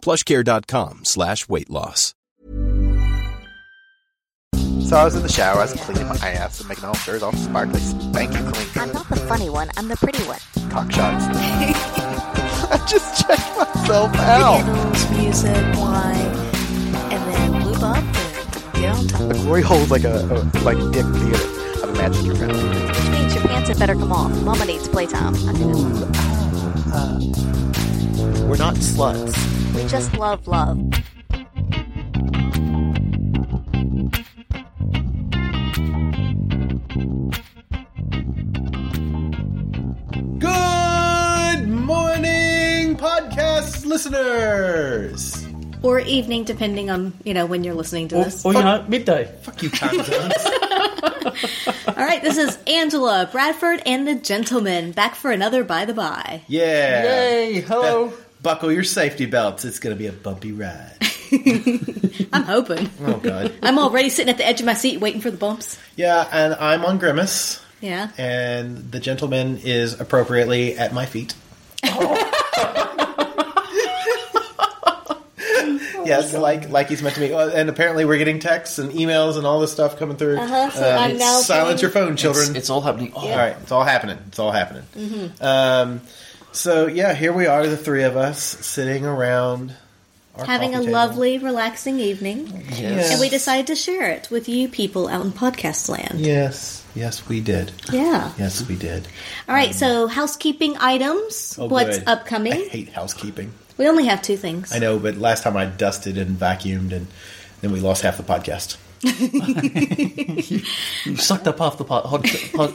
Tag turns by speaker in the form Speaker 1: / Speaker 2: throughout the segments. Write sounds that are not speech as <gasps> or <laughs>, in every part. Speaker 1: Plushcare.com slash weight loss.
Speaker 2: So I was in the shower, I was cleaning my ass and making all sure all sparkly, spanky clean
Speaker 3: I'm not the funny one, I'm the pretty one.
Speaker 2: cock shots. <laughs> I just checked myself
Speaker 4: Oh.
Speaker 2: out.
Speaker 3: Candles, music, wine, and then loop up and get on top.
Speaker 2: The glory hole is like a, a like dick theater. I've imagined your family.
Speaker 3: Which means your pants had better come off. Mama needs playtime. I do know.
Speaker 2: We're not sluts.
Speaker 3: We just love love.
Speaker 4: Good morning, podcast listeners.
Speaker 5: or evening, depending on you know when you're listening to this.
Speaker 6: Or, you know, midday.
Speaker 4: Fuck you, time zones.
Speaker 5: All right, this is Angela Bradford and the Gentleman back for another by the by.
Speaker 4: Yeah.
Speaker 6: Yay, hello.
Speaker 4: Buckle your safety belts. It's going to be a bumpy ride.
Speaker 5: <laughs> I'm hoping.
Speaker 4: Oh god.
Speaker 5: I'm already sitting at the edge of my seat waiting for the bumps.
Speaker 4: yeah, and I'm on grimace,
Speaker 5: Yeah,
Speaker 4: and the gentleman is appropriately at
Speaker 6: <laughs>
Speaker 4: my feet. yes, like like he's meant to be. Uh, And apparently, we're getting texts and emails and all this stuff coming through. Um,
Speaker 5: Uh-huh, so I'm now
Speaker 4: silence
Speaker 5: feeling-
Speaker 4: your phone, children.
Speaker 6: It's, it's all happening. Oh,
Speaker 4: All right, it's all happening. It's all happening.
Speaker 5: Mm-hmm.
Speaker 4: Um, so yeah, here we are, the three of us sitting around, our
Speaker 5: having
Speaker 4: coffee
Speaker 5: a
Speaker 4: table.
Speaker 5: lovely, relaxing evening,
Speaker 4: Yes.
Speaker 5: and we decided to share it with you people out in podcast land.
Speaker 4: Yes, yes, we did.
Speaker 5: Yeah.
Speaker 4: Yes, we did.
Speaker 5: All right. So housekeeping items.
Speaker 4: Oh,
Speaker 5: what's
Speaker 4: good. I
Speaker 5: upcoming?
Speaker 4: hate housekeeping.
Speaker 5: We only have two things.
Speaker 4: I know, but last time I dusted and vacuumed, and then we lost half the podcast.
Speaker 6: you sucked up half the part. Hot, hot,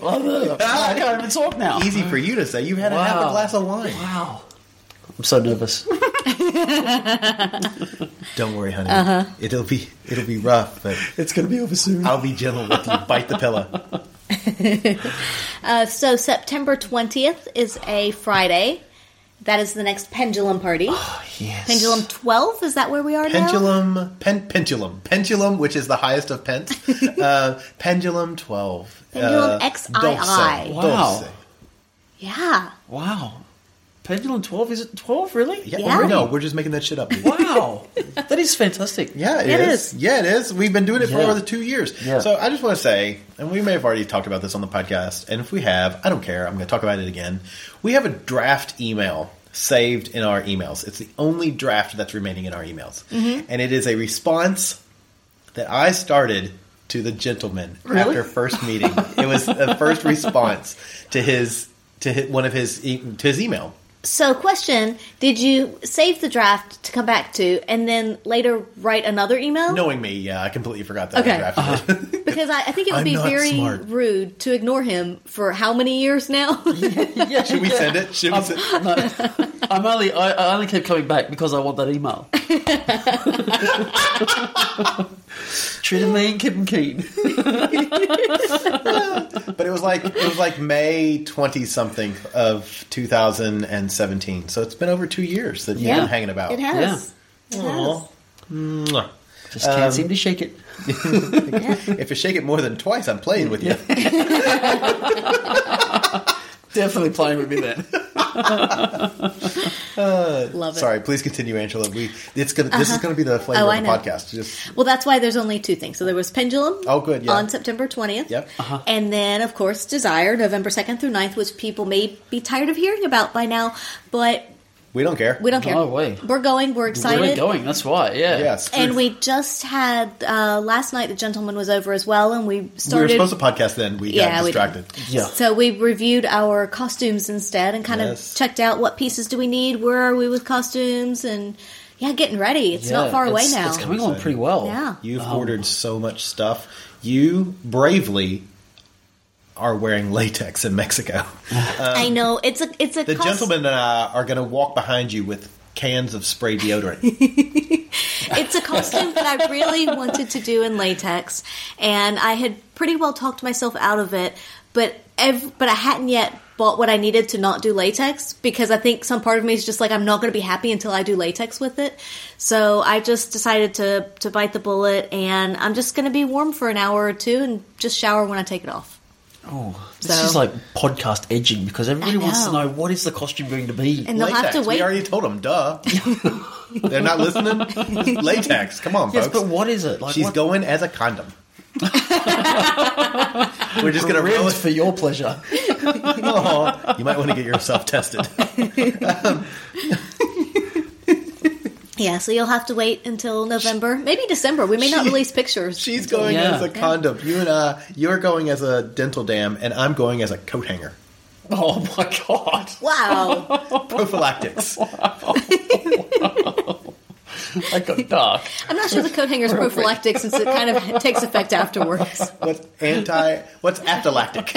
Speaker 6: Ah, I can't even talk now.
Speaker 4: Easy for you to say. You had a half a
Speaker 6: Wow.
Speaker 4: glass of wine.
Speaker 6: Wow. I'm so nervous.
Speaker 4: Don't worry, honey.
Speaker 5: Uh-huh.
Speaker 4: It'll be it'll be rough, but
Speaker 6: it's going to be over soon.
Speaker 4: I'll be gentle with you. Bite the pillow.
Speaker 5: Uh, so September twentieth is a Friday. That is the next pendulum party.
Speaker 6: Yes.
Speaker 5: Pendulum 12, is that where we are now?
Speaker 4: Pendulum, pen, pendulum, pendulum, which is the highest
Speaker 5: <laughs>
Speaker 4: of pent. uh, pendulum twelve.
Speaker 5: Pendulum
Speaker 4: uh,
Speaker 5: XII.
Speaker 4: Dulce.
Speaker 6: Wow.
Speaker 4: Dulce.
Speaker 5: Yeah.
Speaker 6: Wow. Pendulum 12, is it 12, really?
Speaker 4: Yeah,
Speaker 5: Yeah.
Speaker 4: we know. We're just making that shit up.
Speaker 6: Wow. that is fantastic.
Speaker 4: Yeah,
Speaker 5: It
Speaker 4: is.
Speaker 5: is.
Speaker 4: Yeah, it is. We've been doing it for
Speaker 6: Yeah.
Speaker 4: over two years.
Speaker 6: Yeah.
Speaker 4: So I just want to say, and we may have already talked about this on the podcast, and if we have, I don't care. I'm going to talk about it again. We have a draft email saved in our emails. It's the only draft that's remaining in our emails,
Speaker 5: Mm-hmm.
Speaker 4: and it is a response that I started to the gentleman after first meeting. it
Speaker 5: <laughs>
Speaker 4: was the first response to his to his, one of his e- to his email.
Speaker 5: So, question Did you save the draft to come back to and then later write another email?
Speaker 4: Knowing me, yeah, I completely forgot that I
Speaker 5: Okay. Uh-huh.
Speaker 4: drafted it.
Speaker 5: Because I, I think it would
Speaker 4: I'm
Speaker 5: be
Speaker 4: not
Speaker 5: very
Speaker 4: smart.
Speaker 5: rude to ignore him for how many years
Speaker 4: <laughs>
Speaker 5: now?
Speaker 6: Yeah,
Speaker 4: Should <laughs> we send it?
Speaker 5: Uh-huh.
Speaker 4: Should we send
Speaker 6: I'm only, I, I only kept coming back because I want that email. <laughs> Treat him mean, keep him keen.
Speaker 4: But it was like it was like May twenty something of two thousand and seventeen. So it's been over two years that you've
Speaker 5: Yeah.
Speaker 4: been hanging about.
Speaker 5: it has. It
Speaker 4: Aw.
Speaker 5: has.
Speaker 4: Mwah.
Speaker 6: Just can't seem to shake it.
Speaker 4: If you shake it more than twice, I'm playing with you.
Speaker 5: <laughs>
Speaker 6: Definitely playing with me then.
Speaker 5: <laughs> Love it.
Speaker 4: Sorry, please continue, Angela. We it's gonna this is gonna be the flavor
Speaker 5: Oh, I
Speaker 4: of the
Speaker 5: know.
Speaker 4: podcast. Just
Speaker 5: Well, that's why there's only two things. So, there was Pendulum
Speaker 4: Oh, good, yeah.
Speaker 5: on September 20th.
Speaker 4: Yep. Uh-huh.
Speaker 5: And then, of course, Desire, November 2nd through 9th, which people may be tired of hearing about by now, but
Speaker 4: we don't care.
Speaker 5: we don't care.
Speaker 6: No way.
Speaker 5: We're going. We're
Speaker 6: Where
Speaker 5: excited.
Speaker 6: are we going? That's why, yeah.
Speaker 4: yeah, screw-
Speaker 5: And we just had uh, last night. The gentleman was over as well, and we
Speaker 4: we were
Speaker 5: started.
Speaker 4: supposed to podcast then. We
Speaker 5: Yeah,
Speaker 4: got
Speaker 5: we
Speaker 4: distracted.
Speaker 6: Yeah.
Speaker 5: so we reviewed our costumes instead, and kind
Speaker 4: Yes.
Speaker 5: of checked out what pieces do we need. Where are we with costumes? And yeah, getting ready. It's
Speaker 6: Yeah,
Speaker 5: not far away
Speaker 6: it's-
Speaker 5: now.
Speaker 6: It's coming along pretty well.
Speaker 5: Yeah.
Speaker 4: You've ordered so much stuff. You bravely are wearing latex in Mexico.
Speaker 5: I know. It's a. It's a.
Speaker 4: Um, The
Speaker 5: cos-
Speaker 4: gentleman and I are going to walk behind you with cans of
Speaker 6: <laughs>
Speaker 4: spray deodorant.
Speaker 5: It's a costume that I really wanted to do in latex, and I had pretty well talked myself out of it, but ev- but I hadn't yet bought what I needed to not do latex because I think some part of me is just like I'm not going to be happy until I do latex with it. So I just decided to to bite the bullet, and I'm just going to be warm for an hour or two and just shower when I take it off.
Speaker 6: This
Speaker 5: So-
Speaker 6: is like podcast edging because everybody
Speaker 5: I
Speaker 6: wants to
Speaker 5: know.
Speaker 6: know what is the costume going to be.
Speaker 5: And they'll have
Speaker 4: latex.
Speaker 5: to wait.
Speaker 4: We already told them, duh. <laughs> They're
Speaker 6: <laughs>
Speaker 4: not listening. latex. Come on,
Speaker 6: yes,
Speaker 4: folks.
Speaker 6: but what is it? Like,
Speaker 4: She's
Speaker 6: what
Speaker 4: going as
Speaker 6: <laughs>
Speaker 4: a condom. We're just gonna roll
Speaker 6: ribbed
Speaker 4: it. <laughs>
Speaker 6: for your
Speaker 5: <laughs>
Speaker 6: pleasure?
Speaker 4: Aw, You might want to get yourself tested. <laughs>
Speaker 5: Yeah, so you'll have to wait until November, maybe December. We may not release pictures.
Speaker 4: She's going
Speaker 6: Yeah.
Speaker 4: as a condom. You and I, you're going as a dental dam, and I'm going as a coat
Speaker 6: <laughs>
Speaker 4: hanger.
Speaker 6: oh my god!
Speaker 5: wow,
Speaker 4: Prophylactics.
Speaker 6: I got dark.
Speaker 5: I'm not sure the coat hanger's prophylactic since it kind of takes effect afterwards.
Speaker 4: What's anti? What's aphylactic?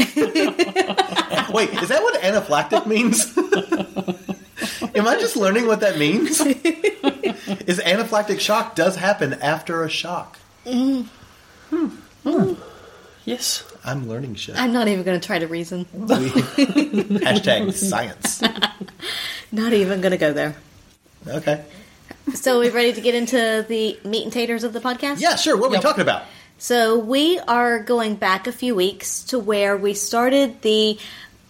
Speaker 4: <laughs> Wait, is that what anaphylactic means? <laughs> Am I just learning what that means? is anaphylactic shock does happen after a shock?
Speaker 6: Yes.
Speaker 4: I'm learning shit.
Speaker 5: I'm not even going to try to reason. <laughs>
Speaker 4: We- hashtag science.
Speaker 5: Not even going to go there.
Speaker 4: Okay.
Speaker 5: So, are we ready to get into the meat and taters of the podcast?
Speaker 4: Yeah, sure. What are we talking about?
Speaker 5: So, we are going back a few weeks to where we started the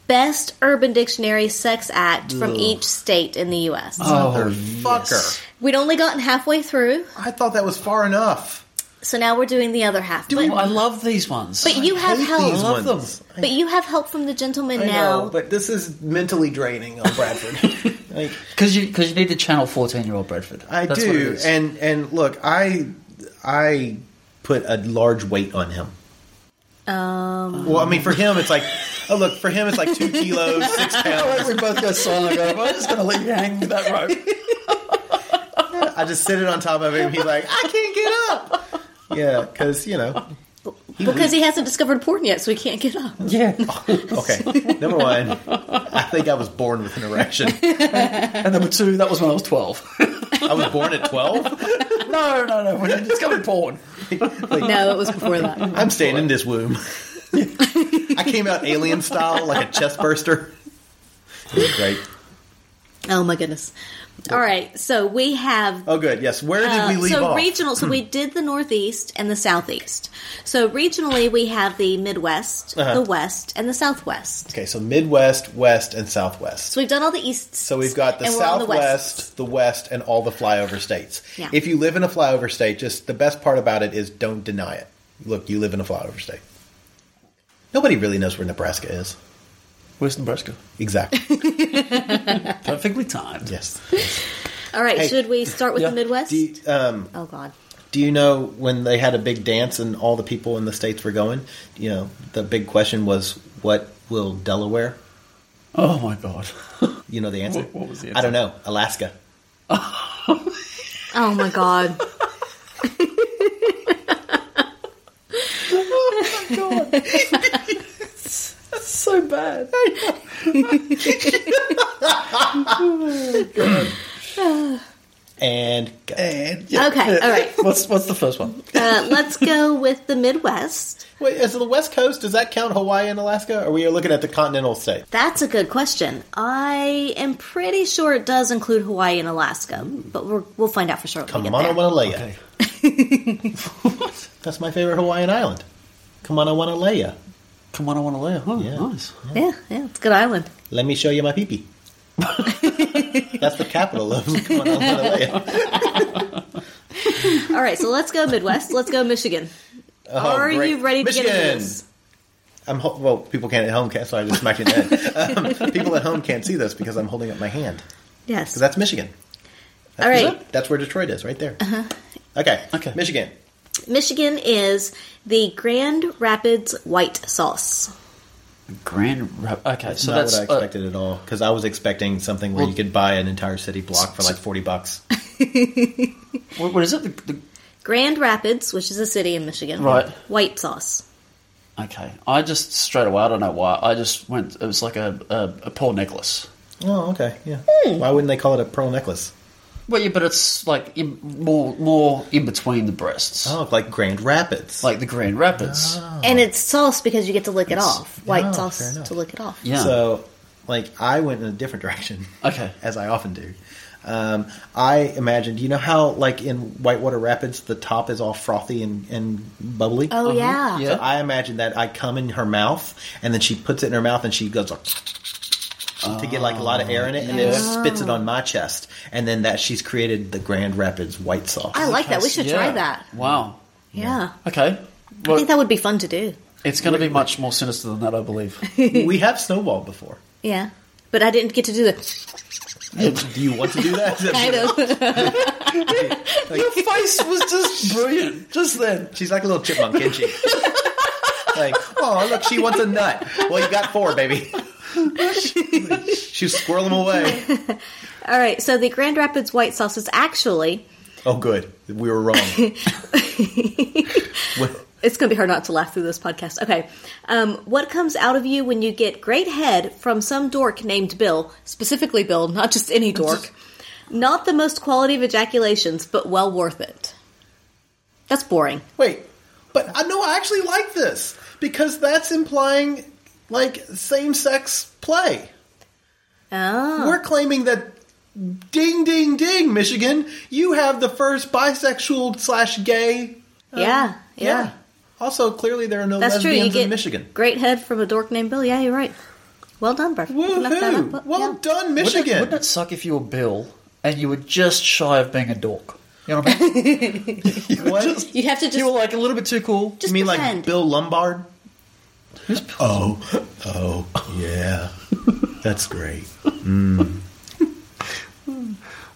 Speaker 5: best Urban Dictionary sex act from each state in the U.S.
Speaker 4: Uh. Motherfucker.
Speaker 5: We'd only gotten halfway through,
Speaker 4: I thought that was far enough.
Speaker 5: so now we're doing the other half.
Speaker 6: Oh,
Speaker 5: But,
Speaker 6: I love these ones.
Speaker 5: but you have
Speaker 4: hate
Speaker 5: help.
Speaker 4: these
Speaker 6: I love
Speaker 4: ones.
Speaker 6: them.
Speaker 5: But you have help from the gentleman
Speaker 4: I
Speaker 5: now.
Speaker 4: know, but this is mentally draining on
Speaker 5: <laughs>
Speaker 4: Bradford. like,
Speaker 6: Because you because you need to channel fourteen year old Bradford.
Speaker 4: I
Speaker 6: That's what it
Speaker 4: do,
Speaker 6: is. <laughs>
Speaker 4: and and look, I I put a large weight on him. Um. Well, I mean, for him, it's like, oh look, for him, it's like two kilos, six pounds.
Speaker 6: we both go silent. and go, I'm just going to let you hang with that
Speaker 4: <laughs>
Speaker 6: rope.
Speaker 4: I just sit it on top of him. He's like, I can't get up. Yeah, because you know.
Speaker 5: Because he hasn't discovered porn yet, so he can't get up.
Speaker 6: Yeah, Oh,
Speaker 4: Okay, number one, I think I was born with an erection.
Speaker 6: and number two, that was when I was twelve. <laughs>
Speaker 4: I was born at twelve.
Speaker 6: no, no, no. When you discovered porn,
Speaker 5: No, it was before that.
Speaker 4: I'm staying in this womb. I came out alien style, like a chest burster. It was great.
Speaker 5: Oh my goodness. All right, so we have.
Speaker 4: Oh, good. Yes. Where did
Speaker 5: uh,
Speaker 4: we leave
Speaker 5: so
Speaker 4: off?
Speaker 5: regional. So
Speaker 4: <clears throat>
Speaker 5: we did the Northeast and the Southeast. So regionally, we have the Midwest,
Speaker 4: Uh-huh.
Speaker 5: the West, and the Southwest.
Speaker 4: Okay, so Midwest, West, and Southwest.
Speaker 5: So we've done all the Easts.
Speaker 4: So we've got the
Speaker 5: and we're on
Speaker 4: Southwest, the, West, and all the flyover states.
Speaker 5: Yeah.
Speaker 4: If you live in a flyover state, just the best part about it is don't deny it. Look, you live in a flyover state. Nobody really knows where Nebraska is.
Speaker 6: West Nebraska,
Speaker 5: <laughs>
Speaker 4: Exactly.
Speaker 6: perfectly timed.
Speaker 4: yes.
Speaker 5: West. All right,
Speaker 4: Hey.
Speaker 5: should we start with
Speaker 6: Yeah.
Speaker 5: the Midwest?
Speaker 4: Do you, um,
Speaker 5: oh God.
Speaker 4: do you know when they had a big dance and all the people in the states were going? You know, the big question was, what will Delaware?
Speaker 6: Oh my god.
Speaker 4: You know the answer.
Speaker 6: What- what was the
Speaker 4: I don't know. Alaska.
Speaker 5: Oh my
Speaker 4: <laughs>
Speaker 5: God.
Speaker 6: So bad.
Speaker 4: And go.
Speaker 6: And yeah.
Speaker 5: Okay, all right.
Speaker 6: <laughs> What's what's the first one?
Speaker 5: Uh, let's go with the Midwest.
Speaker 4: Wait, is it the West Coast? Does that count Hawaii and Alaska? Or are we looking at the continental state?
Speaker 5: That's a good question. I am pretty sure it does include Hawaii and Alaska, but we're, we'll find out for sure. when we get
Speaker 4: Kamana
Speaker 5: there.
Speaker 4: Wanalea. That's my favorite Hawaiian island. Kamana Wanalea.
Speaker 6: Come on, I want to layer. Oh,
Speaker 4: Yeah.
Speaker 6: nice.
Speaker 5: Yeah, yeah, it's a good island.
Speaker 4: Let me show you my
Speaker 5: <laughs>
Speaker 4: peepee. That's the capital of Kamana Wanalea.
Speaker 5: All right, so let's go Midwest. Let's go Michigan.
Speaker 4: Oh,
Speaker 5: Are
Speaker 4: great.
Speaker 5: you ready to
Speaker 4: Michigan.
Speaker 5: get into this?
Speaker 4: I'm ho- well. People can't at home. Can't, so I just smacked you in the head. <laughs> Um, people at home can't see this because I'm holding up my hand.
Speaker 5: Yes.
Speaker 4: So that's Michigan.
Speaker 5: All right. Uh-huh.
Speaker 4: That's where Detroit is, right there. Okay.
Speaker 6: Okay.
Speaker 4: Michigan.
Speaker 5: Michigan is the Grand Rapids white sauce.
Speaker 6: Grand. Rap- okay, so
Speaker 4: Not
Speaker 6: that's
Speaker 4: what I
Speaker 6: uh,
Speaker 4: expected at all because I was expecting something where you could buy an entire city block for like forty bucks.
Speaker 6: what- what is it? The, the,
Speaker 5: Grand Rapids, which is a city in Michigan.
Speaker 6: Right.
Speaker 5: White sauce.
Speaker 6: okay, I just straight away. I don't know why. I just went. It was like a a, a pearl necklace.
Speaker 5: Hmm.
Speaker 4: Oh, okay, yeah. Why wouldn't they call it a pearl necklace?
Speaker 6: Well, yeah, but it's like in, more more in between the breasts,
Speaker 4: Oh, Ah. like Grand Rapids.
Speaker 6: like the Grand Rapids.
Speaker 5: And it's sauce because you get to lick it off. White
Speaker 4: yeah, fair
Speaker 5: sauce
Speaker 4: enough.
Speaker 5: to lick it off.
Speaker 6: yeah.
Speaker 4: So, like, I went in a different <laughs> direction.
Speaker 6: Okay.
Speaker 4: As I often do. Um, I imagined, you know how, like, in Whitewater Rapids, the top is all frothy and, and bubbly?
Speaker 5: Oh, yeah.
Speaker 6: Yeah.
Speaker 4: So I imagine that I come in her mouth, and then she puts it in her mouth, and she goes like to get like a lot of air in it, and then spits it on my chest, and then that she's created the Grand Rapids white sauce.
Speaker 5: I like that. We should try
Speaker 6: Yeah.
Speaker 5: that.
Speaker 6: Wow.
Speaker 5: Yeah.
Speaker 6: Okay.
Speaker 5: I
Speaker 6: Well,
Speaker 5: think that would be fun to do.
Speaker 6: it's going to be much more sinister than that, I believe.
Speaker 4: we have snowballed before.
Speaker 5: Yeah. But I didn't get to do the
Speaker 4: <laughs>
Speaker 5: <laughs>
Speaker 4: do you want to do that?
Speaker 5: kind of.
Speaker 6: <laughs> Your face was
Speaker 4: <laughs>
Speaker 6: just brilliant just then.
Speaker 4: she's like a little chipmunk,
Speaker 5: <laughs>
Speaker 4: isn't she? like, oh look, she wants a nut. Well, you got four, baby. she squirrel them away.
Speaker 5: All right. So the Grand Rapids white sauce is actually,
Speaker 4: Oh, good, we were wrong.
Speaker 5: <laughs>
Speaker 4: Well,
Speaker 5: it's going to be hard not to laugh through this podcast. Okay. Um, what comes out of you when you get great head from some dork named Bill, specifically Bill, not just any dork? Not the most quality of ejaculations, but well worth it. That's boring.
Speaker 4: Wait, but I know I actually like this because that's implying like same sex play.
Speaker 5: Oh.
Speaker 4: We're claiming that ding, ding, ding, Michigan, you have the first bisexual slash gay.
Speaker 5: yeah. Yeah.
Speaker 4: Also, clearly there are no
Speaker 5: That's true.
Speaker 4: lesbians
Speaker 5: You get
Speaker 4: in Michigan.
Speaker 5: great head from a dork named Bill. Yeah, you're right. Well done, Burke. Knocked that
Speaker 4: Woohoo!
Speaker 5: up.
Speaker 4: well
Speaker 5: Yeah.
Speaker 4: done,
Speaker 6: Wouldn't it-
Speaker 4: Michigan.
Speaker 6: Wouldn't, it suck if you were Bill and you were just shy of being a dork? You know what I mean?
Speaker 4: What?
Speaker 5: You have to just
Speaker 6: you were like a little bit too cool.
Speaker 5: just
Speaker 4: you mean
Speaker 5: pretend.
Speaker 4: like Bill Lombard? Oh, oh, yeah. That's great.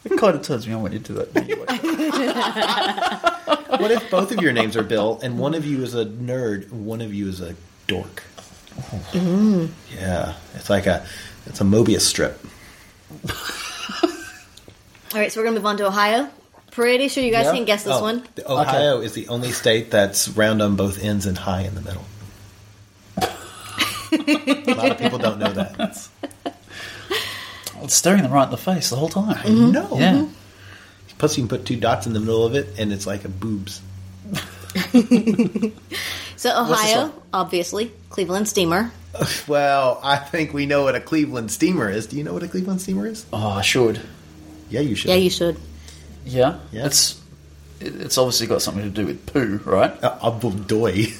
Speaker 6: It kind of turns me on when you do that.
Speaker 5: <laughs>
Speaker 6: Anyway.
Speaker 4: What if both of your names are Bill and one of you is a nerd, and one of you is a dork?
Speaker 5: Mm-hmm.
Speaker 4: Yeah, it's like a it's a Mobius strip.
Speaker 5: All right, so we're gonna move on to Ohio. Pretty sure you guys
Speaker 6: Yeah.
Speaker 5: can guess this
Speaker 4: Oh,
Speaker 5: one.
Speaker 4: the- Ohio is the only state that's round on both ends and high in the middle. a lot of people don't know that.
Speaker 6: It's staring them right in the face the whole time.
Speaker 4: No.
Speaker 6: Yeah.
Speaker 5: Mm-hmm.
Speaker 4: Plus, you can put two dots in the middle of it, and it's like a boobs.
Speaker 5: So
Speaker 6: this
Speaker 5: Ohio,
Speaker 6: one?
Speaker 5: obviously, Cleveland Steamer.
Speaker 4: Well, I think we know what a Cleveland steamer is. Do you know what a Cleveland steamer is?
Speaker 6: Oh, I should.
Speaker 4: Yeah, you should.
Speaker 5: Yeah, you should.
Speaker 6: Yeah.
Speaker 4: Yeah.
Speaker 6: It's it- it's obviously got something to do with poo, right?
Speaker 4: Uh, Abuldoy.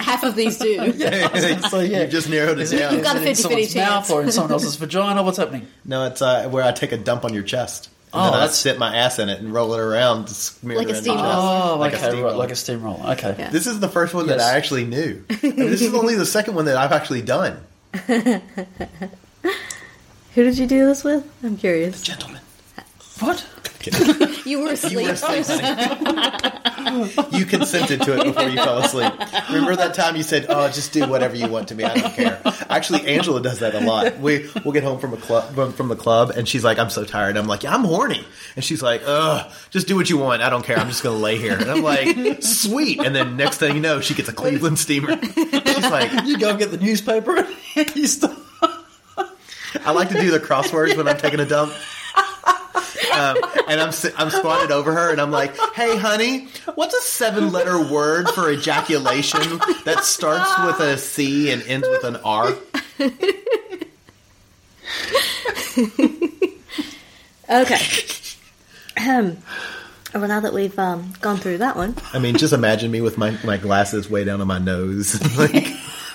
Speaker 5: Half of these do.
Speaker 6: So yeah,
Speaker 4: You just narrowed it down.
Speaker 5: You've got a
Speaker 6: Is it in
Speaker 5: 50-50
Speaker 6: someone's
Speaker 5: chance.
Speaker 6: mouth or in someone
Speaker 5: <laughs>
Speaker 6: else's vagina? What's happening?
Speaker 4: No, it's uh, where I take a dump on your chest. And
Speaker 6: Oh,
Speaker 4: then I
Speaker 6: that's-
Speaker 4: sit my ass in it and roll it around. to smear
Speaker 5: Like a
Speaker 4: it in
Speaker 5: steamroller.
Speaker 4: the ass.
Speaker 6: Oh,
Speaker 4: Like
Speaker 6: okay, right,
Speaker 4: a steamroller.
Speaker 6: like a steamroller. Okay.
Speaker 5: Yeah.
Speaker 4: This is the first one
Speaker 6: Yes.
Speaker 4: that I actually knew. And this is only the second one that I've actually done.
Speaker 5: <laughs> Who did you do this with? I'm curious.
Speaker 4: Gentlemen.
Speaker 6: What?
Speaker 5: You were
Speaker 4: You were
Speaker 5: asleep. <laughs>
Speaker 4: asleep, honey. <laughs> You consented to it before you fell asleep. Remember that time you said, "Oh, just do whatever you want to me. I don't care." Actually, Angela does that a lot. We we'll get home from a club from, from the club, and she's like, "I'm so tired." I'm like, "Yeah, I'm horny," and she's like, "Ugh, just do what you want. I don't care. I'm just gonna lay here." And I'm like, "Sweet." And then next thing you know, she gets a Cleveland steamer. She's like,
Speaker 6: You go and get the newspaper and <laughs> you start.
Speaker 4: I like to do the crosswords when I'm taking a dump. Um, and I'm si- I'm squatted over her, and I'm like, "Hey, honey, what's a seven letter word for ejaculation that starts with a C and ends with an R?"
Speaker 5: Okay. Ahem. well, now that we've um, gone through that <laughs> one,
Speaker 4: I mean, just imagine me with my, my glasses way down on my nose, <laughs> like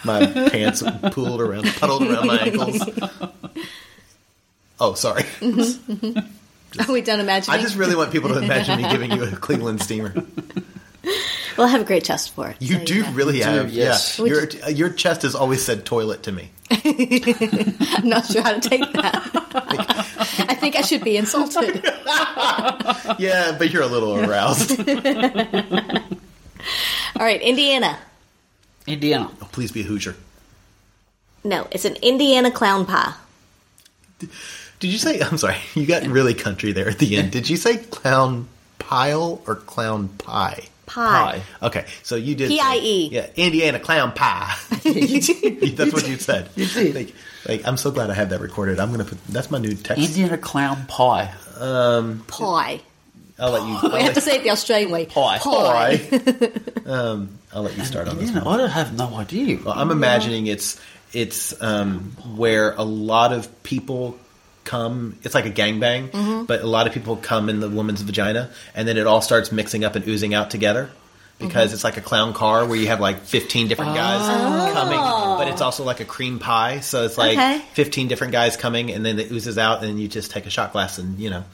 Speaker 4: my pants pulled around, puddled around my ankles. Oh, sorry.
Speaker 5: are we done imagining?
Speaker 4: I just really want people to imagine me giving you a Cleveland steamer.
Speaker 5: Well, I have a great chest for it.
Speaker 4: You
Speaker 5: so,
Speaker 4: do
Speaker 5: yeah.
Speaker 4: really have,
Speaker 6: yes.
Speaker 4: yeah. Your your chest has always said toilet to me.
Speaker 5: I'm not sure how to take that. <laughs> I think I should be insulted.
Speaker 4: Yeah, but you're a little aroused.
Speaker 5: <laughs> <laughs> All right, Indiana.
Speaker 6: Indiana.
Speaker 4: Please be a Hoosier.
Speaker 5: No, it's an Indiana clown pie.
Speaker 4: Did you say? I'm sorry. You got really country there at the end. Did you say clown pile or clown pie?
Speaker 5: Pie. E.
Speaker 4: Okay, so you did
Speaker 5: P.I.E..
Speaker 4: say- Yeah, Indiana clown
Speaker 5: <laughs>
Speaker 4: pie. <laughs> that's what you said.
Speaker 6: You did.
Speaker 4: Like, like, I'm so glad I have that recorded. I'm gonna put that's my new text.
Speaker 6: Indiana clown pie.
Speaker 5: Pie.
Speaker 4: I'll let you. I'll
Speaker 5: <laughs> We have
Speaker 4: let,
Speaker 5: to say it the Australian way.
Speaker 6: Pie.
Speaker 5: Pie.
Speaker 4: <laughs> um, I'll let you start on this
Speaker 6: Indiana,
Speaker 4: one.
Speaker 6: I don't have no idea.
Speaker 4: Well, I'm imagining it's it's um, where a lot of people come. It's like a gangbang,
Speaker 5: Mm-hmm.
Speaker 4: but a lot of people come in the woman's vagina, and then it all starts mixing up and oozing out together. Because
Speaker 5: Mm-hmm.
Speaker 4: it's like a clown car where you have like 15 different guys coming, but it's also like a cream pie. So it's like
Speaker 5: Oh. Okay.
Speaker 4: 15 different guys coming, and then it oozes out, and you just take a shot glass and you know.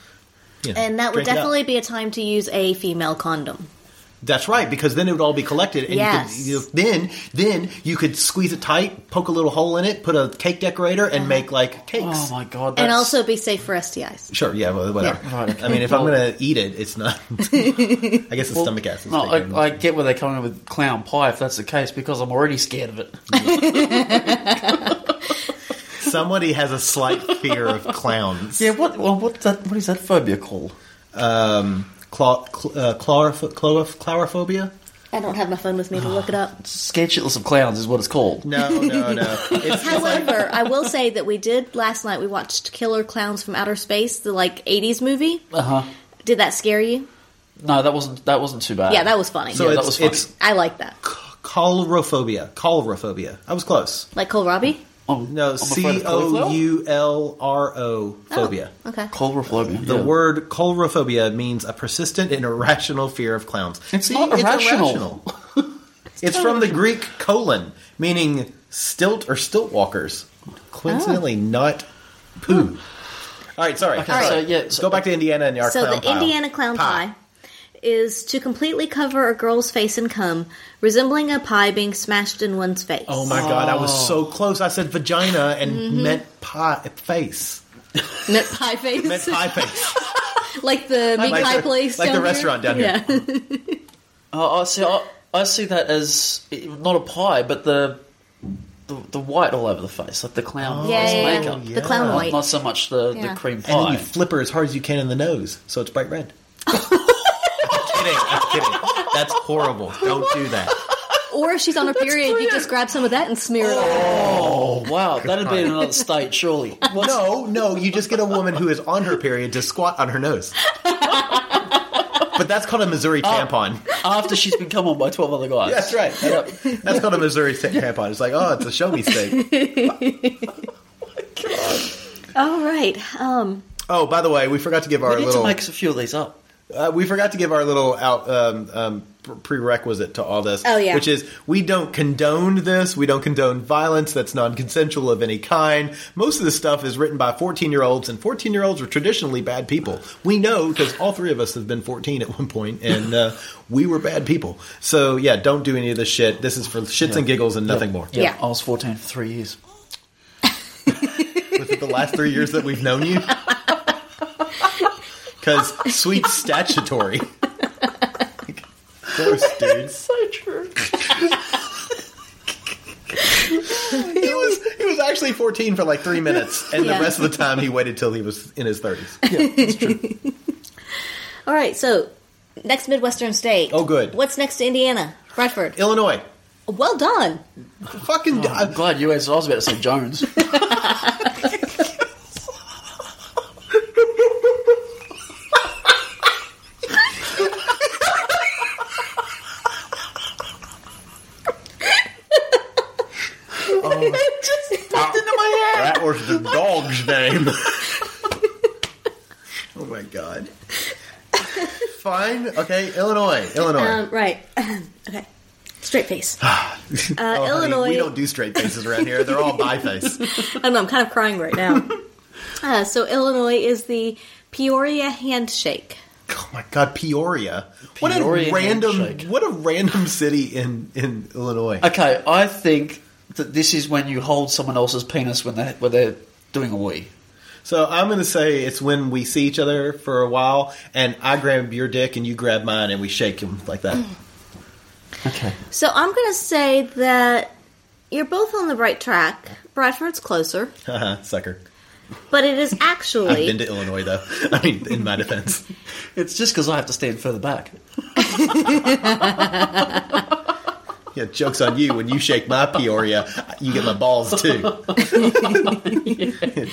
Speaker 4: you know,
Speaker 5: And that would
Speaker 4: drink it up.
Speaker 5: definitely be a time to use a female condom.
Speaker 4: That's right, because then it would all be collected, and
Speaker 5: Yes.
Speaker 4: you could, you, then then you could squeeze it tight, poke a little hole in it, put a cake decorator, and make like cakes.
Speaker 6: Oh my god. That's,
Speaker 5: And also be safe for STIs.
Speaker 4: Sure, yeah, well, whatever.
Speaker 6: Yeah. Right, okay.
Speaker 4: I mean, if I'm gonna eat it,
Speaker 6: <laughs>
Speaker 4: it's not. I guess the stomach acid.
Speaker 6: No, I, I get where they're coming with clown pie if that's the case because I'm already scared of it.
Speaker 4: Somebody has a slight fear of clowns.
Speaker 6: Yeah, what well, what that what is that phobia called?
Speaker 4: Cla- cl- uh, chlorof- chlorof- chlorophobia?
Speaker 5: I don't have my phone with me to
Speaker 4: Ah.
Speaker 5: look it up.
Speaker 6: Scared shitless of clowns is what it's called.
Speaker 4: No, no,
Speaker 6: <laughs>
Speaker 4: no. It's,
Speaker 5: However, I will say that we did last night. We watched Killer Clowns from Outer Space, the like '80s movie.
Speaker 6: Uh huh.
Speaker 5: Did that scare you?
Speaker 6: No, that wasn't that wasn't too bad.
Speaker 5: Yeah, that was funny.
Speaker 4: so
Speaker 6: Yeah, that
Speaker 4: it's,
Speaker 6: was funny.
Speaker 4: it's
Speaker 5: I like that.
Speaker 4: chlorophobia. Chlorophobia. I was close.
Speaker 5: Like Cole Robbie.
Speaker 6: Oh,
Speaker 4: No, C O U L R O phobia.
Speaker 5: Oh,
Speaker 6: Oh.
Speaker 5: Okay.
Speaker 6: Chlorophobia.
Speaker 4: The
Speaker 6: yeah.
Speaker 4: word chlorophobia means a persistent and irrational fear of clowns.
Speaker 6: It's not irrational. <laughs>
Speaker 4: it's from the Greek colon, meaning stilt or stilt walkers. Coincidentally, not poo. All right, sorry.
Speaker 6: All right.
Speaker 4: sorry.
Speaker 6: Ah. Hmm. So, yeah, so-
Speaker 4: Go back to Indiana and our
Speaker 5: So
Speaker 4: clown
Speaker 5: the
Speaker 4: pile.
Speaker 5: Indiana clown pie. is to completely cover a girl's face and cum, resembling a pie being smashed in one's face.
Speaker 4: Oh my god, I was so close. I said vagina and
Speaker 5: Mm-hmm.
Speaker 4: meant pie face.
Speaker 5: Meant
Speaker 4: <laughs>
Speaker 5: pie face, <laughs>
Speaker 4: Meant pie face.
Speaker 5: like the meat
Speaker 4: Like
Speaker 5: pie
Speaker 4: the-
Speaker 5: place,
Speaker 4: like the
Speaker 5: down here.
Speaker 4: restaurant down here. <laughs>
Speaker 5: Yeah.
Speaker 6: Oh, I see. I, I see that as not a pie, but the the, the white all over the face, like the clown
Speaker 5: Yeah,
Speaker 6: face
Speaker 5: Oh, yeah, yeah.
Speaker 6: makeup.
Speaker 5: The clown
Speaker 6: Not,
Speaker 5: white.
Speaker 6: not so much the,
Speaker 5: Yeah.
Speaker 6: the cream
Speaker 4: And then
Speaker 6: pie.
Speaker 4: you flip her as hard as you can in the nose, so it's bright red. I'm kidding. I'm kidding. That's horrible. Don't do that.
Speaker 5: Or if she's on her period, you just grab some of that and smear it on.
Speaker 6: oh wow, that'd be in another state,
Speaker 5: <laughs>
Speaker 6: surely. What's,
Speaker 4: No, no, you just get a woman who is on her period to squat on her nose. But that's called a Missouri tampon.
Speaker 6: After she's been come on by twelve other guys.
Speaker 4: That's right. That's called a Missouri ta- tampon. It's like, oh, it's a show me steak.
Speaker 5: All right. Um,
Speaker 4: Oh, by the way, we forgot to give our
Speaker 6: We need
Speaker 4: little
Speaker 6: to make a few of these up.
Speaker 4: uh, we forgot to give our little out um, um, pr- prerequisite to all this.
Speaker 5: Oh, yeah.
Speaker 4: which is we don't condone this. We don't condone violence that's non-consensual of any kind. Most of this stuff is written by fourteen-year-olds, and fourteen-year-olds are traditionally bad people. We know because all three of us have been fourteen at one point, and uh, we were bad people. So yeah, don't do any of this shit. This is for shits and giggles and nothing more.
Speaker 5: Yeah.
Speaker 6: I was fourteen for three years.
Speaker 4: with the last three years that we've
Speaker 6: <laughs>
Speaker 4: known you? Because sweet statutory. of course, dude.
Speaker 6: So true.
Speaker 4: He was, he was actually 14 for like three minutes, and
Speaker 5: Yeah.
Speaker 4: the rest of the time he waited till he was in his 30s.
Speaker 5: all right. So next Midwestern state.
Speaker 4: Oh, good.
Speaker 5: What's next to Indiana? Bradford. Oh,
Speaker 4: Illinois.
Speaker 5: Well done.
Speaker 4: Fucking.
Speaker 6: I'm glad you answered. I was about to say Jones.
Speaker 4: Oh.
Speaker 5: <laughs>
Speaker 4: that was the dog's
Speaker 6: <laughs>
Speaker 4: name. oh my god. Fine. Okay, Illinois. Illinois.
Speaker 5: Um, right. <clears throat> okay. Straight
Speaker 4: <sighs>
Speaker 5: face. Uh,
Speaker 4: Oh, honey,
Speaker 5: Illinois-
Speaker 4: we don't do straight faces around here. They're all bi face.
Speaker 5: I don't know. I'm kind of crying right now. uh, so Illinois is the Peoria handshake.
Speaker 4: <laughs> Oh my God, Peoria! what a
Speaker 6: Peoria
Speaker 4: random,
Speaker 6: handshake.
Speaker 4: what a random city in in Illinois.
Speaker 6: Okay, I think that this is when you hold someone else's penis when they when they're doing a wee.
Speaker 4: So I'm going to say it's when we see each other for a while, and I grab your dick and you grab mine, and we shake him like that.
Speaker 6: Mm.
Speaker 4: <laughs>
Speaker 6: Okay.
Speaker 5: So I'm going to say that you're both on the right track. Bradford's closer.
Speaker 6: <laughs>
Speaker 4: Haha, Uh-huh, Sucker.
Speaker 5: but it is actually
Speaker 4: I've been to Illinois though. <laughs> I mean, in my defense,
Speaker 6: It's just because I have to stand further back.
Speaker 4: yeah. Jokes on you. When you shake my Peoria, you get my balls
Speaker 6: <laughs>
Speaker 4: too. <laughs>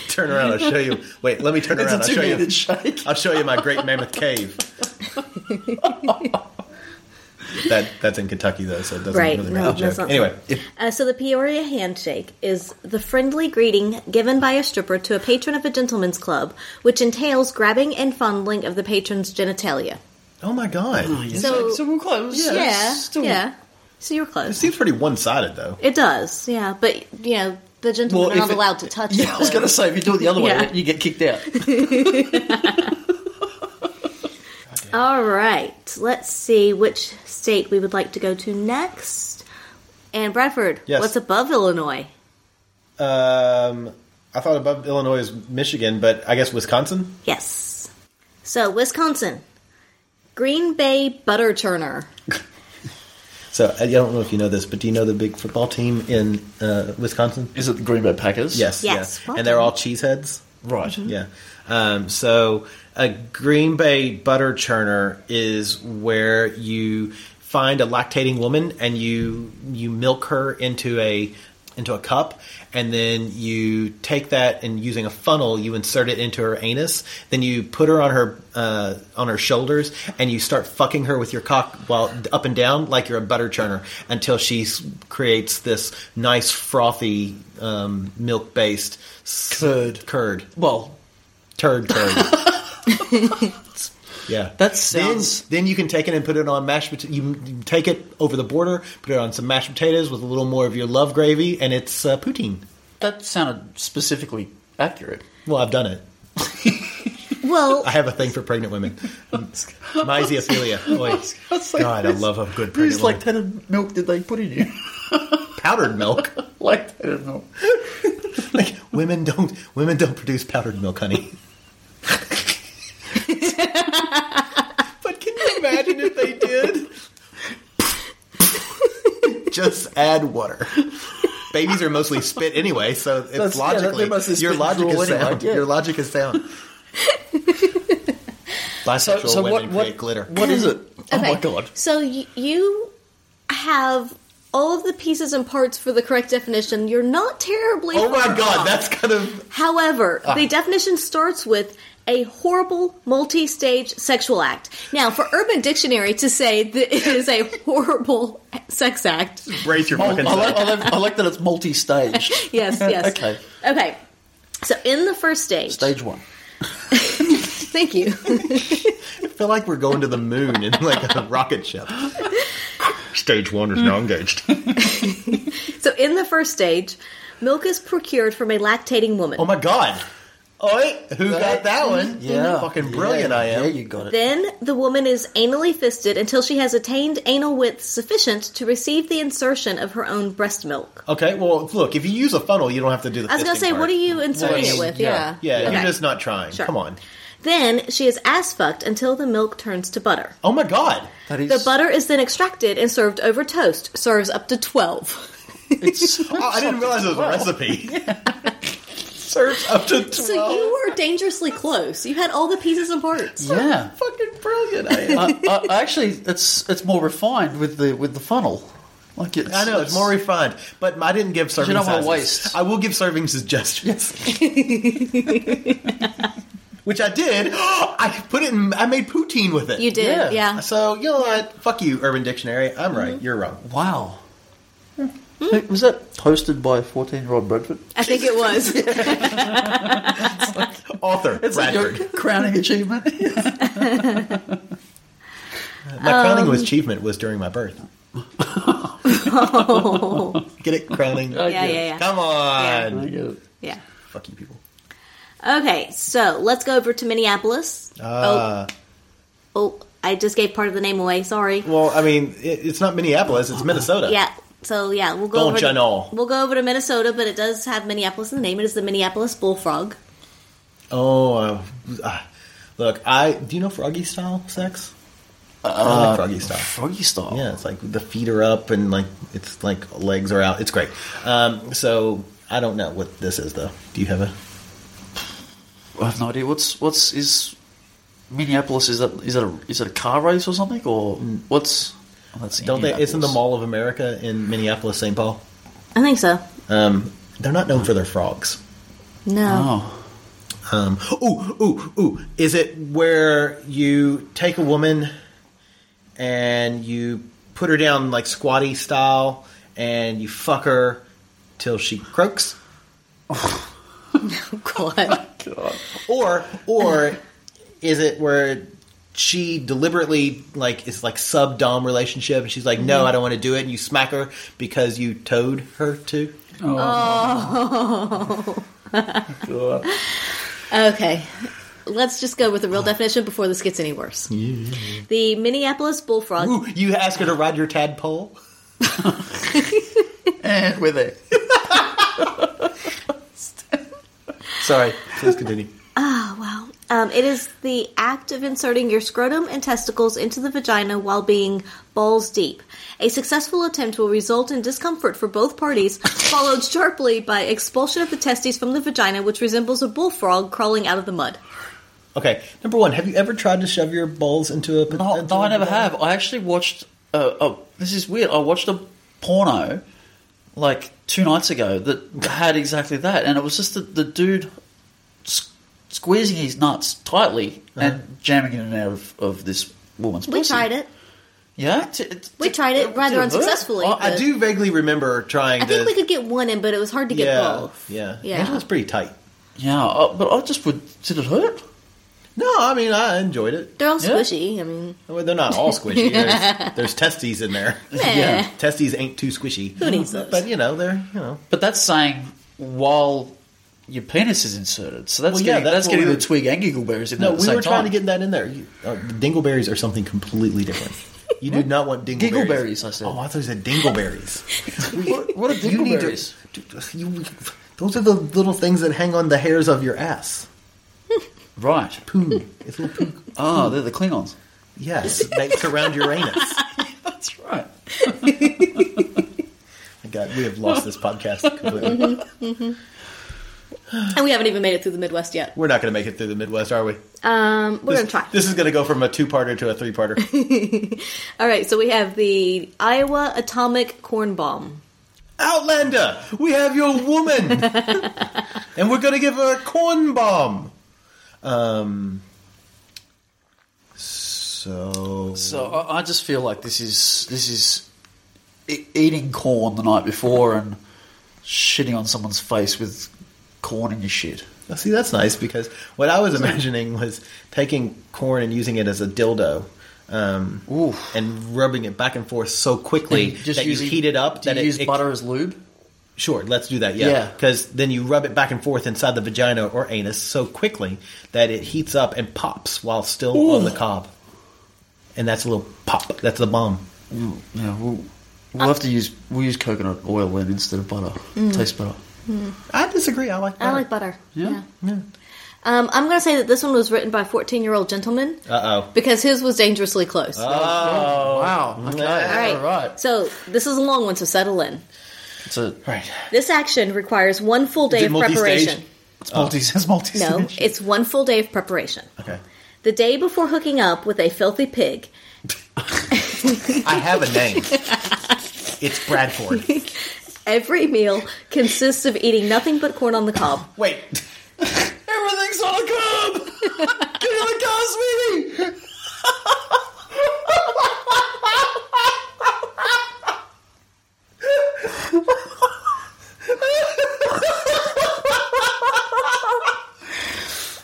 Speaker 4: turn around. I'll show you. Wait, let me turn
Speaker 6: It's
Speaker 4: around.
Speaker 6: a
Speaker 4: I'll show you.
Speaker 6: two-handed <laughs> shake.
Speaker 4: I'll show you my Great Mammoth Cave. that that's in Kentucky though, so it doesn't
Speaker 5: Right,
Speaker 4: really
Speaker 5: no,
Speaker 4: matter. the
Speaker 5: that's
Speaker 4: joke.
Speaker 5: not-
Speaker 4: Anyway, if
Speaker 5: Uh, so the Peoria handshake is the friendly greeting given by a stripper to a patron of a gentleman's club, which entails grabbing and fondling of the patron's genitalia.
Speaker 4: Oh my god.
Speaker 5: So-
Speaker 6: so we're close.
Speaker 5: Yeah, yeah.
Speaker 6: It's still-
Speaker 5: So you're
Speaker 4: It
Speaker 5: close.
Speaker 4: seems pretty one sided though.
Speaker 5: It does, yeah. But you know, the gentlemen
Speaker 6: Well,
Speaker 5: are
Speaker 6: if
Speaker 5: not
Speaker 6: it-
Speaker 5: allowed to touch it.
Speaker 6: Yeah, I was
Speaker 5: though.
Speaker 6: going to say, if you do it the other way,
Speaker 5: Yeah.
Speaker 6: you get kicked out.
Speaker 5: All right, let's see which state we would like to go to next. And Bradford,
Speaker 4: Yes.
Speaker 5: what's above Illinois?
Speaker 4: Um I thought above Illinois is Michigan, but I guess Wisconsin?
Speaker 5: Yes. So Wisconsin, Green Bay Butter Churner.
Speaker 4: So I I don't know if you know this, but do you know the big football team in uh, Wisconsin?
Speaker 6: Is it the Green Bay Packers?
Speaker 4: Yes.
Speaker 5: Yes,
Speaker 4: yeah.
Speaker 5: well
Speaker 4: and they're
Speaker 5: done.
Speaker 4: all cheeseheads?
Speaker 6: Right.
Speaker 4: Yeah. Um, so a Green Bay butter churner is where you find a lactating woman and you you milk her into a into a cup and then you take that and using a funnel you insert it into her anus then you put her on her uh, on her shoulders and you start fucking her with your cock while up and down like you're a butter churner until she s- creates this nice frothy um, milk based
Speaker 6: Curd.
Speaker 4: curd
Speaker 6: Well, <laughs>
Speaker 4: turd turd. yeah,
Speaker 6: That sounds-
Speaker 4: Then, then you can take it and put it on mashed. pota- You, you take it over the border, put it on some mashed potatoes with a little more of your love gravy, and it's uh, poutine.
Speaker 6: that sounded specifically accurate. <laughs>
Speaker 4: Well, I've done it.
Speaker 5: Well,
Speaker 4: I have a thing for
Speaker 6: <laughs>
Speaker 4: pregnant women. Mysiophilia.
Speaker 6: I
Speaker 4: Oi.
Speaker 6: was like,
Speaker 4: God, I
Speaker 6: who's-
Speaker 4: love a good
Speaker 6: Whose
Speaker 4: pregnant woman.
Speaker 6: lactated milk did they put in you? <laughs>
Speaker 4: Powdered milk. <laughs>
Speaker 6: lactated milk.
Speaker 4: Like women don't women don't produce powdered milk, honey. but can you imagine if they did? Just add water. Babies are mostly spit anyway, so it's
Speaker 6: That's- yeah, they're
Speaker 4: logically
Speaker 6: mostly spit
Speaker 4: your
Speaker 6: and
Speaker 4: logic is
Speaker 6: drool anyway,
Speaker 4: sound.
Speaker 6: yeah.
Speaker 4: Your logic is <laughs> sound. Bisexual women create glitter.
Speaker 6: What is it? Oh
Speaker 5: <clears throat> okay.
Speaker 6: my god.
Speaker 5: So y- you have all of the pieces and parts for the correct definition. You're not terribly.
Speaker 4: <laughs> Oh my
Speaker 5: far
Speaker 4: god,
Speaker 5: off.
Speaker 4: that's Ah. kind of
Speaker 5: However, the definition starts with a horrible multi-stage sexual act. Now, for Urban Dictionary to say that it is a <laughs> horrible sex act,
Speaker 4: brace your
Speaker 6: I, I,
Speaker 4: fucking
Speaker 6: like,
Speaker 4: self.
Speaker 6: I, like, I like that it's multi-staged.
Speaker 5: <laughs>
Speaker 4: <laughs>
Speaker 5: yes, yes,
Speaker 6: Okay.
Speaker 5: okay. So, in the first stage,
Speaker 6: Stage one.
Speaker 5: <laughs> thank you. <laughs>
Speaker 4: I feel like we're going to the moon in like a rocket ship. Stage one is now engaged.
Speaker 5: so, in the first stage, milk is procured from a lactating woman.
Speaker 4: <laughs> Oh my god. Oi, who got that one?
Speaker 6: Yeah.
Speaker 4: Fucking brilliant
Speaker 6: Yeah,
Speaker 4: I am.
Speaker 6: Yeah, you got it.
Speaker 5: Then the woman is anally fisted until she has attained anal width sufficient to receive the insertion of her own breast milk.
Speaker 4: Okay, well, look, if you use a funnel, you don't have to do the
Speaker 5: I was going
Speaker 4: fisting
Speaker 5: to say,
Speaker 4: part.
Speaker 5: what are you inserting
Speaker 6: Well,
Speaker 5: it with?
Speaker 6: yeah,
Speaker 5: Yeah.
Speaker 4: Yeah,
Speaker 5: Okay.
Speaker 4: you're just not trying.
Speaker 5: Sure.
Speaker 4: Come on.
Speaker 5: Then she is ass fucked until the milk turns to butter.
Speaker 4: Oh my god.
Speaker 6: That
Speaker 5: The
Speaker 6: is,
Speaker 5: butter is then extracted and served over toast. Serves up to 12.
Speaker 6: it's,
Speaker 4: Oh, I didn't realize it was a <laughs> recipe. Serves up to
Speaker 5: <laughs>
Speaker 4: 12.
Speaker 5: So you were dangerously close. You had all the pieces and parts.
Speaker 6: yeah.
Speaker 4: fucking brilliant I <laughs> am.
Speaker 6: I, I, I actually, it's it's more refined with the with the funnel. Like it's,
Speaker 4: I know it's more refined, but I didn't give serving.
Speaker 6: don't wanna
Speaker 4: sizes.
Speaker 6: waste.
Speaker 4: I will give serving suggestions, <laughs> which I did. <gasps> I put it. in I made poutine with it.
Speaker 5: You did, yeah.
Speaker 4: So you know what? Fuck you, Urban Dictionary. I'm right.
Speaker 5: Mm-hmm.
Speaker 4: You're wrong.
Speaker 6: Wow. Hey, was that posted by 14 year old Bradford?
Speaker 5: I think it was.
Speaker 4: Author
Speaker 6: like your
Speaker 4: Bradford.
Speaker 6: <laughs> crowning
Speaker 4: <laughs>
Speaker 6: achievement.
Speaker 4: my crowning achievement was during my <laughs> birth. Get it? Crowning.
Speaker 6: I
Speaker 5: Yeah,
Speaker 6: get it.
Speaker 5: yeah, yeah.
Speaker 4: Come on.
Speaker 6: I get it.
Speaker 5: Yeah.
Speaker 4: Fuck you, people.
Speaker 5: Okay, so let's go over to Minneapolis.
Speaker 4: Uh,
Speaker 5: Oh, I just gave part of the name away. Sorry.
Speaker 4: Well, I mean, it, it's not Minneapolis. It's Minnesota.
Speaker 5: Yeah. So yeah, we'll go
Speaker 4: Don't
Speaker 5: over.
Speaker 4: ya
Speaker 5: To,
Speaker 4: know.
Speaker 5: We'll go over to Minnesota, but it does have Minneapolis in the name. It is the Minneapolis Bullfrog.
Speaker 4: Oh, uh, uh, look, I do you know froggy style sex? I like froggy style.
Speaker 6: Froggy style.
Speaker 4: Yeah, it's like the feet are up and like it's like legs are out. It's great. Um, so I don't know what this is though. Do you have a?
Speaker 6: I have no idea. What's what's is Minneapolis? Is that is that a, is that a car race or something or what's? Oh, that's
Speaker 4: Mm. Don't they? It's in the
Speaker 6: Indianapolis.
Speaker 4: Mall of America in Minneapolis, St. Paul.
Speaker 5: I think so.
Speaker 4: Um, they're not known for their frogs.
Speaker 5: No.
Speaker 6: Oh,
Speaker 4: Um, ooh, ooh, ooh. Is it where you take a woman and you put her down like squatty style and you fuck her till she croaks? Ah.
Speaker 5: <laughs> God.
Speaker 4: Or or is it where she deliberately like is like sub dom relationship and she's like, No, I don't want to do it and you smack her because you towed her to?
Speaker 6: God.
Speaker 5: Okay. Let's just go with the
Speaker 4: Ah.
Speaker 5: real definition before this gets any worse. The Minneapolis bullfrog.
Speaker 4: Ooh, you ask her to ride
Speaker 5: <laughs>
Speaker 4: your tadpole?
Speaker 5: Eh,
Speaker 6: and we're there.
Speaker 4: <laughs> Sorry, please continue.
Speaker 5: Wow. Um, it is the act of inserting your scrotum and testicles into the vagina while being balls deep. A successful attempt will result in discomfort for both <laughs> parties, followed sharply by expulsion of the testes from the vagina, which resembles a bullfrog crawling out of the mud.
Speaker 4: Okay, number one, have you ever tried to shove your balls into a?
Speaker 6: No,
Speaker 4: into
Speaker 6: no, I
Speaker 4: a-
Speaker 6: never have. I actually watched. Uh, oh, this is weird. I watched a porno like two nights ago that had exactly that, and it was just the, the dude s- squeezing his nuts tightly
Speaker 4: Uh-huh.
Speaker 6: and jamming in and out of, of this woman's.
Speaker 5: We
Speaker 6: pussy.
Speaker 5: tried it.
Speaker 6: Yeah, T- t-
Speaker 5: We tried it rather
Speaker 6: hurt?
Speaker 5: unsuccessfully.
Speaker 4: I, I
Speaker 5: but-
Speaker 4: do vaguely remember trying.
Speaker 5: I think
Speaker 4: to,
Speaker 5: we could get one in, but it was hard to get
Speaker 4: yeah,
Speaker 5: both.
Speaker 4: Yeah,
Speaker 5: Yeah.
Speaker 4: It was pretty tight.
Speaker 6: Yeah, I, but I just would. Did it hurt?
Speaker 4: No, I mean I enjoyed it.
Speaker 5: They're all
Speaker 6: Yeah.
Speaker 5: squishy. I mean,
Speaker 4: Well, they're not
Speaker 5: <laughs>
Speaker 4: all squishy. there's, there's testes in there.
Speaker 5: Yeah.
Speaker 4: <laughs> testes ain't too squishy.
Speaker 5: Who needs those?
Speaker 4: But you know they're you know.
Speaker 6: But that's saying while your penis is inserted. So that's
Speaker 4: Well, yeah,
Speaker 6: getting,
Speaker 4: that's
Speaker 6: that's
Speaker 4: what
Speaker 6: getting
Speaker 4: we
Speaker 6: the twig and giggleberries in there
Speaker 4: No,
Speaker 6: at the
Speaker 4: we
Speaker 6: same
Speaker 4: were trying
Speaker 6: time.
Speaker 4: to get that in there. You, uh, dingleberries are something completely different. You do not want dingleberries.
Speaker 6: Giggleberries, I said.
Speaker 4: Oh, I thought you said dingleberries.
Speaker 6: <laughs> What- what are
Speaker 4: <laughs> You need to-
Speaker 6: dingleberries?
Speaker 4: you- those are the little things that hang on the hairs of your ass.
Speaker 6: right.
Speaker 4: Poo. It's little poo
Speaker 6: Ah, they're the Klingons.
Speaker 4: Yes, they surround Uranus.
Speaker 6: That's right.
Speaker 4: My God, we have lost this podcast completely.
Speaker 5: and we haven't even made it through the Midwest yet.
Speaker 4: We're not going to make it through the Midwest, are we?
Speaker 5: Um, we're
Speaker 4: This,
Speaker 5: gonna
Speaker 4: <laughs>
Speaker 5: try. <laughs>
Speaker 4: this is going to go from a two-parter to a three-parter.
Speaker 5: All right, so we have the Iowa atomic corn bomb.
Speaker 4: Outlander, we have your
Speaker 6: <laughs>
Speaker 4: woman, and we're going to give her a corn bomb. Um. So
Speaker 6: So I, I just feel like this is this is e- eating corn the night before and shitting on someone's face with corn in your shit.
Speaker 4: Now, see, that's nice because what I was imagining was taking corn and using it as a dildo. Um,
Speaker 6: Ooh.
Speaker 4: and rubbing it back and forth so quickly
Speaker 6: Just
Speaker 4: that
Speaker 6: using-
Speaker 4: you heat it up.
Speaker 6: Do
Speaker 4: that
Speaker 6: you
Speaker 4: it,
Speaker 6: use
Speaker 4: it-
Speaker 6: butter as lube?
Speaker 4: Sure, let's do that.
Speaker 6: Yeah.
Speaker 4: Yeah, because then you rub it back and forth inside the vagina or anus so quickly that it heats up and pops while still on the cob, and that's a little pop. That's the bomb.
Speaker 6: Mm, Yeah, we'll, we'll have to use we'll use coconut oil then instead of butter. Tastes better.
Speaker 4: I disagree. I like. That.
Speaker 5: I like butter.
Speaker 6: Yeah.
Speaker 5: Um, I'm going to say that this one was written by a 14 year old gentleman
Speaker 4: Uh oh.
Speaker 5: because his was dangerously close.
Speaker 6: Oh wow. Okay.
Speaker 5: All right. So this is a long one, so settle in.
Speaker 6: It's a
Speaker 4: Right.
Speaker 5: This action requires one full day
Speaker 4: it
Speaker 5: of
Speaker 4: multi-stage?
Speaker 5: preparation.
Speaker 6: it's multi it's multi
Speaker 5: No,
Speaker 6: <laughs>
Speaker 5: it's one full day of preparation.
Speaker 4: Okay.
Speaker 5: The day before hooking up with a filthy pig,
Speaker 4: I have
Speaker 5: <laughs>
Speaker 4: a name. it's Bradford.
Speaker 5: every meal consists of eating nothing but corn on the cob.
Speaker 4: <laughs> Wait.
Speaker 6: Everything's on a curb! Get in the car, sweetie!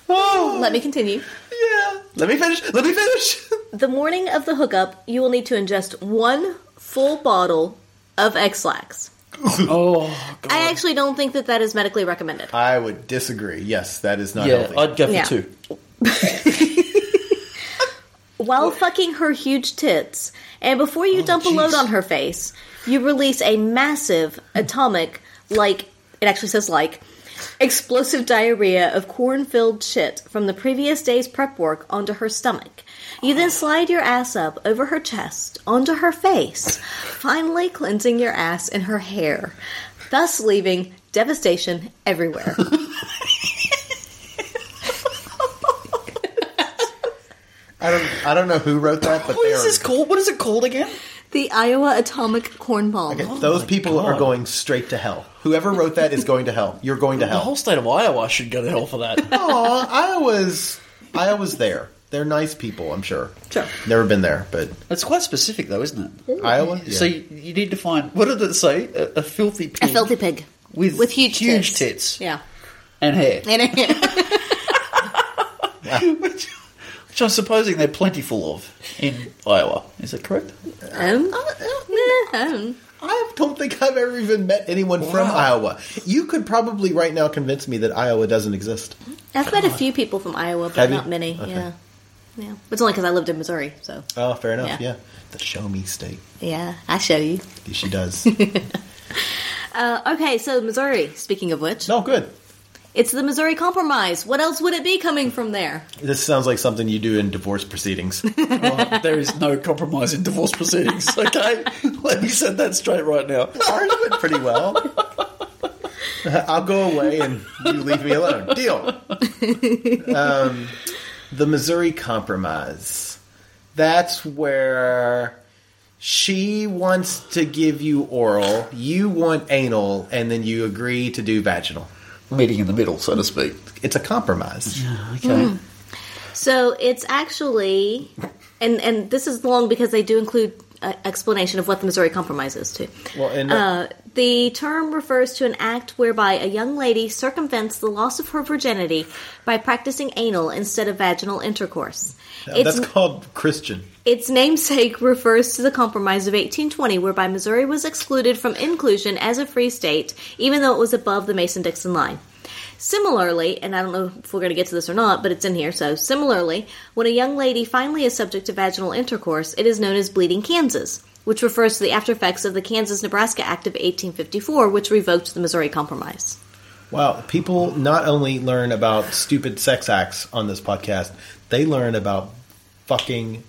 Speaker 5: Let me continue.
Speaker 4: Yeah. Let me finish. Let me finish.
Speaker 5: The morning of the hookup, you will need to ingest one full bottle of X-Lax.
Speaker 6: Oh,
Speaker 5: I actually don't think that that is medically recommended.
Speaker 4: I would disagree. Yes, that is not
Speaker 6: yeah,
Speaker 4: healthy.
Speaker 6: I'd go for
Speaker 5: Yeah.
Speaker 6: two.
Speaker 5: <laughs> While fucking her huge tits, and before you dump a load
Speaker 6: Oh, jeez.
Speaker 5: on her face, you release a massive atomic, like, it actually says like, explosive diarrhea of corn filled shit from the previous day's prep work onto her stomach. You then slide your ass up over her chest, onto her face, finally cleansing your ass and her hair,
Speaker 6: <laughs>
Speaker 5: thus leaving devastation everywhere.
Speaker 4: I don't. I don't know who wrote that, but
Speaker 6: What
Speaker 4: they
Speaker 6: is
Speaker 4: are-
Speaker 6: this called? What is it called again?
Speaker 5: The Iowa Atomic Cornball.
Speaker 4: Okay,
Speaker 5: Ball.
Speaker 4: those people are
Speaker 6: Oh God.
Speaker 4: going straight to hell. Whoever wrote that is going to hell. You're going to
Speaker 6: The <laughs> whole
Speaker 4: hell.
Speaker 6: state of Iowa should go to hell for <laughs> that.
Speaker 4: Aw, <laughs> Iowa's Iowa's there. They're nice people, I'm sure.
Speaker 6: Sure.
Speaker 4: Never been there, but
Speaker 6: it's quite specific, though, isn't it?
Speaker 4: Iowa.
Speaker 6: So you, you need to find what did it say? A, a filthy
Speaker 5: A
Speaker 6: pig
Speaker 5: <laughs> filthy pig
Speaker 6: with
Speaker 5: with huge
Speaker 6: huge
Speaker 5: tits.
Speaker 6: tits.
Speaker 5: Yeah.
Speaker 6: and hair, <laughs>
Speaker 5: And a-
Speaker 6: which, which I'm supposing they're plentiful of in Iowa. Is that correct?
Speaker 4: Uh,
Speaker 5: um,
Speaker 4: oh,
Speaker 5: um,
Speaker 4: I don't think I've ever even met anyone from
Speaker 6: Wow.
Speaker 4: Iowa. You could probably right now convince me that Iowa doesn't exist.
Speaker 5: I've met a few people from Iowa,
Speaker 4: Have
Speaker 5: but
Speaker 4: you?
Speaker 5: not many.
Speaker 4: Okay.
Speaker 5: Yeah. Yeah. It's only because I lived in Missouri, so.
Speaker 4: Oh, fair enough. Yeah,
Speaker 5: Yeah.
Speaker 4: the show me state.
Speaker 5: Yeah, I show you.
Speaker 4: She does. <laughs>
Speaker 5: Uh, okay, so Missouri, speaking of which,
Speaker 4: no, Oh, good.
Speaker 5: it's the Missouri Compromise. What else would it be coming from there?
Speaker 4: This sounds like something you do in divorce proceedings.
Speaker 6: Well, there is no compromise in divorce proceedings. <laughs> Okay, let me set that straight right now.
Speaker 4: Ours went pretty well. I'll go away and you leave me alone. Deal. Um, the Missouri Compromise. That's where she wants to give you oral, you want anal, and then you agree to do vaginal.
Speaker 6: Meeting in the middle, so to speak.
Speaker 4: It's a compromise.
Speaker 6: Okay.
Speaker 5: So it's actually, and and this is long because they do include uh, explanation of what the Missouri Compromise is too.
Speaker 4: Well, and
Speaker 5: Uh, the term refers to an act whereby a young lady circumvents the loss of her virginity by practicing anal instead of vaginal intercourse.
Speaker 4: that's
Speaker 5: It's-
Speaker 4: called Christian.
Speaker 5: Its namesake refers to the Compromise of 1820, whereby Missouri was excluded from inclusion as a free state, even though it was above the Mason Dixon line. Similarly, and I don't know if we're going to get to this or not, but it's in here, so similarly, when a young lady finally is subject to vaginal intercourse, it is known as bleeding Kansas, which refers to the after effects of the Kansas Nebraska Act of 1854, which revoked the Missouri Compromise.
Speaker 4: Wow, people not only learn about stupid sex acts on this podcast, they learn about fucking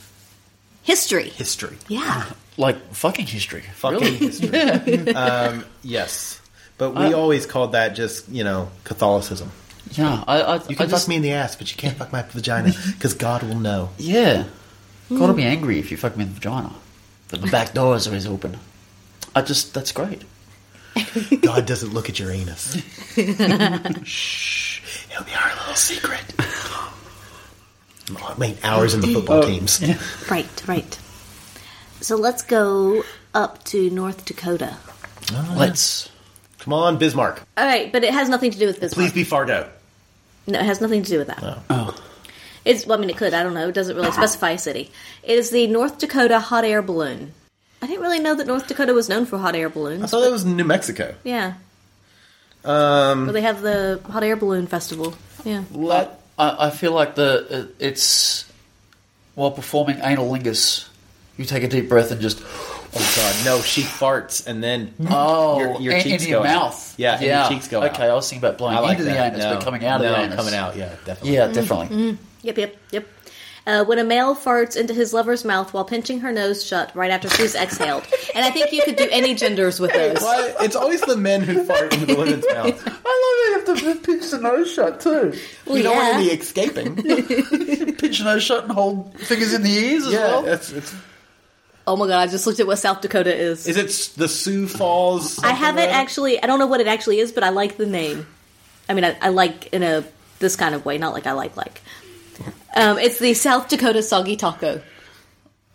Speaker 5: History.
Speaker 4: history.
Speaker 5: Yeah.
Speaker 6: Like fucking history.
Speaker 4: Fucking
Speaker 6: really? <laughs>
Speaker 4: history. um, yes. But we
Speaker 6: Uh,
Speaker 4: always called that just, you know, Catholicism.
Speaker 6: Yeah. I. I,
Speaker 4: You can
Speaker 6: I
Speaker 4: fuck
Speaker 6: just
Speaker 4: me in the ass, but you can't fuck my
Speaker 6: <laughs>
Speaker 4: vagina because God will know.
Speaker 6: Yeah. Gotta be angry if you fuck me in the vagina. But the back door is always open. I just, that's <gasps> great.
Speaker 4: God doesn't look at your anus. Shh. It'll be our little secret. Oh, Wait, hours in the
Speaker 6: Uh,
Speaker 4: football teams.
Speaker 5: Right, right. So let's go up to North Dakota.
Speaker 6: Let's.
Speaker 4: Come on, Bismarck.
Speaker 5: All right, but it has nothing to do with Bismarck.
Speaker 4: Please be Fargo.
Speaker 5: No, it has nothing to do with that.
Speaker 6: Oh.
Speaker 5: It's well, I mean, it could. I don't know. It doesn't really specify a city. It is the North Dakota hot air balloon. I didn't really know that North Dakota was known for hot air
Speaker 4: I
Speaker 5: balloons.
Speaker 4: thought that was New Mexico.
Speaker 5: Yeah. Um. Well, they have the hot air balloon festival. Yeah.
Speaker 6: Let. I, I feel like the, it, it's, while performing analingus, you take a deep breath and just,
Speaker 4: Oh God, no! She farts and then
Speaker 6: oh,
Speaker 4: your, your
Speaker 6: in,
Speaker 4: cheeks
Speaker 6: in
Speaker 4: go
Speaker 6: your
Speaker 4: out.
Speaker 6: mouth.
Speaker 4: Yeah, and your cheeks go out.
Speaker 6: Okay, I was thinking about blowing
Speaker 4: I like
Speaker 6: into
Speaker 4: that.
Speaker 6: the anus,
Speaker 4: No.
Speaker 6: but coming out
Speaker 4: no,
Speaker 6: of the anus.
Speaker 4: coming out. Yeah, definitely.
Speaker 6: Yeah, definitely.
Speaker 5: Yep. Yep. Yep. Uh, when a male farts into his lover's mouth while pinching her nose shut right after she's exhaled, and I think you could do any genders with those.
Speaker 4: Why- It's always the men who fart into the women's mouths.
Speaker 6: I love it if the pinch the nose shut too.
Speaker 5: Well,
Speaker 4: We don't
Speaker 5: yeah.
Speaker 4: want any
Speaker 6: <laughs>
Speaker 4: escaping.
Speaker 6: Pinch the nose shut and hold fingers in the ears as
Speaker 4: yeah,
Speaker 6: well.
Speaker 4: it's, it's,
Speaker 5: Oh my god! I just looked at what South Dakota is.
Speaker 4: is it the Sioux Falls?
Speaker 5: I haven't actually. I don't know what it actually is, but I like the name. I mean, I, I like in a this kind of way, not like I like like. Um, it's the South Dakota soggy taco.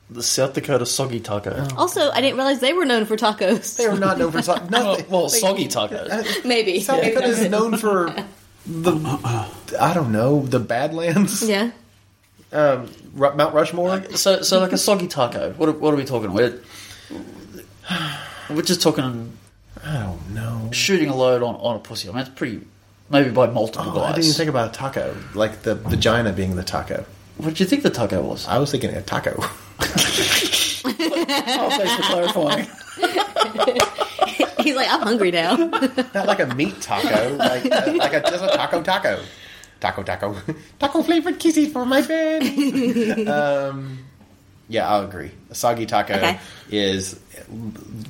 Speaker 6: The South Dakota soggy taco.
Speaker 5: Also, I didn't realize they were known for tacos.
Speaker 4: They are not known for so-
Speaker 6: Well,
Speaker 4: nothing. Uh,
Speaker 6: well, soggy tacos.
Speaker 5: <laughs> Maybe.
Speaker 4: South
Speaker 5: Maybe
Speaker 4: Dakota
Speaker 5: not.
Speaker 4: is known for the I don't know the Badlands, um,
Speaker 5: Yeah.
Speaker 4: Ru- Mount Rushmore.
Speaker 6: So, so like a soggy taco. What are, what are we talking? We're we're just talking
Speaker 4: I don't know.
Speaker 6: shooting a load on, on a pussy. I mean, it's pretty maybe by multiple
Speaker 4: Oh,
Speaker 6: guys.
Speaker 4: I didn't even think about a taco, like the vagina being the taco.
Speaker 6: what did you think the taco was?
Speaker 4: I was thinking a taco.
Speaker 6: <laughs>
Speaker 4: <laughs>
Speaker 6: oh, thanks for clarifying.
Speaker 5: He's like, I'm hungry
Speaker 4: <laughs>
Speaker 5: now.
Speaker 4: Not like a meat taco, like uh, like a, just a taco taco, taco taco, <laughs> taco flavored kisses for my bed. um,
Speaker 5: <laughs>
Speaker 4: yeah, I'll agree. A soggy taco
Speaker 5: Okay.
Speaker 4: is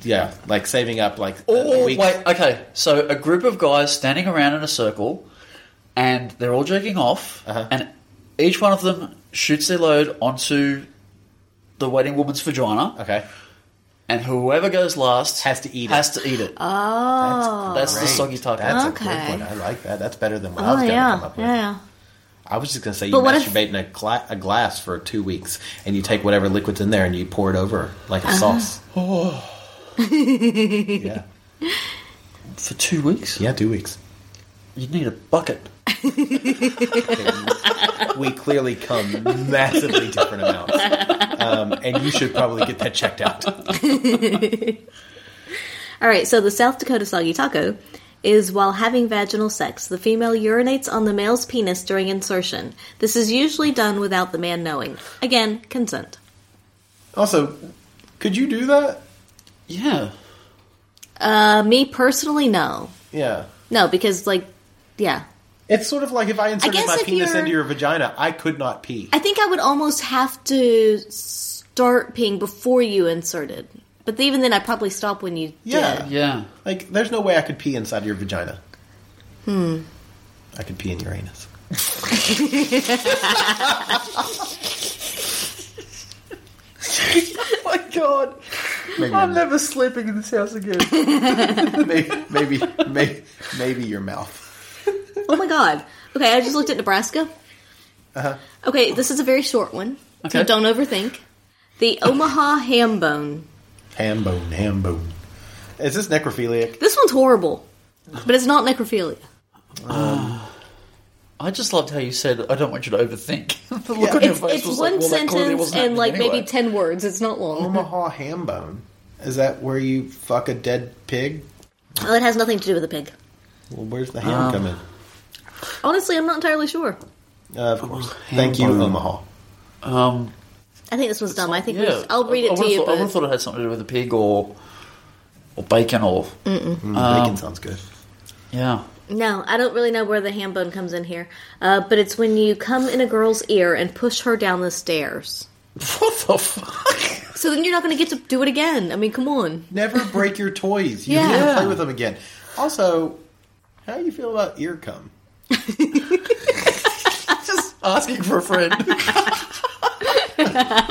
Speaker 4: yeah, like saving up like
Speaker 6: Oh,
Speaker 4: a week.
Speaker 6: wait, okay. So a group of guys
Speaker 4: Uh-huh.
Speaker 6: standing around in a circle, and they're all jerking off, and each one of them shoots their load onto the waiting woman's vagina,
Speaker 4: Okay.
Speaker 6: and whoever goes last
Speaker 4: Has to eat it.
Speaker 6: has to eat it.
Speaker 4: Oh,
Speaker 6: That's the soggy type.
Speaker 4: That's
Speaker 5: Okay.
Speaker 4: a good one. I like that. That's better than what I
Speaker 5: Oh
Speaker 4: was going to
Speaker 5: yeah,
Speaker 4: come up with.
Speaker 5: yeah.
Speaker 4: I was just going to say you
Speaker 5: But what if-
Speaker 4: masturbate in a, gla- a glass for two weeks, and you take whatever liquid's in there and you pour it over like
Speaker 5: Uh-huh.
Speaker 4: a
Speaker 5: <laughs>
Speaker 4: sauce. yeah,
Speaker 6: For two weeks,
Speaker 4: yeah, two weeks.
Speaker 6: you need a bucket.
Speaker 4: We clearly come massively different amounts, um, and you should probably get that checked out.
Speaker 5: All right, so the South Dakota soggy taco is while having vaginal sex, the female urinates on the male's penis during insertion. This is usually done without the man knowing. Again, consent.
Speaker 4: Also, could you do that?
Speaker 6: Yeah.
Speaker 5: Uh, me personally, no,
Speaker 4: Yeah,
Speaker 5: no, because like, yeah,
Speaker 4: it's sort of like if I inserted
Speaker 5: guess
Speaker 4: my
Speaker 5: if
Speaker 4: penis
Speaker 5: you're-
Speaker 4: into your vagina, I could not pee.
Speaker 5: I think I would almost have to start peeing before you inserted. But even then, I'd probably stop when you
Speaker 4: Yeah.
Speaker 5: did.
Speaker 6: Yeah.
Speaker 4: Like, there's no way I could pee inside your vagina. Hmm. I could pee in
Speaker 6: <laughs>
Speaker 4: your anus.
Speaker 6: My God,
Speaker 4: Maybe,
Speaker 6: never sleeping in this house
Speaker 4: <laughs>
Speaker 6: again.
Speaker 4: maybe, maybe, maybe, maybe your mouth.
Speaker 5: Oh my god. Okay, I just looked at Nebraska. Okay, this is a very short one, so
Speaker 6: Uh-huh. Okay.
Speaker 5: don't overthink. The Omaha ham bone.
Speaker 4: Ham bone, ham bone. Is this necrophiliac?
Speaker 5: This one's horrible, but it's not necrophilia.
Speaker 6: I just loved how you said, "I don't want you to overthink." <laughs> the look on
Speaker 5: It's,
Speaker 6: your face
Speaker 5: it's
Speaker 6: was
Speaker 5: one
Speaker 6: like, well, that clearly
Speaker 5: sentence
Speaker 6: wasn't
Speaker 5: and
Speaker 6: happening
Speaker 5: like
Speaker 6: anyway.
Speaker 5: maybe ten words. It's not long.
Speaker 4: Omaha ham bone. Is that where you fuck a dead pig?
Speaker 5: Oh, it has nothing to do with a pig.
Speaker 4: Well, where's the
Speaker 6: Um,
Speaker 4: ham come in?
Speaker 5: Honestly, I'm not entirely sure.
Speaker 4: Uh, of course.
Speaker 6: ham
Speaker 4: Thank you,
Speaker 6: bone.
Speaker 4: Omaha.
Speaker 6: Um,
Speaker 5: I think this one's dumb. Um, I think we
Speaker 6: yeah,
Speaker 5: should- I'll read
Speaker 6: I- I
Speaker 5: it to
Speaker 6: would've
Speaker 5: you.
Speaker 6: Thought, I would have
Speaker 5: but
Speaker 6: thought it had something to do with a pig or or bacon or
Speaker 4: Mm,
Speaker 6: Um,
Speaker 4: bacon sounds good.
Speaker 6: yeah. <laughs>
Speaker 5: no, I don't really know where the ham bone comes in here. Uh, but it's when you come in a girl's ear and push her down the stairs.
Speaker 6: What the fuck? <laughs>
Speaker 5: So then you're not going to get to do it again. I mean, come on.
Speaker 4: Never break your toys. You
Speaker 5: Yeah.
Speaker 4: never play with them again. Also, how do you feel about ear cum?
Speaker 6: just asking for a
Speaker 5: <laughs>
Speaker 6: friend.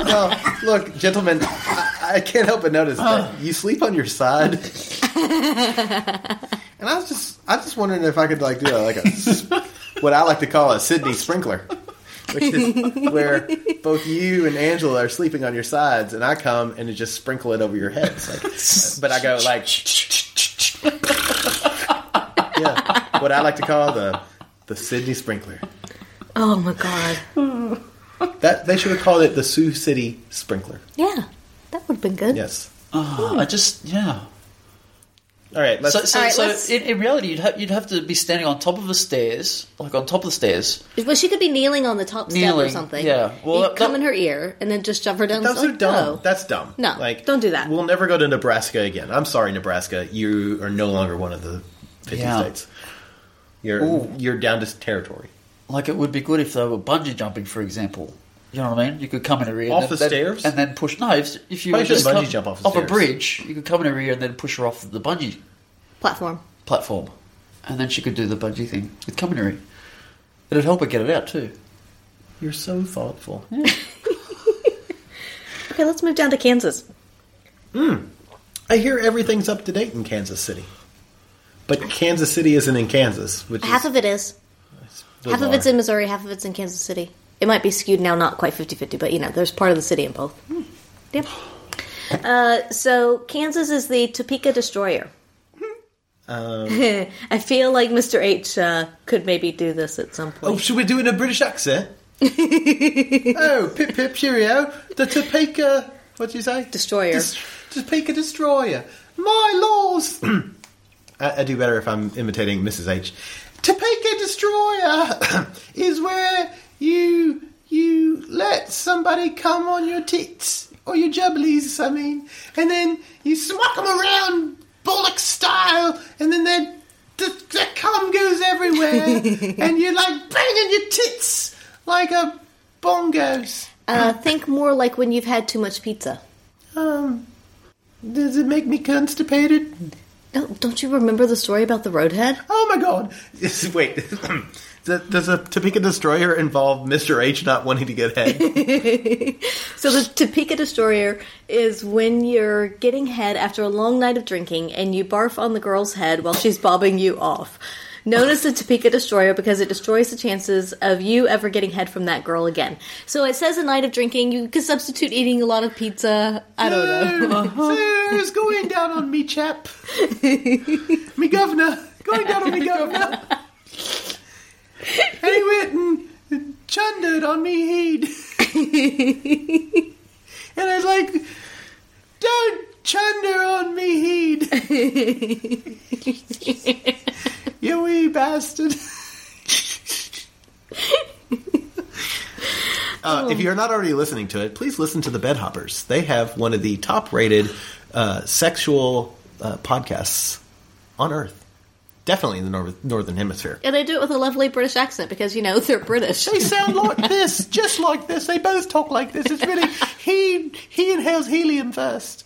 Speaker 4: No, look, gentlemen, I, I can't help but notice that you sleep on your side. and I was just, I just wondering if I could like do a, like a, s- what I like to call a Sydney sprinkler, which is where both you and Angela are sleeping on your sides, and I come and just sprinkle it over your heads. Like, but I go like, <laughs> yeah, what I like to call the the Sydney sprinkler.
Speaker 5: Oh my god.
Speaker 4: That they should have called it the Sioux City sprinkler.
Speaker 5: Yeah, that would have been good.
Speaker 4: Yes.
Speaker 6: Ah, I just yeah.
Speaker 4: All right. Let's,
Speaker 6: So, so,
Speaker 5: Alright, let's-
Speaker 6: so in, in reality, you'd have you'd have to be standing on top of the stairs, like on top of the stairs.
Speaker 5: Well, she could be kneeling on the top step
Speaker 6: Kneeling,
Speaker 5: or something.
Speaker 6: yeah. Well,
Speaker 5: you
Speaker 6: that-
Speaker 5: come
Speaker 6: that-
Speaker 5: in her ear and then just shove her down.
Speaker 4: Those
Speaker 5: the
Speaker 4: are dumb. That's dumb.
Speaker 5: No, don't do that.
Speaker 4: We'll never go to Nebraska again. I'm sorry, Nebraska. You are no longer one of the 50
Speaker 6: Yeah.
Speaker 4: states. You're
Speaker 6: Ooh.
Speaker 4: you're down to territory.
Speaker 6: Like it would be good if they were bungee jumping, for example. You know what I mean? You could come in a rear
Speaker 4: Off
Speaker 6: and
Speaker 4: the
Speaker 6: then,
Speaker 4: stairs?
Speaker 6: and then push. No, if, if you
Speaker 4: Probably
Speaker 6: were just
Speaker 4: shouldn't bungee
Speaker 6: come-
Speaker 4: jump off the
Speaker 6: a
Speaker 4: stairs.
Speaker 6: bridge, you could come in a rear and then push her off the bungee
Speaker 5: platform.
Speaker 6: platform, and then she could do the bungee thing with coming rear. It'd help her get it out too.
Speaker 4: You're so thoughtful.
Speaker 5: Okay, let's move down to Kansas.
Speaker 4: I hear everything's up to date in Kansas City. But Kansas City isn't in Kansas, which
Speaker 5: Half
Speaker 4: is
Speaker 5: of it is. Half of
Speaker 4: bizarre.
Speaker 5: it's in Missouri. Half of it's in Kansas City. It might be skewed now, not quite 50-50, but you know, there's part of the city in both. Yep. Uh, so Kansas is the Topeka destroyer. <laughs> I feel like Mr. H uh, could maybe do this at some
Speaker 4: Oh,
Speaker 5: point.
Speaker 4: should we do it in a British accent? oh, pip pip cheerio. The Topeka. What do you say?
Speaker 5: Destroyer.
Speaker 4: Des- Topeka destroyer. My laws. <clears throat> I, I do better if I'm imitating Mrs. H. Topeka destroyer <clears throat> is where you you let somebody come on your tits or your jubblies, I mean, and then you smack them around bullock style, and then they. The, the cum goes everywhere, and you're like banging your tits like a bongos.
Speaker 5: Uh, think more like when you've had too much pizza.
Speaker 4: Um, does it make me constipated?
Speaker 5: Oh, No, don't you remember the story about the roadhead?
Speaker 4: Oh my god! <laughs> Wait, Th- Does a Topeka destroyer involve Mister H not wanting to get head?
Speaker 5: So the Topeka Destroyer is when you're getting head after a long night of drinking and you barf on the girl's head while she's bobbing you off. Known as the Topeka Destroyer because it destroys the chances of you ever getting head from that girl again. So it says a night of drinking. You could substitute eating a lot of pizza. I don't know.
Speaker 4: There's going down on me, chap. me governor, going down on me, governor. and he went and chundered on me heed. and I was like, don't chunder on me heed. you wee bastard. Uh, if you're not already listening to it, please listen to the Bed Hoppers. They have one of the top rated uh, sexual uh, podcasts on Earth. Definitely in the nor- Northern Hemisphere.
Speaker 5: And they do it with a lovely British accent because, you know, they're British.
Speaker 4: They sound like this, just like this. They both talk like this. It's really he he inhales helium first.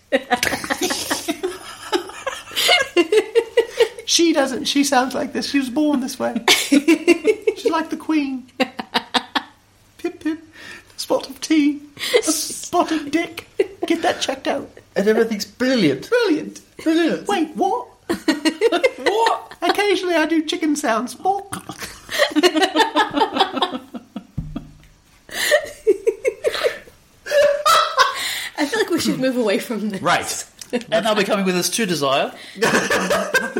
Speaker 4: she doesn't. She sounds like this. She was born this way. She's like the queen. Pip pip, spot of tea, a spot of dick. Get that checked out.
Speaker 6: And everything's brilliant.
Speaker 4: Brilliant.
Speaker 6: Brilliant.
Speaker 4: Wait, what? what? Occasionally I do chicken sounds. What?
Speaker 5: I feel like we should move away from this.
Speaker 4: Right.
Speaker 6: <laughs> And they'll be coming with us to Desire.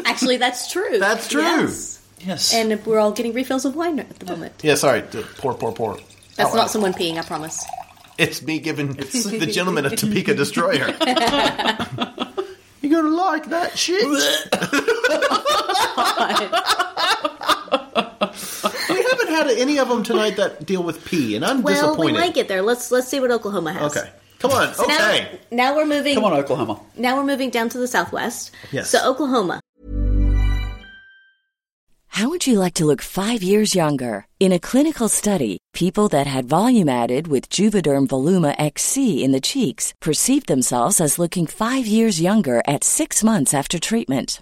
Speaker 5: Actually, that's true.
Speaker 4: That's true.
Speaker 5: Yes.
Speaker 6: Yes.
Speaker 5: And we're all getting refills of wine at the moment.
Speaker 4: Yeah, Oh, uh, sorry. Poor, poor, poor.
Speaker 5: That's not someone peeing, I promise.
Speaker 4: It's me giving the gentleman a Topeka destroyer. You're gonna like that shit. we haven't had any of them tonight that deal with pee, and I'm
Speaker 5: Well, we
Speaker 4: disappointed.
Speaker 5: might get there. Let's let's see what Oklahoma has.
Speaker 4: Okay, come on.
Speaker 5: So now-
Speaker 4: okay,
Speaker 5: Now, we're moving.
Speaker 6: Come on, Oklahoma.
Speaker 5: Now we're moving down to the southwest.
Speaker 4: Yes.
Speaker 5: So Oklahoma.
Speaker 7: How would you like to look five years younger? In a clinical study, people that had volume added with Juvederm Voluma XC in the cheeks perceived themselves as looking five years younger at six months after treatment.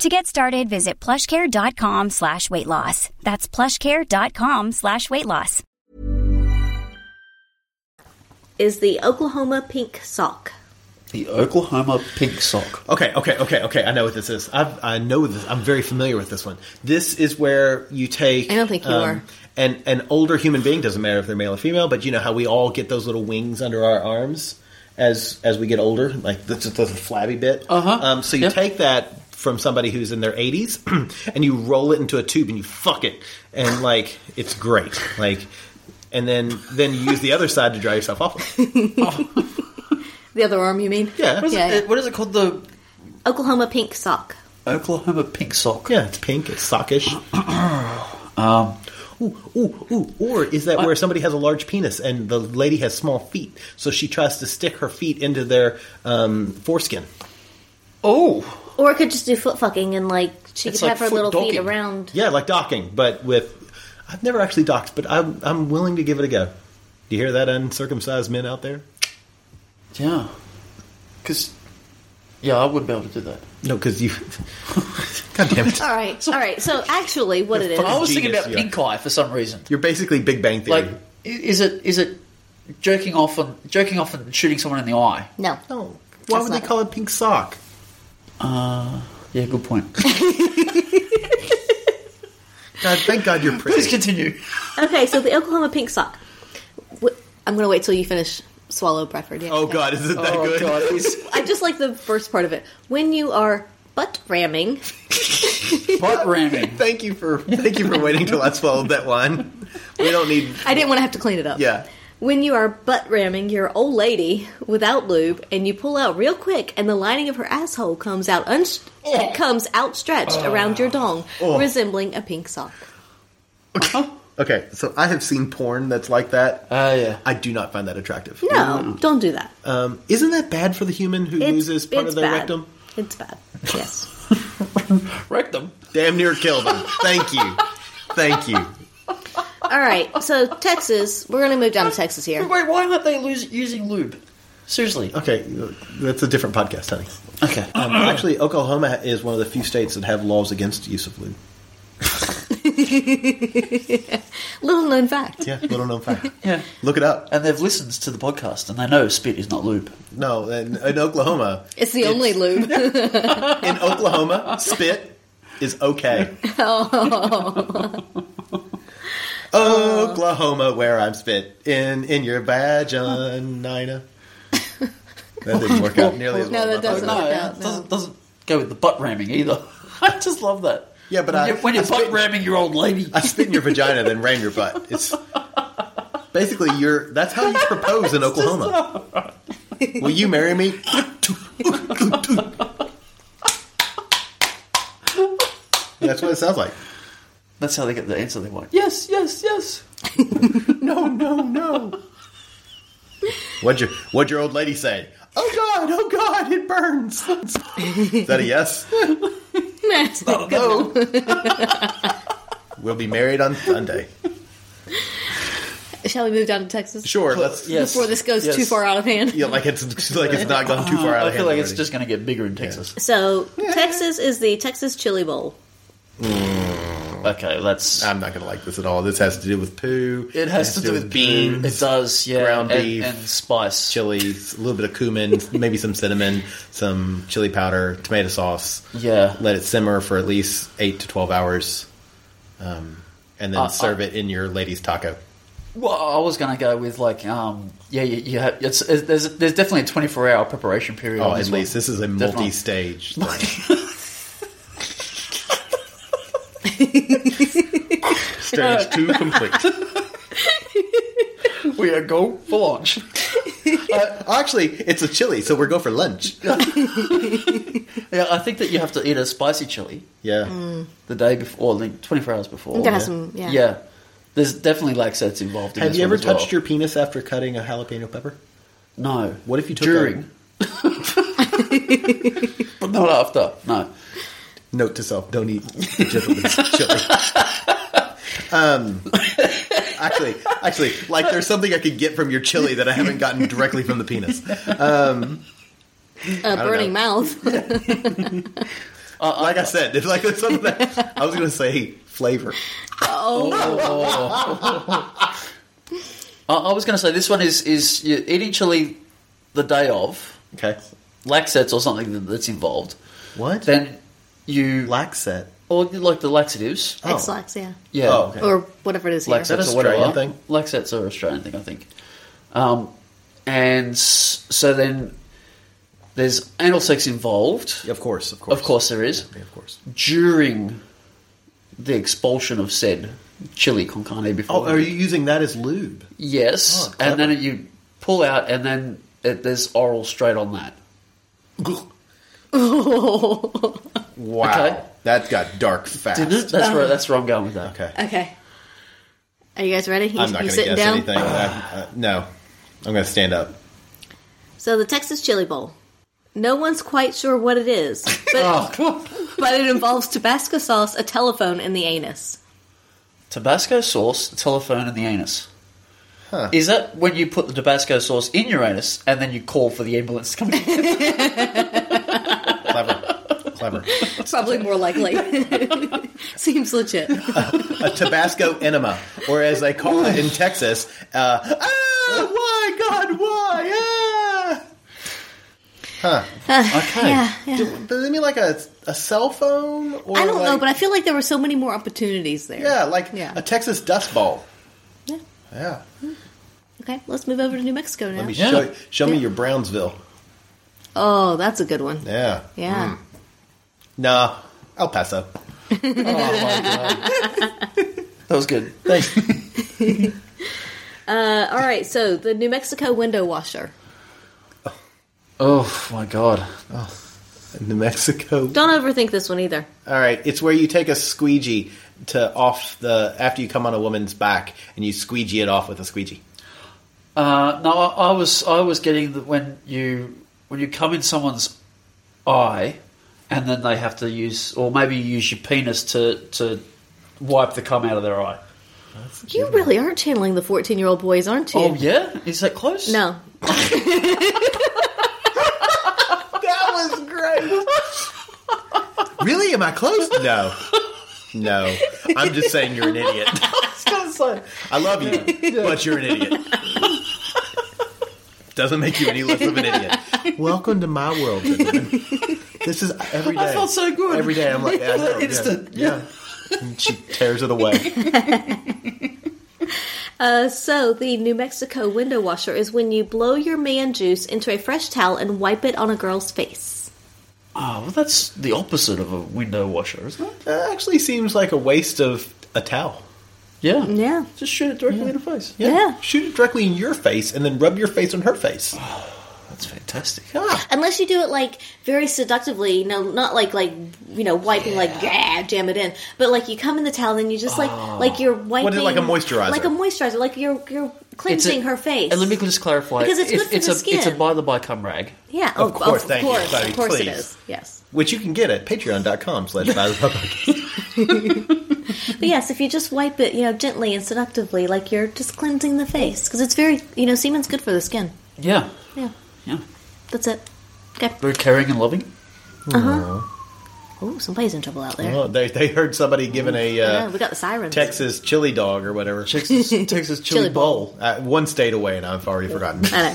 Speaker 8: To get started, visit plushcare.com slash weight loss. That's plushcare.com slash weight loss.
Speaker 5: Is the Oklahoma pink sock?
Speaker 6: The Oklahoma Pink Sock.
Speaker 4: okay, okay, okay, okay. I know what this is. I've, I know this. I'm very familiar with this one. This is where you take. um,
Speaker 5: I don't think you are.
Speaker 4: An an older human being doesn't matter if they're male or female, but you know how we all get those little wings under our arms as as we get older, like the, the, the flabby bit.
Speaker 6: Uh-huh.
Speaker 4: Um, so you
Speaker 6: Yeah.
Speaker 4: take that from somebody who's in their 80s <clears throat> and you roll it into a tube and you fuck it and like it's great like and then then you use the other side to dry yourself off with.
Speaker 5: The other arm, you mean?
Speaker 4: yeah
Speaker 6: What is,
Speaker 5: Yeah.
Speaker 6: it, what is it called? The
Speaker 5: Oklahoma pink sock.
Speaker 6: Oklahoma Pink Sock.
Speaker 4: Yeah, it's pink. It's sockish.
Speaker 6: <clears throat>
Speaker 4: Um, Ooh, ooh, ooh. Or is that where somebody has a large penis and the lady has small feet, so she tries to stick her feet into their um, foreskin?
Speaker 6: Oh.
Speaker 5: Or it could just do foot fucking and like she
Speaker 6: It's
Speaker 5: could
Speaker 6: like
Speaker 5: have her
Speaker 6: foot
Speaker 5: little feet
Speaker 6: docking.
Speaker 5: around.
Speaker 4: Yeah, like docking, but with. I've never actually docked, but I'm, I'm willing to give it a go. Do you hear that, uncircumcised men out there?
Speaker 6: Yeah. Because, yeah, I wouldn't be able to do <laughs> that.
Speaker 4: No, because you. <laughs> God damn it.
Speaker 5: All right, all right. So actually, what it is?
Speaker 6: I was thinking
Speaker 4: Genius,
Speaker 6: about
Speaker 4: yeah.
Speaker 6: pink eye for some reason.
Speaker 4: You're basically Big Bang Theory.
Speaker 6: Like, Is it is it jerking off and jerking off and shooting someone in the eye?
Speaker 5: No.
Speaker 4: No. Oh, Why
Speaker 5: That's
Speaker 4: would they
Speaker 5: not
Speaker 4: call it pink sock?
Speaker 6: Yeah, good point.
Speaker 4: God, thank God you're
Speaker 6: <laughs> <laughs> Please
Speaker 4: pretty.
Speaker 6: continue.
Speaker 5: Okay, so the Oklahoma pink sock. Wh- I'm going to wait till you finish Swallow Bradford. Yeah,
Speaker 4: Oh
Speaker 5: no.
Speaker 4: God, is it that
Speaker 6: Oh
Speaker 4: good?
Speaker 6: god, is
Speaker 5: I just like the first part of it. When you are butt ramming,
Speaker 6: butt ramming.
Speaker 4: Thank you for thank you for waiting till I swallowed that one. We don't need.
Speaker 5: I didn't want to have to clean it up.
Speaker 4: Yeah.
Speaker 5: When you are butt ramming your old lady without lube and you pull out real quick and the lining of her asshole comes out unst- comes outstretched around your dong, resembling a pink sock.
Speaker 4: Okay, so I have seen porn that's like that.
Speaker 6: Ah, yeah.
Speaker 4: I do not find that attractive.
Speaker 5: No, don't do that.
Speaker 4: Um, isn't that bad for the human who loses part of their
Speaker 5: bad.
Speaker 4: rectum?
Speaker 5: It's bad. Yes.
Speaker 6: Rectum.
Speaker 4: Damn near killed him. Thank you. Thank you.
Speaker 5: All right. So Texas, we're going to move down to Texas here.
Speaker 6: Wait, why aren't they lose, using lube? Seriously.
Speaker 4: Okay, that's a different podcast, honey.
Speaker 6: Okay.
Speaker 4: Um, actually, Oklahoma is one of the few states that have laws against use of lube.
Speaker 5: Little known fact.
Speaker 4: Yeah, little known fact.
Speaker 6: <laughs> Yeah.
Speaker 4: Look it up.
Speaker 6: And they've listened to the podcast and they know spit is not lube.
Speaker 4: No, in, in Oklahoma,
Speaker 5: It's the only
Speaker 4: <laughs>
Speaker 5: lube. <laughs>
Speaker 4: in Oklahoma, spit is
Speaker 5: <laughs>
Speaker 4: okay. Oklahoma, where I'm spit in in your vagina. That didn't work out nearly as well.
Speaker 5: No, that
Speaker 4: as I thought
Speaker 5: doesn't.
Speaker 4: it would.
Speaker 6: No,
Speaker 5: Yeah,
Speaker 6: it
Speaker 5: no.
Speaker 6: doesn't, doesn't go with the butt ramming either. <laughs> I just love that.
Speaker 4: Yeah, but
Speaker 6: when
Speaker 4: I-
Speaker 6: you're, when you're
Speaker 4: I
Speaker 6: butt
Speaker 4: spit-
Speaker 6: ramming your old lady,
Speaker 4: I spit in your vagina, then ram your butt. It's basically your. That's how you propose in Oklahoma. Will you
Speaker 5: <laughs>
Speaker 4: marry me? That's what it sounds like.
Speaker 6: that's how they get the answer they want. Yes, yes, yes.
Speaker 4: No, no, no. What'd your What'd your old lady say? Oh God! Oh God! It burns. Is that a yes? Oh,
Speaker 6: No,
Speaker 4: We'll be married on Sunday.
Speaker 5: Shall we move down to Texas?
Speaker 4: Sure. Let's.
Speaker 6: yes.
Speaker 5: Before this goes
Speaker 6: Yes.
Speaker 5: too far out of hand.
Speaker 4: Yeah, like it's like it's not gone too far out.
Speaker 6: Uh, I
Speaker 4: of
Speaker 6: feel
Speaker 4: hand
Speaker 6: like it's
Speaker 4: already.
Speaker 6: just going to get bigger in Texas.
Speaker 5: So Texas is the Texas Chili Bowl.
Speaker 6: Okay, that's.
Speaker 4: I'm not gonna like this at all. This has to do with poo.
Speaker 6: it has to do with beans. It does, yeah.
Speaker 4: ground
Speaker 6: and,
Speaker 4: beef.
Speaker 6: and spice.
Speaker 4: chili, a little bit of cumin, maybe some cinnamon, some chili powder, tomato sauce.
Speaker 6: Yeah.
Speaker 4: Let it simmer for at least eight to twelve hours, um, and
Speaker 6: Uh,
Speaker 4: then serve it in your lady's taco.
Speaker 6: Well, I was going to go with like, um, yeah, you, you have. It's, it's, there's there's definitely a 24 hour preparation period.
Speaker 4: Oh,
Speaker 6: on
Speaker 4: at
Speaker 6: this
Speaker 4: least
Speaker 6: one.
Speaker 4: this is a
Speaker 6: Definitely.
Speaker 4: multi-stage. thing.
Speaker 6: <laughs>
Speaker 4: Stage two complete.
Speaker 6: we are going for lunch.
Speaker 4: Uh, Actually, it's a chili, so we're going for lunch.
Speaker 6: <laughs> yeah, I think that you have to eat a spicy chili
Speaker 4: Yeah.
Speaker 6: the day before, or like 24 hours before.
Speaker 5: Gotta have some- yeah.
Speaker 6: yeah. There's definitely laxatives involved. In
Speaker 4: Have
Speaker 6: this
Speaker 4: you
Speaker 6: one
Speaker 4: ever
Speaker 6: as well.
Speaker 4: touched your penis after cutting a jalapeno pepper?
Speaker 6: No.
Speaker 4: What if you took
Speaker 6: during? but not after. No.
Speaker 4: Note to self: Don't eat the <laughs> gentleman's chili. Um, actually, actually, like there's something I could get from your chili that I haven't gotten directly from the <laughs> penis.
Speaker 5: A
Speaker 4: don't
Speaker 5: burning
Speaker 4: know.
Speaker 5: mouth.
Speaker 4: Like I said, if like there's something that I was going to say flavor.
Speaker 5: Oh.
Speaker 6: Oh.
Speaker 5: <laughs>
Speaker 6: I, I was going to say this one is is you're eating chili the day of
Speaker 4: Okay,
Speaker 6: laxatives or something that, that's involved.
Speaker 4: what
Speaker 6: Then you
Speaker 4: Laxet.
Speaker 6: or you like the laxatives.
Speaker 4: <laughs> Oh.
Speaker 5: Ex-lax, yeah.
Speaker 6: Yeah.
Speaker 4: Oh, okay.
Speaker 5: Or whatever it is here.
Speaker 6: Laxatives
Speaker 4: Is that
Speaker 6: or whatever.
Speaker 4: Australian thing?
Speaker 6: Laxatives are Australian thing, I think. Um, and s- so then there's anal sex involved.
Speaker 4: Of course, of course,
Speaker 6: Of course there is.
Speaker 4: Yeah, of course.
Speaker 6: During the expulsion of said chili con carne before.
Speaker 4: Oh, are you using that as lube?
Speaker 6: Yes,
Speaker 4: Oh,
Speaker 6: and
Speaker 4: clever.
Speaker 6: then you pull out, and then it, there's oral straight on that.
Speaker 4: Wow,
Speaker 6: Okay.
Speaker 4: that got dark fast.
Speaker 6: Did it? That's where that's where I'm going with that.
Speaker 4: Okay,
Speaker 5: Okay. Are you guys ready? You,
Speaker 4: I'm not
Speaker 5: you
Speaker 4: going to
Speaker 5: sitting
Speaker 4: guess
Speaker 5: down?
Speaker 4: anything. I- uh, no, I'm going to stand up.
Speaker 5: So the Texas Chili Bowl. No one's quite sure what it is, but,
Speaker 4: <laughs> Oh.
Speaker 5: <laughs> but it involves Tabasco sauce, a telephone, and the anus.
Speaker 6: Tabasco sauce, the telephone, and the anus. Is that when you put the Tabasco sauce in <laughs> your anus and then you call for the ambulance to come? in?
Speaker 5: <laughs>
Speaker 4: Clever, clever. Clever.
Speaker 5: Probably more likely. <laughs> Seems legit.
Speaker 4: a Tabasco enema, or as they call it in Texas, uh, ah, why, God, why? Ah!
Speaker 6: Okay.
Speaker 5: Yeah, yeah.
Speaker 4: Do- Does it mean like a, a cell phone? Or
Speaker 5: I don't know,
Speaker 4: like-
Speaker 5: but I feel like there were so many more opportunities there.
Speaker 4: yeah, like
Speaker 5: Yeah.
Speaker 4: a Texas dust ball.
Speaker 5: Yeah.
Speaker 4: Yeah.
Speaker 5: Okay, let's move over to New Mexico now.
Speaker 4: Let me
Speaker 6: Yeah.
Speaker 4: show show me your Brownsville.
Speaker 5: oh, that's a good one. Yeah.
Speaker 4: Yeah. Mm. Nah, El Paso.
Speaker 6: That was good. Thanks.
Speaker 5: Uh, all right, so the New Mexico window washer.
Speaker 6: <laughs> oh my god.
Speaker 4: New Mexico.
Speaker 5: Don't overthink this one either.
Speaker 4: All right, it's where you take a squeegee to off the after you come on a woman's back and you squeegee it off with a squeegee.
Speaker 6: Uh, no, I, I was I was getting that when you when you come in someone's eye, and then they have to use or maybe you use your penis to to wipe the cum out of their eye.
Speaker 5: You really are channeling the 14 year old boys, aren't you?
Speaker 6: Oh yeah, is that close?
Speaker 5: No.
Speaker 4: That was great. really? Am I close? No. No. I'm just saying you're
Speaker 6: <laughs>
Speaker 4: an idiot. I love you, but you're an idiot. Doesn't make you any less of an idiot. Welcome to my world. Vivian. This is every
Speaker 6: I
Speaker 4: day.
Speaker 6: felt so good.
Speaker 4: Every day I'm like, yeah, I know, yeah,
Speaker 6: Instant,
Speaker 4: yeah. And she tears it away.
Speaker 5: Uh, so, the New Mexico window washer is when you blow your man juice into a fresh towel and wipe it on a girl's face.
Speaker 6: Oh, well, that's the opposite of a window washer, isn't it?
Speaker 4: That actually seems like a waste of a towel.
Speaker 6: Yeah.
Speaker 5: Yeah.
Speaker 6: Just shoot it directly in the face.
Speaker 5: Yeah.
Speaker 4: Shoot it directly in your face and then rub your face on her face.
Speaker 6: That's fantastic.
Speaker 5: Unless you do it like very seductively, you know, not like like you know wiping like gah, jam it in, but like you come in the towel and you just like
Speaker 6: Oh.
Speaker 5: like you're wiping
Speaker 4: What is it, like a moisturizer?
Speaker 5: like a moisturizer, like you're you're
Speaker 6: It's a-
Speaker 5: cleansing her face.
Speaker 6: And let me just clarify.
Speaker 5: Because it's good for
Speaker 6: it's
Speaker 5: the
Speaker 6: a, It's a
Speaker 5: skin.
Speaker 6: by the by cum rag.
Speaker 5: yeah, Oh,
Speaker 4: Of course,
Speaker 5: of
Speaker 4: thank you,
Speaker 5: course,
Speaker 4: Chloe,
Speaker 5: of course it
Speaker 4: please.
Speaker 5: is. Yes,
Speaker 4: Which you can get at patreon.com slash By the Podcast.
Speaker 5: but yes, if you just wipe it, you know, gently and seductively, like you're just cleansing the face because it's very you know semen's good for the skin.
Speaker 6: Yeah.
Speaker 5: Yeah,
Speaker 6: Yeah.
Speaker 5: that's it. Okay.
Speaker 6: Very caring and loving.
Speaker 5: Oh, somebody's in trouble out there.
Speaker 4: Well, they, they heard somebody giving a
Speaker 5: Yeah,
Speaker 4: uh,
Speaker 5: we got the sirens.
Speaker 4: Texas chili dog or whatever. <laughs>
Speaker 6: Texas, Texas chili,
Speaker 5: Chili bowl.
Speaker 6: bowl.
Speaker 4: Uh, one state away, and I've already forgotten.
Speaker 5: I know.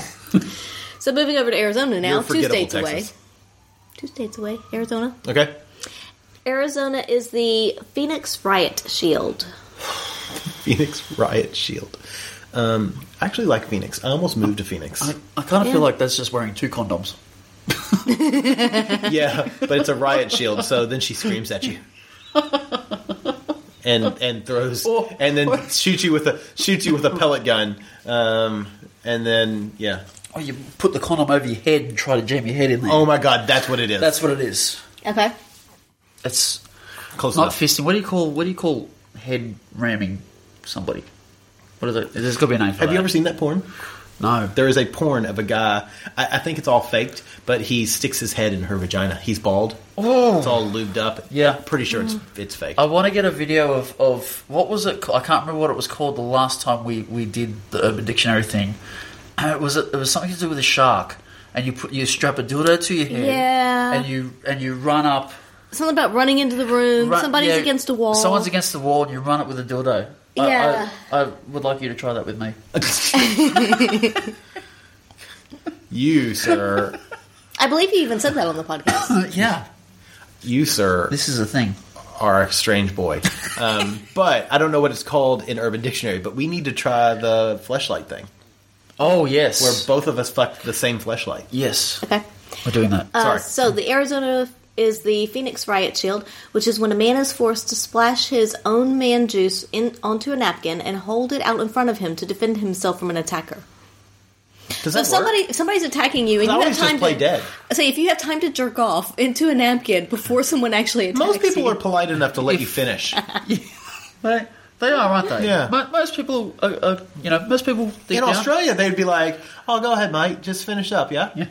Speaker 5: <laughs> so moving over to Arizona now,
Speaker 4: You're
Speaker 5: two
Speaker 4: forgettable,
Speaker 5: states away.
Speaker 4: Texas.
Speaker 5: Two states away, Arizona.
Speaker 4: Okay.
Speaker 5: Arizona is the Phoenix Riot Shield.
Speaker 4: Phoenix Riot Shield. Um, I actually like Phoenix. I almost moved to Phoenix.
Speaker 6: <laughs>
Speaker 4: <laughs>
Speaker 6: I, I kind of
Speaker 5: Yeah.
Speaker 6: feel like that's just wearing two condoms.
Speaker 4: yeah, but it's a riot shield, so then she screams at you. And and throws
Speaker 6: Oh.
Speaker 4: and then shoots you with a shoots you with a pellet gun. Um, and then yeah.
Speaker 6: Oh, you put the condom over your head and try to jam your head in there.
Speaker 4: Oh my god, that's what it is.
Speaker 6: that's what it is.
Speaker 5: Okay.
Speaker 6: It's
Speaker 4: close
Speaker 6: not
Speaker 4: enough.
Speaker 6: fisting. What do you call? What do you call head ramming somebody? What is it? There's got to be a name for
Speaker 4: Have
Speaker 6: that.
Speaker 4: you ever seen that porn?
Speaker 6: No.
Speaker 4: There is a porn of a guy. I, I think it's all faked, but he sticks his head in her vagina. He's bald.
Speaker 6: Oh.
Speaker 4: it's all lubed up.
Speaker 6: Yeah. Mm. Oh.
Speaker 4: pretty sure it's it's fake.
Speaker 6: I want to get a video of, of what was it? ca- I can't remember what it was called the last time we, we did the Urban Dictionary thing. <clears throat> And it was it was something to do with a shark, and you put you strap a dildo to your head,
Speaker 5: Yeah.
Speaker 6: and you and you run up.
Speaker 5: Something about running into the room.
Speaker 6: run-
Speaker 5: Somebody's
Speaker 6: yeah,
Speaker 5: against a wall.
Speaker 6: Someone's against the wall, and you run up with a dildo. I-
Speaker 5: Yeah.
Speaker 6: I, I would like you to try that with me.
Speaker 4: You sir,
Speaker 5: I believe you even said that on
Speaker 6: <laughs>
Speaker 5: the podcast.
Speaker 6: Uh, yeah,
Speaker 4: you sir,
Speaker 6: <laughs> this is a thing.
Speaker 4: are a strange boy. Um, but I don't know what it's called in Urban Dictionary. But we need to try the fleshlight thing,
Speaker 6: Oh yes,
Speaker 4: where both of us fucked the same fleshlight.
Speaker 6: yes,
Speaker 5: Okay.
Speaker 6: we're doing that.
Speaker 5: Uh,
Speaker 4: Sorry.
Speaker 5: so the Arizona is the Phoenix Riot Shield, which is when a man is forced to splash his own man juice in onto a napkin and hold it out in front of him to defend himself from an attacker. So
Speaker 4: Does that
Speaker 5: if somebody
Speaker 4: work?
Speaker 5: if somebody's attacking you and
Speaker 4: I
Speaker 5: you have
Speaker 4: always
Speaker 5: time
Speaker 4: just play
Speaker 5: to
Speaker 4: dead.
Speaker 5: say if you have time to jerk off into a napkin before someone actually attacks
Speaker 4: Most people
Speaker 5: you.
Speaker 4: are polite enough to let
Speaker 6: <laughs>
Speaker 4: you finish.
Speaker 6: They, they are, aren't they?
Speaker 4: Yeah.
Speaker 6: Mo- most people, are, are, you know, most people deep
Speaker 4: In
Speaker 6: down-
Speaker 4: Australia, they'd be like, "Oh, go ahead, mate. Just finish up, yeah."
Speaker 6: Yeah.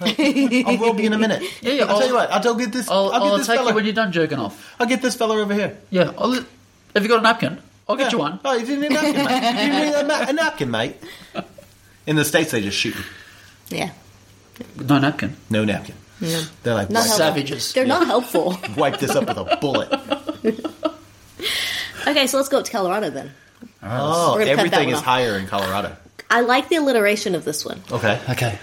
Speaker 4: I will be in a minute.
Speaker 6: <laughs> Yeah, yeah,
Speaker 4: I'll, tell
Speaker 6: I'll-
Speaker 4: you what. I'll go get this.
Speaker 6: I'll,
Speaker 4: I'll, get
Speaker 6: I'll
Speaker 4: this
Speaker 6: take
Speaker 4: fella.
Speaker 6: you when you're done jerking off.
Speaker 4: I'll get this fella over here.
Speaker 6: Yeah. I'll, have you got a napkin? I'll get
Speaker 4: Yeah.
Speaker 6: you one.
Speaker 4: Oh, you didn't need a napkin,
Speaker 6: <laughs>
Speaker 4: mate. You didn't need a, ma- a napkin, mate. In the states, they just shoot you.
Speaker 5: yeah.
Speaker 6: No napkin.
Speaker 4: No napkin. They're like,
Speaker 5: Not
Speaker 4: wipe,
Speaker 5: helpful.
Speaker 6: Savages.
Speaker 5: They're not
Speaker 4: <laughs>
Speaker 5: helpful.
Speaker 4: wipe this up with a
Speaker 6: <laughs>
Speaker 4: bullet.
Speaker 5: Okay, so let's go up to Colorado then.
Speaker 4: Oh,
Speaker 5: We're gonna cut that
Speaker 4: everything
Speaker 5: one
Speaker 4: is
Speaker 5: off.
Speaker 4: higher in Colorado.
Speaker 5: I like the alliteration of this one.
Speaker 4: Okay.
Speaker 6: Okay.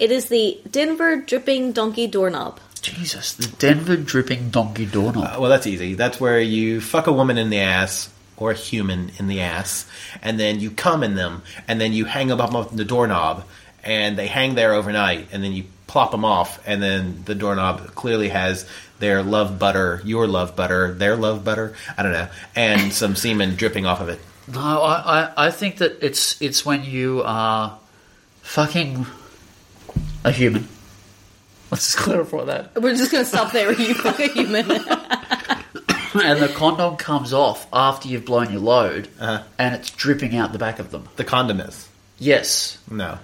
Speaker 5: It is the Denver dripping donkey doorknob.
Speaker 6: Jesus, the Denver dripping donkey doorknob.
Speaker 4: Uh, Well, that's easy. That's where you fuck a woman in the ass or a human in the ass, and then you cum in them, and then you hang them up on the doorknob, and they hang there overnight, and then you plop them off, and then the doorknob clearly has their love butter, your love butter, their love butter, I don't know, and some semen dripping off of it.
Speaker 6: No, I, I, I think that it's it's when you are fucking a human. Let's just clarify that.
Speaker 5: We're just gonna stop there. You fuck a human.
Speaker 6: <laughs> And the condom comes off after you've blown your load,
Speaker 5: Uh-huh.
Speaker 6: and it's dripping out the back of them.
Speaker 4: The condom is.
Speaker 6: Yes,
Speaker 4: No.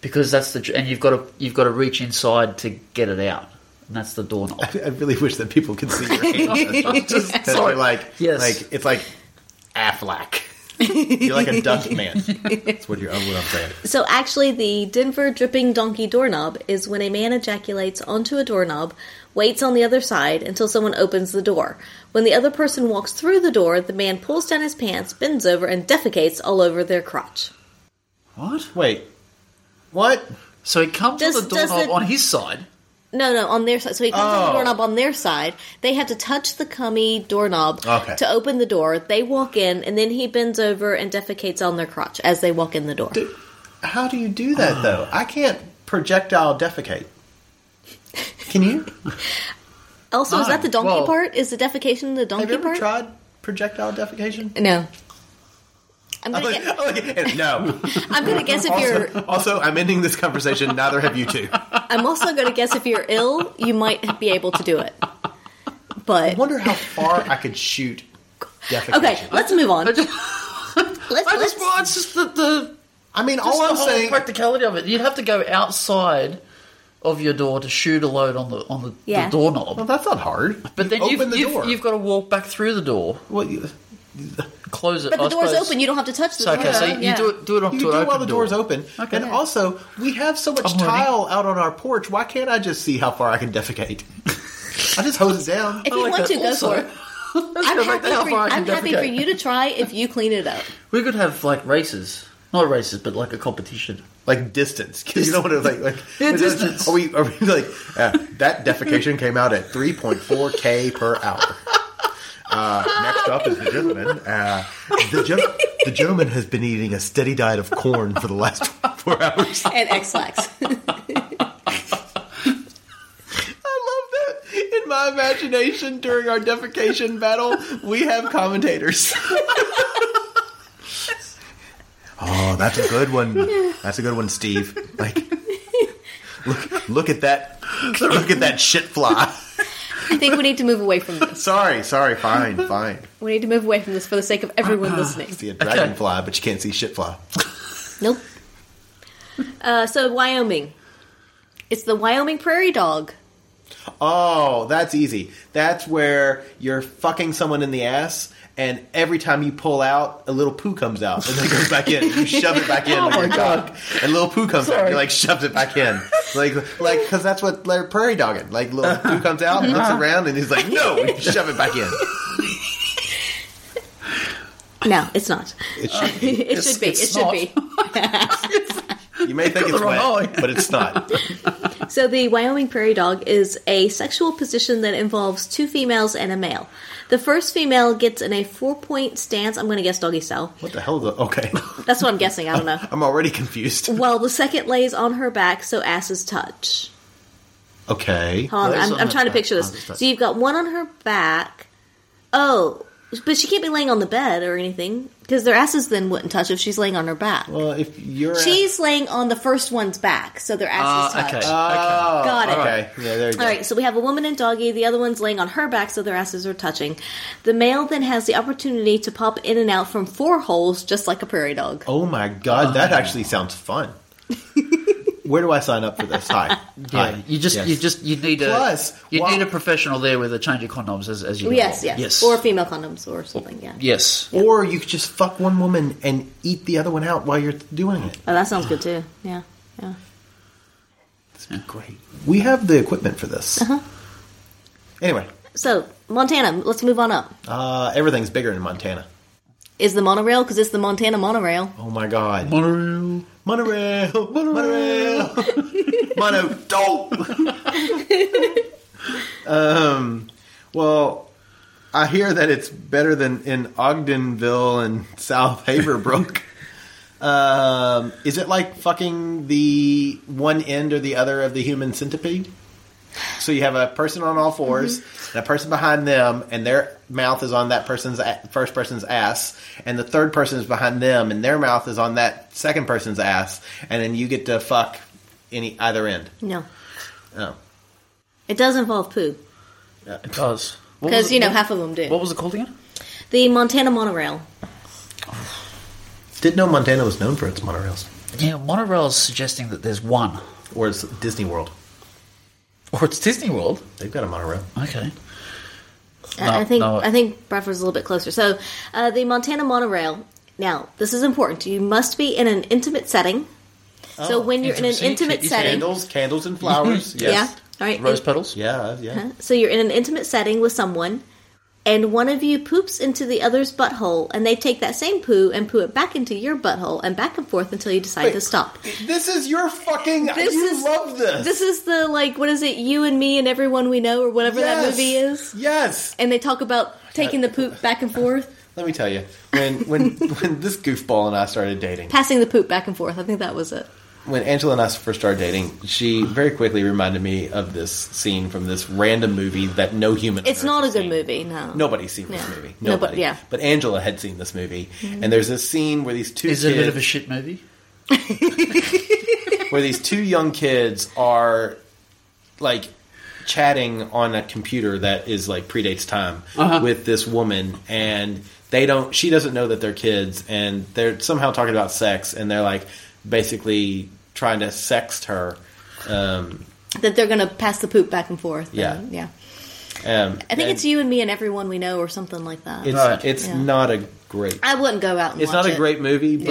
Speaker 6: because that's the and you've got to you've got to reach inside to get it out, and that's the doorknob.
Speaker 5: <laughs>
Speaker 4: I really wish that people could see your hands. Just, that's why, like,
Speaker 6: Yes.
Speaker 4: like it's like Aflac. You're like a duck man. That's what you're. What I'm saying.
Speaker 5: So actually, the Denver dripping donkey doorknob is when a man ejaculates onto a doorknob, waits on the other side until someone opens the door. When the other person walks through the door, the man pulls down his pants, bends over, and defecates all over their crotch.
Speaker 6: What?
Speaker 4: Wait, what?
Speaker 6: So he comes
Speaker 5: Does-
Speaker 6: with the
Speaker 5: does
Speaker 6: doorknob
Speaker 5: the-
Speaker 6: on his side.
Speaker 5: No, no, on their side. So he comes
Speaker 4: Oh.
Speaker 5: on the doorknob on their side. They have to touch the cummy doorknob
Speaker 4: Okay.
Speaker 5: to open the door. They walk in, and then he bends over and defecates on their crotch as they walk in the door.
Speaker 4: How do you do that though? I can't projectile defecate. Can you?
Speaker 5: Also, is
Speaker 6: No,
Speaker 5: that the donkey
Speaker 6: well-
Speaker 5: part? Is the defecation the donkey
Speaker 4: Have you ever
Speaker 5: part?
Speaker 4: tried Uh,
Speaker 6: <laughs>
Speaker 4: projectile defecation?
Speaker 5: No. I'm gonna,
Speaker 4: Like,
Speaker 5: get,
Speaker 4: like, no.
Speaker 5: I'm gonna guess if you're.
Speaker 4: Also, I'm ending this conversation. Neither have you two.
Speaker 5: I'm also gonna guess if you're ill, you might be able to do it.
Speaker 4: I
Speaker 5: But
Speaker 4: wonder how far I could shoot defecation.
Speaker 5: okay, let's move on. Let's
Speaker 6: I just,
Speaker 5: let's.
Speaker 6: well, it's just the, the
Speaker 4: I mean,
Speaker 6: just
Speaker 4: all I'm
Speaker 6: the whole
Speaker 4: saying.
Speaker 6: practicality of it. You'd have to go outside of your door to shoot a load on the on the,
Speaker 5: Yeah.
Speaker 6: the doorknob.
Speaker 4: Well, that's not hard.
Speaker 6: but then
Speaker 4: you
Speaker 6: you've,
Speaker 4: open the
Speaker 6: you've,
Speaker 4: door.
Speaker 6: you've got to walk back through the door,
Speaker 4: Well, you-
Speaker 6: close it.
Speaker 5: But the
Speaker 6: I
Speaker 5: door's
Speaker 6: suppose.
Speaker 5: open. You don't have to touch the
Speaker 6: So,
Speaker 5: door.
Speaker 6: okay, so you
Speaker 5: Yeah.
Speaker 6: do it do it on
Speaker 4: You
Speaker 6: to
Speaker 4: do
Speaker 6: an
Speaker 4: it
Speaker 6: open
Speaker 4: while the
Speaker 6: door.
Speaker 4: door's open.
Speaker 6: Okay.
Speaker 4: And also, we have so much
Speaker 6: I'm learning.
Speaker 4: tile out on our porch. Why can't I just see how far I can defecate? <laughs> I just hose it down.
Speaker 5: If you
Speaker 6: like
Speaker 5: want
Speaker 6: that
Speaker 5: to, go
Speaker 6: also. <laughs>
Speaker 5: for it. I'm
Speaker 6: go back
Speaker 5: happy,
Speaker 6: to how
Speaker 5: for,
Speaker 6: far I can
Speaker 5: I'm happy for
Speaker 6: defecate.
Speaker 5: you to try if you clean it up.
Speaker 6: We could have like races, not races, but like a competition.
Speaker 4: Like distance, <laughs> 'Cause you don't want to like like.
Speaker 6: <laughs> Yeah, distance.
Speaker 4: Are we are we like uh, that defecation came out at three point four k per hour. Uh, next up is the gentleman. Uh, the, gen- the gentleman has been eating a steady diet of corn for the last <laughs> four hours.
Speaker 6: <laughs>
Speaker 5: And X lax.
Speaker 4: I love that. In my imagination, during our defecation battle, we have commentators. oh, that's a good one. That's a good one, Steve. Like, look, look at that. Look at that shit fly.
Speaker 5: I think we need to move away from this.
Speaker 4: Sorry, sorry. Fine, fine.
Speaker 5: We need to move away from this for the sake of everyone
Speaker 6: Uh-huh.
Speaker 5: listening.
Speaker 4: See a dragonfly, but you can't see shit fly.
Speaker 5: Nope. Uh, so Wyoming. It's the Wyoming prairie dog.
Speaker 4: Oh, that's easy. That's where you're fucking someone in the ass, and every time you pull out, a little poo comes out, and then it goes back in. You shove it back in with your cock, and little poo comes out.
Speaker 6: Sorry.
Speaker 4: You like shoves it back in, like like because that's what they're prairie dogging. Like little poo comes out, and looks around, and he's like, "No," and you shove it back in.
Speaker 5: No, it's not.
Speaker 4: It should,
Speaker 5: It
Speaker 6: It's-
Speaker 5: should be.
Speaker 6: it's
Speaker 5: It should
Speaker 6: not.
Speaker 5: be.
Speaker 4: you may think it's
Speaker 6: Because I'm
Speaker 4: wet,
Speaker 6: annoying.
Speaker 4: but it's not.
Speaker 5: So the Wyoming prairie dog is a sexual position that involves two females and a male. The first female gets in a four-point stance. I'm going to guess doggy style.
Speaker 4: What the hell? Is a, okay,
Speaker 5: That's what I'm guessing. I
Speaker 6: <laughs>
Speaker 5: don't know.
Speaker 4: I'm already confused.
Speaker 5: While the second lays on her back, so asses touch.
Speaker 4: Okay,
Speaker 5: Hold on,
Speaker 6: Lays
Speaker 5: I'm,
Speaker 6: on
Speaker 5: I'm
Speaker 6: her
Speaker 5: trying to
Speaker 6: back,
Speaker 5: picture
Speaker 6: asses
Speaker 5: this.
Speaker 6: touch.
Speaker 5: So you've got one on her back. Oh, but she can't be laying on the bed or anything because their asses then wouldn't touch if she's laying on her back.
Speaker 4: well if you're
Speaker 5: She's laying on the first one's back, so their asses
Speaker 6: Ah,
Speaker 5: touch.
Speaker 6: okay.
Speaker 5: Got it.
Speaker 4: Oh, okay, yeah, there you go.
Speaker 5: All right, so we have a woman and doggy. The other one's laying on her back, so their asses are touching. The male then has the opportunity to pop in and out from four holes, just like a prairie dog.
Speaker 4: Oh my god, that
Speaker 6: Um,
Speaker 4: actually sounds fun. <laughs> Where do I sign up for this? Hi.
Speaker 6: Yeah,
Speaker 4: Hi.
Speaker 6: you just
Speaker 4: Yes.
Speaker 6: you just you need a
Speaker 4: Plus,
Speaker 6: you
Speaker 4: while-
Speaker 6: need a professional there with a change of condoms as, as you go
Speaker 5: yes,
Speaker 6: along.
Speaker 5: yes, or female condoms or something. Yeah,
Speaker 6: yes.
Speaker 4: Or you could just fuck one woman and eat the other one out while you're doing it.
Speaker 5: Oh, that sounds good too. Yeah, yeah.
Speaker 4: Great. We have the equipment for this. Anyway,
Speaker 5: So Montana, let's move on up.
Speaker 4: uh, everything's bigger in Montana.
Speaker 5: Is the monorail because it's the Montana monorail?
Speaker 4: Oh my God.
Speaker 6: Monorail.
Speaker 4: Monorail, monorail, mono dope. um, well, I hear that it's better than in Ogdenville and South Haverbrook. um, is it like fucking the one end or the other of the human centipede? So you have a person on all 4s
Speaker 5: Mm-hmm.
Speaker 4: and a person behind them, and their mouth is on that person's a- first person's ass, and the third person is behind them, and their mouth is on that second person's ass, and then you get to fuck any either end.
Speaker 5: No,
Speaker 4: Oh,
Speaker 5: it does involve poo
Speaker 6: It does. What was
Speaker 5: because
Speaker 6: it-
Speaker 5: you know
Speaker 6: what-
Speaker 5: half of them do.
Speaker 6: What was it called again?
Speaker 5: the Montana monorail.
Speaker 4: didn't know Montana was known for its monorails,
Speaker 6: Yeah, monorail is suggesting that there's one,
Speaker 4: or it's Disney World.
Speaker 6: or Oh, it's Disney World.
Speaker 4: They've got a monorail.
Speaker 6: Okay.
Speaker 5: I I think
Speaker 6: no.
Speaker 5: I think Bradford's a little bit closer. So uh, the Montana monorail. Now this is important. You must be in an intimate setting. so when you're in an
Speaker 6: intimacy,
Speaker 5: intimate
Speaker 6: kitty
Speaker 5: setting,
Speaker 4: Candles, candles,
Speaker 5: <laughs>
Speaker 4: and flowers. yes.
Speaker 5: yeah, all right, uh-huh,
Speaker 6: Rose petals.
Speaker 4: Yeah, yeah.
Speaker 5: So you're in an intimate setting with someone, and one of you poops into the other's butthole, and they take that same poo and poo it back into your butthole and back and forth until you decide to stop.
Speaker 4: This is your fucking.
Speaker 5: This
Speaker 4: you
Speaker 5: is-
Speaker 4: love this.
Speaker 5: This is the like, what is it? You and me and everyone we know, or whatever that
Speaker 4: Yes.
Speaker 5: movie is.
Speaker 4: Yes.
Speaker 5: And they talk about taking the poop back and forth,
Speaker 4: Let me tell you, when when <laughs> when this goofball and I started dating,
Speaker 5: passing the poop back and forth. I think that was it.
Speaker 4: when Angela and I first started dating, she very quickly reminded me of this scene from this random movie that no human. on
Speaker 5: It's
Speaker 4: earth
Speaker 5: not a
Speaker 4: has
Speaker 5: good
Speaker 4: seen.
Speaker 5: movie. No,
Speaker 4: Nobody's seen this
Speaker 5: No.
Speaker 4: movie.
Speaker 5: No, but-
Speaker 4: Nobody.
Speaker 5: yeah. Mm-hmm.
Speaker 4: But Angela had seen this movie, and there's this scene where these two
Speaker 6: Is it a bit
Speaker 4: kids-
Speaker 6: of a shit movie?
Speaker 4: where these two young kids are like chatting on a computer that is like predates time
Speaker 6: Uh-huh.
Speaker 4: with this woman and they don't she doesn't know that they're kids and they're somehow talking about sex and they're like basically trying to sext her um,
Speaker 5: that they're gonna pass the poop back and forth.
Speaker 4: Yeah.
Speaker 5: and- yeah.
Speaker 4: um,
Speaker 5: I think it's you and me and everyone we know, or something like that.
Speaker 4: it's
Speaker 6: Right.
Speaker 4: it's
Speaker 5: Yeah.
Speaker 4: not a great
Speaker 5: I wouldn't go out. and
Speaker 4: it's
Speaker 5: watch
Speaker 4: not a
Speaker 5: it.
Speaker 4: great movie but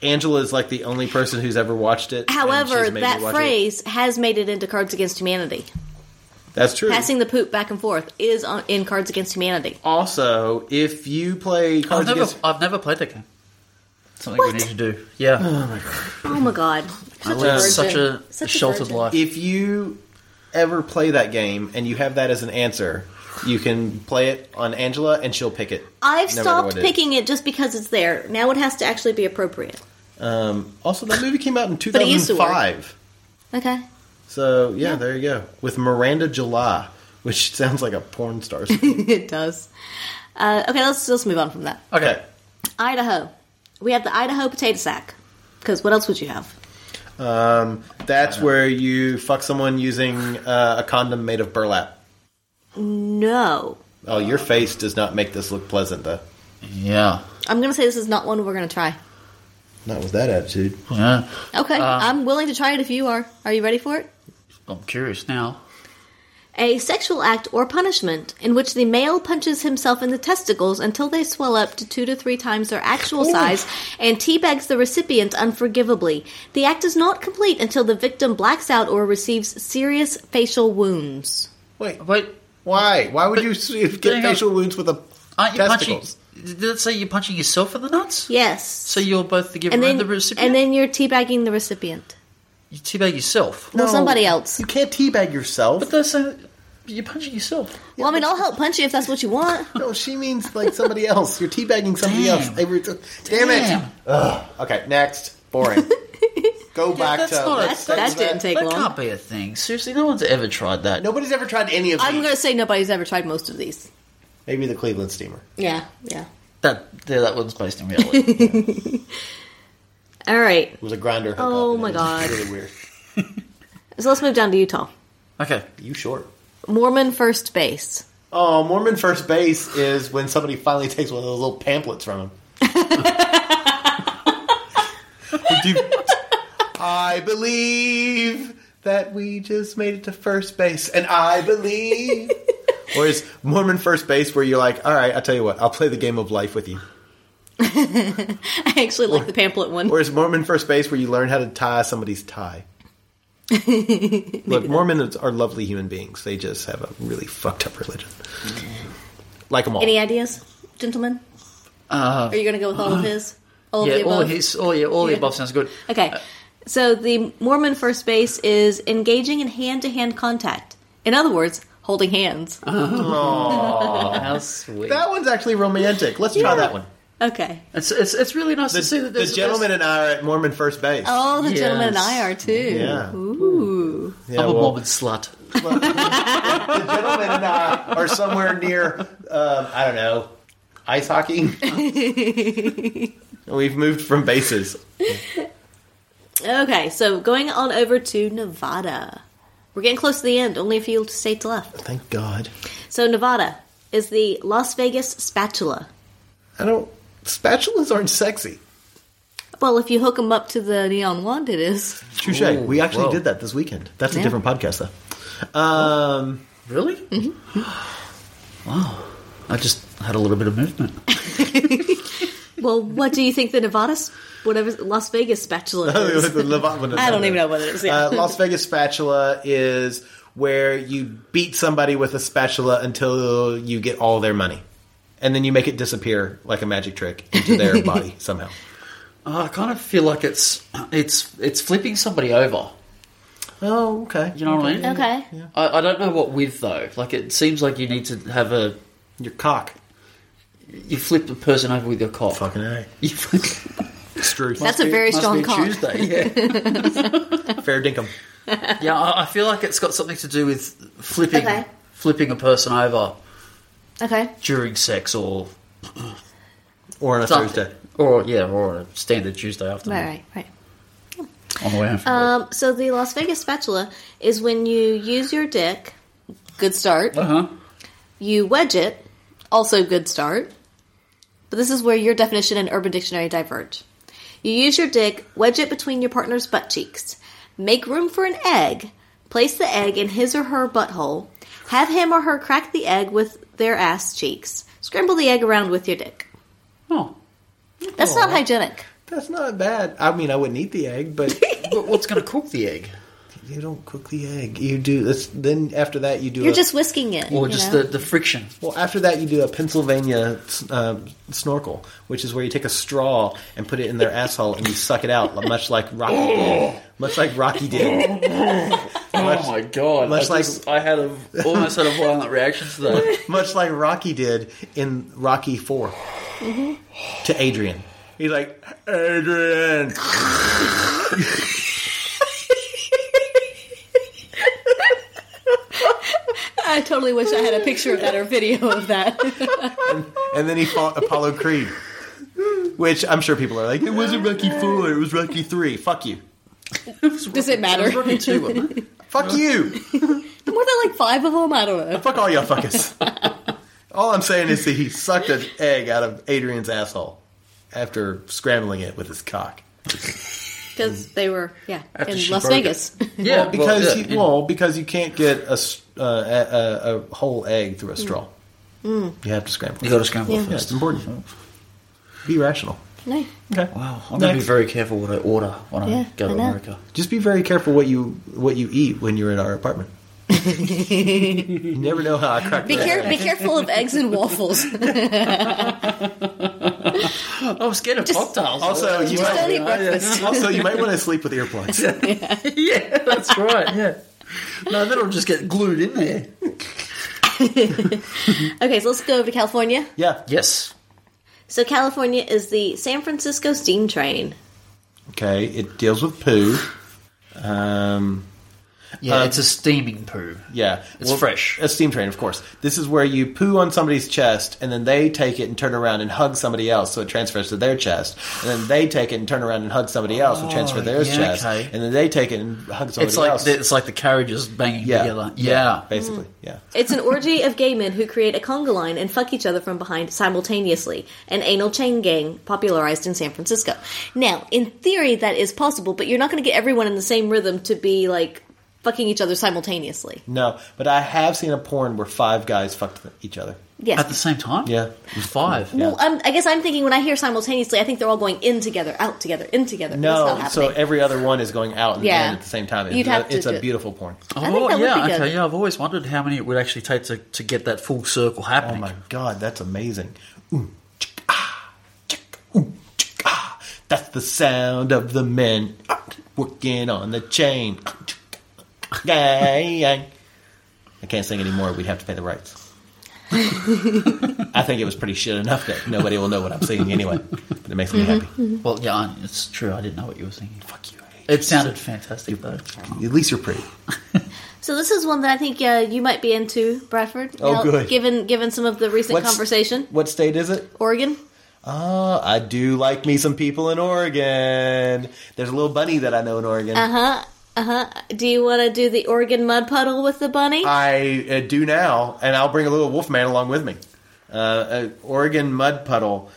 Speaker 6: Yeah.
Speaker 4: Angela is like the only person who's ever watched it and
Speaker 5: However,
Speaker 4: she's made me
Speaker 5: that
Speaker 4: watch it.
Speaker 5: phrase has made it into Cards Against Humanity.
Speaker 4: that's true
Speaker 5: Passing the poop back and forth is on, in Cards Against Humanity.
Speaker 4: also if you play
Speaker 6: I've
Speaker 4: Cards
Speaker 6: never,
Speaker 4: Against
Speaker 6: I've never played that game. Something
Speaker 5: What?
Speaker 6: we need to do. Yeah,
Speaker 5: Oh my god. Such
Speaker 6: I live such
Speaker 5: virgin.
Speaker 6: a
Speaker 5: Such a
Speaker 6: sheltered
Speaker 5: virgin.
Speaker 6: life.
Speaker 4: if you ever play that game and you have that as an answer, you can play it on Angela and she'll pick it.
Speaker 5: I've
Speaker 4: no matter
Speaker 5: stopped
Speaker 4: what it is.
Speaker 5: picking it just because it's there. Now it has to actually be appropriate.
Speaker 4: Um, also, that movie came
Speaker 5: <laughs>
Speaker 4: out in
Speaker 5: it used to work.
Speaker 4: 2005.
Speaker 5: Okay.
Speaker 4: <laughs>
Speaker 5: <laughs>
Speaker 4: So, yeah, there you go. With Miranda July, which sounds like a porn
Speaker 5: <laughs>
Speaker 4: star.
Speaker 5: it does. Uh, okay, let's let's move on from that.
Speaker 4: okay.
Speaker 5: Idaho. We have the Idaho potato sack. Because what else would you have?
Speaker 4: Um, that's where you fuck someone using uh, a condom made of burlap.
Speaker 5: No.
Speaker 4: Oh, your face does not make this look pleasant, though.
Speaker 6: yeah,
Speaker 5: I'm going to say this is not one we're going to try.
Speaker 4: Not with that attitude.
Speaker 6: yeah.
Speaker 5: Okay,
Speaker 6: Uh.
Speaker 5: I'm willing to try it if you are. Are you ready for it?
Speaker 6: I'm curious now.
Speaker 5: A sexual act or punishment in which the male punches himself in the testicles until they swell up to two to three times their actual size and teabags the recipient unforgivably. The act is not complete until the victim blacks out or receives serious facial wounds.
Speaker 4: Wait,
Speaker 6: Wait,
Speaker 4: why? Why would
Speaker 6: But-
Speaker 4: you s- if
Speaker 6: Hang
Speaker 4: get
Speaker 6: on.
Speaker 4: facial wounds with a
Speaker 6: aren't you
Speaker 4: testicles?
Speaker 6: punching? Did it say you're punching yourself in the nuts?
Speaker 5: Yes.
Speaker 6: So you're both the giver
Speaker 5: and
Speaker 6: and,
Speaker 5: then,
Speaker 6: the recipient.
Speaker 5: and then you're teabagging the recipient.
Speaker 6: you teabag yourself.
Speaker 5: Well, somebody else.
Speaker 4: You can't teabag yourself.
Speaker 6: But they're saying you're punching yourself.
Speaker 5: Well, I mean, I'll help punch you if that's what you <laughs> want.
Speaker 4: No, she means like <laughs> somebody else. You're teabagging somebody
Speaker 6: Damn.
Speaker 4: else. Every- Damn, it. Okay, next.
Speaker 5: <laughs>
Speaker 4: Boring. Go back
Speaker 6: that's
Speaker 4: to.
Speaker 6: not a-
Speaker 4: let's
Speaker 5: that
Speaker 4: stick with
Speaker 5: didn't take
Speaker 6: that
Speaker 5: long.
Speaker 6: can't be a thing. Seriously, no one's ever tried that.
Speaker 4: Nobody's ever tried any of these.
Speaker 5: I'm going to say nobody's ever tried most of these.
Speaker 4: Maybe the Cleveland Steamer.
Speaker 5: Yeah, yeah.
Speaker 6: That yeah, that one's based in
Speaker 5: <laughs>
Speaker 6: reality.
Speaker 5: All right,
Speaker 4: It was a grinder. hookup,
Speaker 5: Oh,
Speaker 4: and it
Speaker 5: my
Speaker 4: was
Speaker 5: God.
Speaker 4: Really weird.
Speaker 5: so let's move down to Utah.
Speaker 6: okay,
Speaker 4: You short.
Speaker 5: Mormon first base.
Speaker 4: Oh, Mormon first base is when somebody finally takes one of those little pamphlets from him. Would you- I believe that we just made it to first base, and I believe. or is Mormon first base where you're like, all right, I'll tell you what, I'll play the game of life with you.
Speaker 5: <laughs> I actually like the pamphlet one.
Speaker 4: Or is Mormon first base where you learn how to tie somebody's tie? Look, Mormons are lovely human beings. They just have a really fucked up religion. Like them all.
Speaker 5: Any ideas, gentlemen? Are you going to go with all of his? All of
Speaker 6: Uh, Yeah,
Speaker 5: the
Speaker 6: all
Speaker 5: above?
Speaker 6: his, all yeah, all the
Speaker 5: Yeah.
Speaker 6: above sounds good.
Speaker 5: Okay. So the Mormon first base is engaging in hand to hand contact. In other words, holding hands.
Speaker 6: Uh-huh. How Oh, sweet!
Speaker 4: that one's actually romantic. Let's try that one.
Speaker 5: Okay.
Speaker 6: It's, it's, it's really nice to see that
Speaker 4: The
Speaker 6: there's
Speaker 4: gentleman
Speaker 6: there's-
Speaker 4: and I are at Mormon First Base.
Speaker 5: Oh, the gentleman and
Speaker 6: Yes.
Speaker 5: I are too.
Speaker 4: Yeah.
Speaker 5: Ooh.
Speaker 4: Yeah,
Speaker 6: I'm a
Speaker 4: well,
Speaker 6: Mormon slut.
Speaker 4: the gentleman and I are somewhere near, um, I don't know, ice hockey.
Speaker 5: <laughs>
Speaker 4: We've moved from bases.
Speaker 5: Okay, so going on over to Nevada. We're getting close to the end, only a few states left.
Speaker 4: Thank God.
Speaker 5: So Nevada is the Las Vegas spatula.
Speaker 4: I don't. Spatulas aren't sexy.
Speaker 5: Well, if you hook them up to the neon wand, it is.
Speaker 4: Touche. we actually did that this weekend. That's a
Speaker 5: Yeah.
Speaker 4: different podcast, though. Um,
Speaker 6: Really? Mm-hmm.
Speaker 5: Mm-hmm.
Speaker 6: <gasps> Wow! I just had a little bit of movement.
Speaker 5: Well, what do you think the Nevada, s- whatever Las Vegas
Speaker 4: <laughs>
Speaker 5: spatula is?
Speaker 4: the Levant one is
Speaker 5: I don't
Speaker 4: not
Speaker 5: even
Speaker 4: there.
Speaker 5: know what it is. Yeah.
Speaker 4: Uh, Las Vegas spatula is where you beat somebody with a spatula until you get all their money, and then you make it disappear like a magic trick
Speaker 5: <laughs>
Speaker 4: into their body somehow.
Speaker 6: I kind of feel like it's it's it's flipping somebody over.
Speaker 4: Oh, okay.
Speaker 6: You know what I mean?
Speaker 5: okay.
Speaker 6: I, I don't know what with though. Like it seems like you need to have a
Speaker 4: Your cock.
Speaker 6: you flip a person over with your cock.
Speaker 4: Fucking a.
Speaker 6: You fucking-
Speaker 4: It's
Speaker 5: <laughs>
Speaker 4: true.
Speaker 5: That's a very
Speaker 6: Must
Speaker 5: strong
Speaker 6: be
Speaker 5: cock.
Speaker 6: Tuesday,
Speaker 5: <laughs>
Speaker 6: yeah.
Speaker 4: fair dinkum.
Speaker 6: yeah, I, I feel like it's got something to do with flipping
Speaker 5: Okay.
Speaker 6: flipping a person over
Speaker 5: Okay.
Speaker 6: during sex or
Speaker 4: Or on a
Speaker 6: something.
Speaker 4: Thursday.
Speaker 6: Or yeah, or a standard Tuesday afternoon
Speaker 5: Right, right, right.
Speaker 6: on the way home from work.
Speaker 5: Um, so the Las Vegas spatula is when you use your dick, good start.
Speaker 6: Uh-huh.
Speaker 5: You wedge it, also good start. But this is where your definition and Urban Dictionary diverge. You use your dick, wedge it between your partner's butt cheeks, make room for an egg, place the egg in his or her butthole, have him or her crack the egg with their ass cheeks, scramble the egg around with your dick.
Speaker 6: Oh.
Speaker 5: That's not hygienic.
Speaker 4: That's not bad. I mean, I wouldn't eat the
Speaker 5: <laughs>
Speaker 4: egg, but
Speaker 6: But what's gonna cook the egg?
Speaker 4: you don't cook the egg. You do. That's, then after that, you do.
Speaker 5: You're
Speaker 4: a,
Speaker 5: just whisking it.
Speaker 6: Or
Speaker 5: you
Speaker 6: just
Speaker 5: know?
Speaker 6: the, the friction.
Speaker 4: Well, after that, you do a Pennsylvania uh, snorkel, which is where you take a straw and put it in their asshole and you suck it out, much like Rocky did. Much like Rocky did.
Speaker 6: oh my god!
Speaker 4: much
Speaker 6: I,
Speaker 4: like-
Speaker 6: just- I had a almost had a violent reaction to <laughs> that.
Speaker 4: Much like Rocky did in Rocky 4 to Adrian. He's like, Adrian!
Speaker 5: I totally wish I had a picture of that or video of that.
Speaker 4: And then he fought Apollo Creed. Which I'm sure people are like, it wasn't Rocky 4, it was Rocky 3. Fuck you.
Speaker 5: Does it matter?
Speaker 6: It was Rocky Two, wasn't it?
Speaker 4: Fuck you!
Speaker 5: Were there like five of them? I don't
Speaker 6: Mm.
Speaker 5: know.
Speaker 4: Fuck all y'all fuckers. all I'm saying is that he sucked an egg out of Adrian's asshole after scrambling it with his cock.
Speaker 5: Because they were, yeah,
Speaker 6: After
Speaker 5: in
Speaker 6: she
Speaker 5: Las
Speaker 6: broke it. <laughs>
Speaker 5: Vegas.
Speaker 6: Yeah, well,
Speaker 4: Because
Speaker 6: yeah,
Speaker 4: you,
Speaker 6: yeah.
Speaker 4: well, because you can't get a, s- uh, a, a, a whole egg
Speaker 5: Mm.
Speaker 4: through a straw. You have to scramble.
Speaker 6: you got to scramble
Speaker 5: Yeah.
Speaker 4: Yeah, it's
Speaker 6: first.
Speaker 4: important. Be rational.
Speaker 5: no.
Speaker 4: Okay.
Speaker 6: Wow, I'm going to be
Speaker 4: Next.
Speaker 6: very careful what I order when
Speaker 5: Yeah,
Speaker 6: I go to
Speaker 5: I know.
Speaker 6: America.
Speaker 4: Just be very careful what you what you eat when you're in
Speaker 5: <laughs>
Speaker 4: our apartment. you never know how I crack
Speaker 5: Be,
Speaker 4: that
Speaker 5: care-
Speaker 4: egg.
Speaker 5: be careful of eggs and waffles. Just
Speaker 6: I was scared of cocktails.
Speaker 4: Also, you
Speaker 5: don't
Speaker 4: might,
Speaker 5: eat breakfast.
Speaker 4: <laughs> also you might want to sleep with earplugs.
Speaker 6: yeah, <laughs> that's right. Yeah, no, that'll just get glued in there.
Speaker 5: Okay, so let's go over to California.
Speaker 4: Yeah.
Speaker 6: Yes.
Speaker 5: So California is the San Francisco steam train.
Speaker 4: Okay. It deals with poo. Um.
Speaker 6: Yeah,
Speaker 4: Um,
Speaker 6: it's a steaming poo.
Speaker 4: Yeah,
Speaker 6: It's fresh.
Speaker 4: A steam train, of course. This is where you poo on somebody's chest, and then they take it and turn around and hug somebody else, so it transfers to their chest. And then they take it and turn around and hug somebody else, and transfer to their
Speaker 6: Oh, yeah,
Speaker 4: chest.
Speaker 6: okay.
Speaker 4: And then they take it and hug somebody
Speaker 6: It's like
Speaker 4: else.
Speaker 6: the, it's like the carriages banging
Speaker 4: yeah,
Speaker 6: together. Yeah.
Speaker 4: basically,
Speaker 5: Mm.
Speaker 4: yeah.
Speaker 5: It's an orgy of gay men who create a conga line and fuck each other from behind simultaneously, an anal chain gang popularized in San Francisco. Now, in theory, that is possible, but you're not going to get everyone in the same rhythm to be like fucking each other simultaneously.
Speaker 4: No, but I have seen a porn where five guys fucked each other.
Speaker 5: Yes.
Speaker 6: at the same time.
Speaker 4: Yeah.
Speaker 6: It was five.
Speaker 5: Well, I'm, I guess I'm thinking when I hear simultaneously, I think they're all going in together, out together, in together. That's
Speaker 4: No,
Speaker 5: not
Speaker 4: so
Speaker 5: happening.
Speaker 4: every other one is going out and
Speaker 5: Yeah.
Speaker 4: in at the same time.
Speaker 5: You'd
Speaker 4: it's
Speaker 5: have
Speaker 4: a,
Speaker 5: to
Speaker 4: it's
Speaker 5: do
Speaker 4: a
Speaker 5: it.
Speaker 4: beautiful porn.
Speaker 5: I think that would
Speaker 6: Oh, yeah,
Speaker 5: be good.
Speaker 6: okay, yeah. I've always wondered how many it would actually take to, to get that full circle
Speaker 4: Oh
Speaker 6: happening.
Speaker 4: my god, that's amazing. Ooh, chick, ah, chick, ooh, chick, ah. That's the sound of the men ah, working on the chain. Ah, chick, ah, yay, yay. I can't sing anymore. We'd have to pay the <laughs> rights. I think it was pretty shit enough that nobody will know what I'm singing anyway. But it makes me happy.
Speaker 6: Well, yeah, I- it's true. I didn't know what you were thinking. Fuck
Speaker 4: you, I
Speaker 6: It sounded fantastic though.
Speaker 4: At least you're pretty.
Speaker 5: So this is one that I think uh, you might be into, Bradford.
Speaker 4: Oh, good.
Speaker 5: Given given some of the recent
Speaker 4: What's-
Speaker 5: conversation,
Speaker 4: What state is it?
Speaker 5: Oregon.
Speaker 4: Uh, I do like me some people in Oregon. There's a little bunny that I know in Oregon.
Speaker 5: Uh-huh. Do you want to do the Oregon mud puddle with the bunny?
Speaker 4: I uh, do now, and I'll bring a little wolf man along with me. Uh, uh, Oregon mud puddle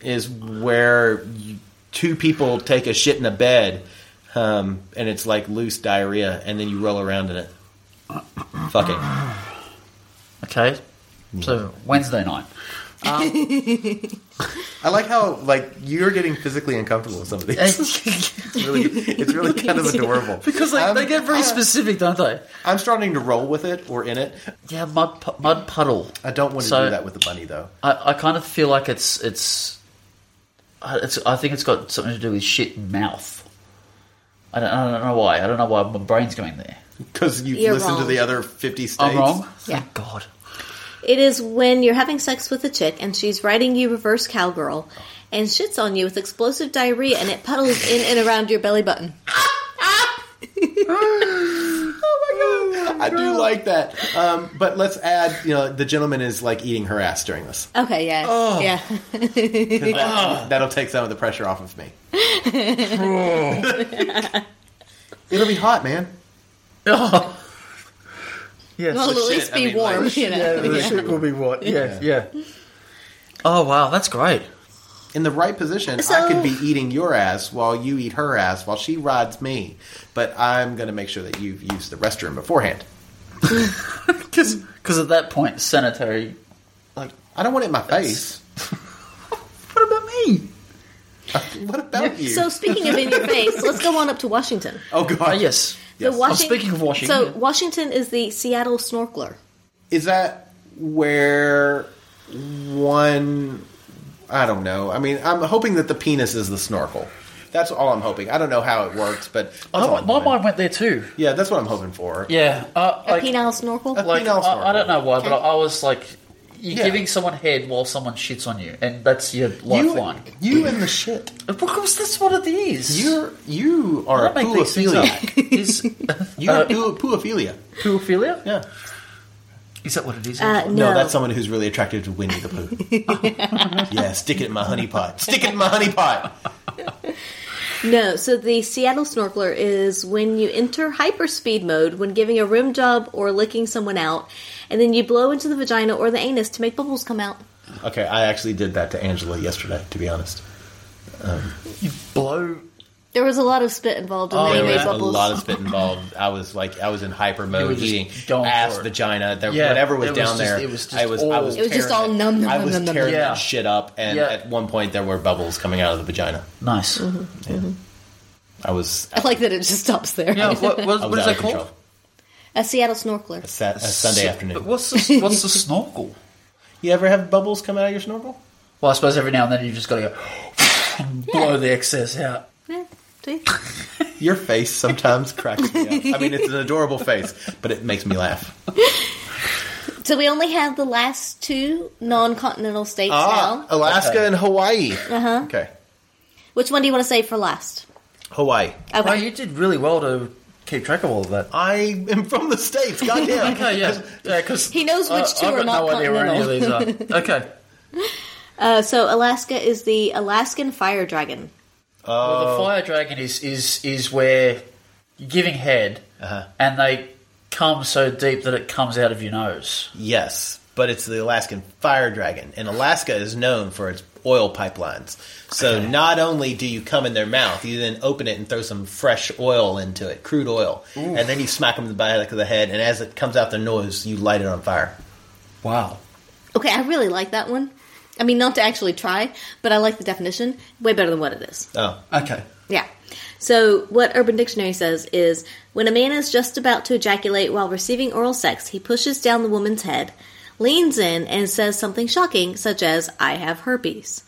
Speaker 4: is where you, two people take a shit in a bed, um, and it's like loose diarrhea, and then you roll around in it. Fuck it.
Speaker 6: Okay, so Wednesday night.
Speaker 4: I like how like you're getting physically uncomfortable with some
Speaker 6: <laughs>
Speaker 4: of these.
Speaker 6: because
Speaker 4: Really, it's really <laughs> kind of adorable
Speaker 6: like,
Speaker 4: I'm-
Speaker 6: they get very
Speaker 4: <laughs> I-
Speaker 6: specific, don't they?
Speaker 4: I'm starting to roll with it or in it.
Speaker 6: Yeah, mud pu- mud puddle.
Speaker 4: I don't want to
Speaker 6: So-
Speaker 4: do that with the bunny though.
Speaker 6: I, I kind of feel like it's it's I- it's I think it's got something to do with shit and mouth. I don't, I don't know why. I don't know why my brain's going there.
Speaker 4: Because you've
Speaker 5: You're
Speaker 4: listened to
Speaker 5: wrong.
Speaker 4: the other 50 states.
Speaker 6: I'm wrong.
Speaker 5: Yeah.
Speaker 6: Thank God.
Speaker 5: It is when you're having sex with a chick and she's riding you reverse cowgirl and shits on you with explosive diarrhea and it puddles in and around your belly button.
Speaker 4: Oh my god, I do like that. Um, but let's add, you know, the gentleman is like eating her ass during this.
Speaker 5: Okay, yeah.
Speaker 4: Oh,
Speaker 5: Yeah.
Speaker 4: That'll take some of the pressure
Speaker 5: <laughs>
Speaker 4: off of me. It'll be hot, man.
Speaker 5: <laughs>
Speaker 6: Yes.
Speaker 5: Well, at least
Speaker 4: shit, I
Speaker 5: be
Speaker 4: mean,
Speaker 5: warm,
Speaker 4: like,
Speaker 5: you know.
Speaker 6: will be what? Yeah, yeah. Oh wow, that's great.
Speaker 4: In the right position, I
Speaker 5: So-
Speaker 4: could be eating your ass while you eat her ass while she rides me. But I'm going to make sure that you've used the restroom beforehand.
Speaker 6: Because at that point, sanitary.
Speaker 4: Like, I don't want it in my face.
Speaker 6: What about me?
Speaker 4: What about
Speaker 5: <laughs>
Speaker 4: you?
Speaker 5: So speaking of in your face, let's go on up to Washington.
Speaker 4: oh god,
Speaker 6: Oh, yes.
Speaker 5: The
Speaker 6: Oh,
Speaker 5: Washing-
Speaker 6: speaking of Washington,
Speaker 5: So Washington is the Seattle snorkeler.
Speaker 4: is that where one i don't know i mean i'm hoping that the penis is the snorkel that's all i'm hoping i don't know how it works but that's
Speaker 6: my,
Speaker 4: all
Speaker 6: Oh, my
Speaker 4: I'm hoping.
Speaker 6: mind went there too.
Speaker 4: yeah that's what i'm hoping for
Speaker 6: Yeah, uh,
Speaker 5: A
Speaker 6: like,
Speaker 5: penile snorkel.
Speaker 6: like,
Speaker 4: penile snorkel.
Speaker 6: I, I don't know why, but I, I was like, you're
Speaker 4: Yeah.
Speaker 6: giving someone head while someone shits on you, and that's your lifeline.
Speaker 4: you and the shit
Speaker 6: Of course, that's what it is.
Speaker 4: you're you
Speaker 6: I
Speaker 4: are a
Speaker 6: don't make these things up. <laughs>
Speaker 4: poophilia
Speaker 6: Is
Speaker 4: you're a poo- poophilia
Speaker 6: poophilia?
Speaker 4: yeah
Speaker 6: Is that what it is?
Speaker 5: Uh,
Speaker 4: no,
Speaker 5: No.
Speaker 4: that's someone who's really attracted to Winnie the Pooh. <laughs> yeah, stick it in my honey pot. Stick it in my honey pot.
Speaker 5: No, so the Seattle snorkeler is when you enter hyperspeed mode when giving a rim job or licking someone out, and then you blow into the vagina or the anus to make bubbles come out.
Speaker 4: Okay, I actually did that to Angela yesterday. To be honest,
Speaker 6: you blow.
Speaker 5: There was a lot of spit involved in
Speaker 4: there
Speaker 5: they made
Speaker 4: was
Speaker 5: bubbles.
Speaker 4: Oh, a lot of spit involved. I was like, I was in hyper
Speaker 6: were
Speaker 4: mode,
Speaker 6: just
Speaker 4: eating
Speaker 6: going
Speaker 4: ass,
Speaker 6: for it.
Speaker 4: vagina, that,
Speaker 6: Yeah,
Speaker 4: whatever was
Speaker 6: it was
Speaker 4: down
Speaker 6: just-
Speaker 4: there.
Speaker 6: it was just
Speaker 4: I was, I
Speaker 6: all-
Speaker 4: was
Speaker 5: It was just
Speaker 4: tearing
Speaker 5: all numb, numb,
Speaker 4: I
Speaker 5: numb,
Speaker 4: was
Speaker 5: numb, numb,
Speaker 4: tearing
Speaker 6: numb.
Speaker 4: that
Speaker 6: Yeah.
Speaker 4: shit up, and
Speaker 6: Yeah.
Speaker 4: at one point there were bubbles coming out of the vagina.
Speaker 6: Nice.
Speaker 5: Mm-hmm.
Speaker 4: I was
Speaker 5: <laughs> I like that it just stops there.
Speaker 6: Yeah, what, what,
Speaker 4: I
Speaker 6: what is
Speaker 4: was out of
Speaker 6: that
Speaker 4: control.
Speaker 6: called?
Speaker 5: <laughs> A Seattle snorkeler.
Speaker 4: Sa- a Sunday
Speaker 6: So-
Speaker 4: afternoon.
Speaker 6: But what's the, what's the snorkel?
Speaker 4: you ever have bubbles come out of your snorkel?
Speaker 6: Well, I suppose every now and then you just got to go <laughs> and blow the excess out.
Speaker 5: <laughs> Yeah, see?
Speaker 4: Your face sometimes cracks me up. I mean, it's an adorable face, but it makes me laugh.
Speaker 5: <laughs> so we only have the last two non-continental states
Speaker 4: Ah.
Speaker 5: now.
Speaker 4: Alaska and Hawaii. Uh-huh. Okay,
Speaker 5: Which one do you want to save for last?
Speaker 4: Hawaii.
Speaker 6: Wow,
Speaker 5: Okay.
Speaker 6: you did really well to keep track of all of that.
Speaker 4: I am from the states. Goddamn.
Speaker 6: Okay, <laughs> yeah, yeah, because
Speaker 5: He knows which two
Speaker 6: I've
Speaker 5: are
Speaker 6: got
Speaker 5: not
Speaker 6: no idea where any of these
Speaker 5: continental.
Speaker 6: are. <laughs> Okay,
Speaker 5: Uh, so Alaska is the Alaskan fire dragon.
Speaker 6: Uh, well, the fire dragon is is is where you're giving head, and they come so deep that it comes out of your nose.
Speaker 4: Yes, but it's the Alaskan fire dragon, and Alaska is known for its oil pipelines. So not only do you come in their mouth, you then open it and throw some fresh oil into it, crude oil, and then you smack them in the back of the head, and as it comes out their nose, you light it on fire.
Speaker 6: Wow.
Speaker 5: Okay, I really like that one. I mean, not to actually try, but I like the definition way better than what it is.
Speaker 4: Oh,
Speaker 6: Okay.
Speaker 5: Yeah. So, what Urban Dictionary says is when a man is just about to ejaculate while receiving oral sex, he pushes down the woman's head, leans in, and says something shocking, such as, I have herpes.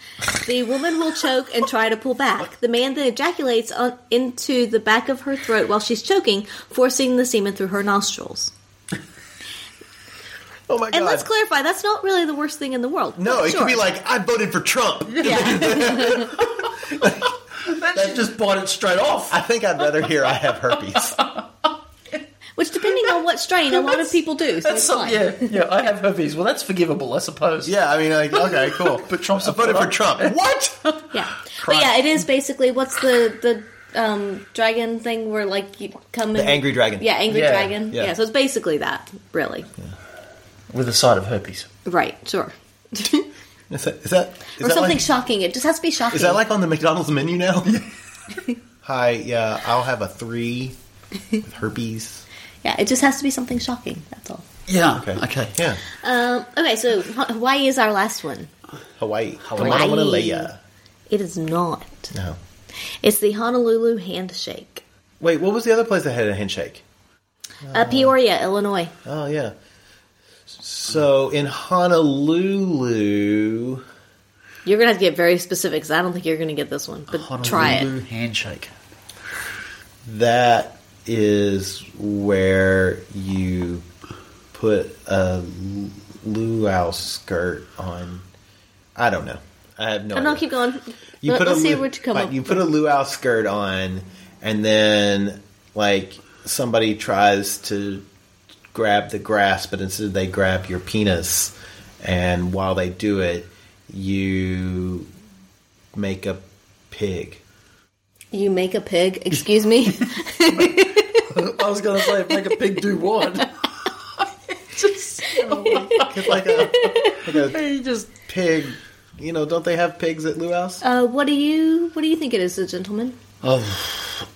Speaker 5: The woman will choke and try to pull back. The man then ejaculates on, into the back of her throat while she's choking, forcing the semen through her nostrils.
Speaker 4: oh my god!
Speaker 5: And let's clarify, that's not really the worst thing in the world.
Speaker 4: no,
Speaker 5: But
Speaker 4: it could be
Speaker 5: sure.
Speaker 4: like I voted for Trump.
Speaker 5: Yeah.
Speaker 6: That just bought it straight off.
Speaker 4: I think I'd rather hear I have herpes.
Speaker 5: Which, depending on what strain, a lot of people do. So
Speaker 6: That's
Speaker 5: it's
Speaker 6: so,
Speaker 5: fine.
Speaker 6: yeah, yeah. I have herpes. Well, that's forgivable, I suppose.
Speaker 4: <laughs> yeah, I mean, like, okay, cool.
Speaker 6: But Trump's
Speaker 4: I voted for
Speaker 6: supporter.
Speaker 4: Trump. What?
Speaker 5: Yeah, but yeah, it is basically what's the the um, dragon thing where like you come in
Speaker 4: The angry dragon.
Speaker 5: Yeah, angry
Speaker 6: Yeah,
Speaker 5: dragon.
Speaker 4: yeah.
Speaker 5: Yeah. so it's basically that, really.
Speaker 6: With a side of herpes.
Speaker 5: Right, sure.
Speaker 4: Is that is that is
Speaker 5: or
Speaker 4: that
Speaker 5: something
Speaker 4: like,
Speaker 5: shocking. It just has to be shocking.
Speaker 4: is that like on the McDonald's menu now? <laughs> Hi, yeah, I'll have a three with herpes.
Speaker 5: yeah, it just has to be something shocking. That's all.
Speaker 6: Yeah. Okay.
Speaker 4: Okay, yeah,
Speaker 5: Um, okay, so H- Hawaii is our last one.
Speaker 4: Hawaii,
Speaker 5: Hawaii.
Speaker 4: Honolulu.
Speaker 5: It is not.
Speaker 4: No,
Speaker 5: It's the Honolulu handshake.
Speaker 4: wait, what was the other place that had a handshake?
Speaker 5: Uh, Peoria, Illinois.
Speaker 4: Oh yeah. So in Honolulu,
Speaker 5: You're gonna have to get very specific because I don't think you're gonna get this one. But try it.
Speaker 6: Honolulu Handshake.
Speaker 4: that is where you put a luau skirt on. I don't know. I have no.
Speaker 5: Oh, no,
Speaker 4: idea.
Speaker 5: keep going.
Speaker 4: You
Speaker 5: Let,
Speaker 4: put
Speaker 5: us
Speaker 4: a
Speaker 5: see
Speaker 4: lu-
Speaker 5: what you come
Speaker 4: like,
Speaker 5: up.
Speaker 4: You put a luau skirt on, and then like somebody tries to grab the grass, but instead they grab your penis, and while they do it, you make a pig.
Speaker 5: You make a pig. Excuse me.
Speaker 6: I was going to say, make a pig do what?
Speaker 4: It's like a,
Speaker 6: <laughs>
Speaker 4: like a
Speaker 6: you just
Speaker 4: pig. You know, don't they have pigs at luau's?
Speaker 5: <laughs> Uh, what do you What do you think it is, a gentleman?
Speaker 6: <laughs>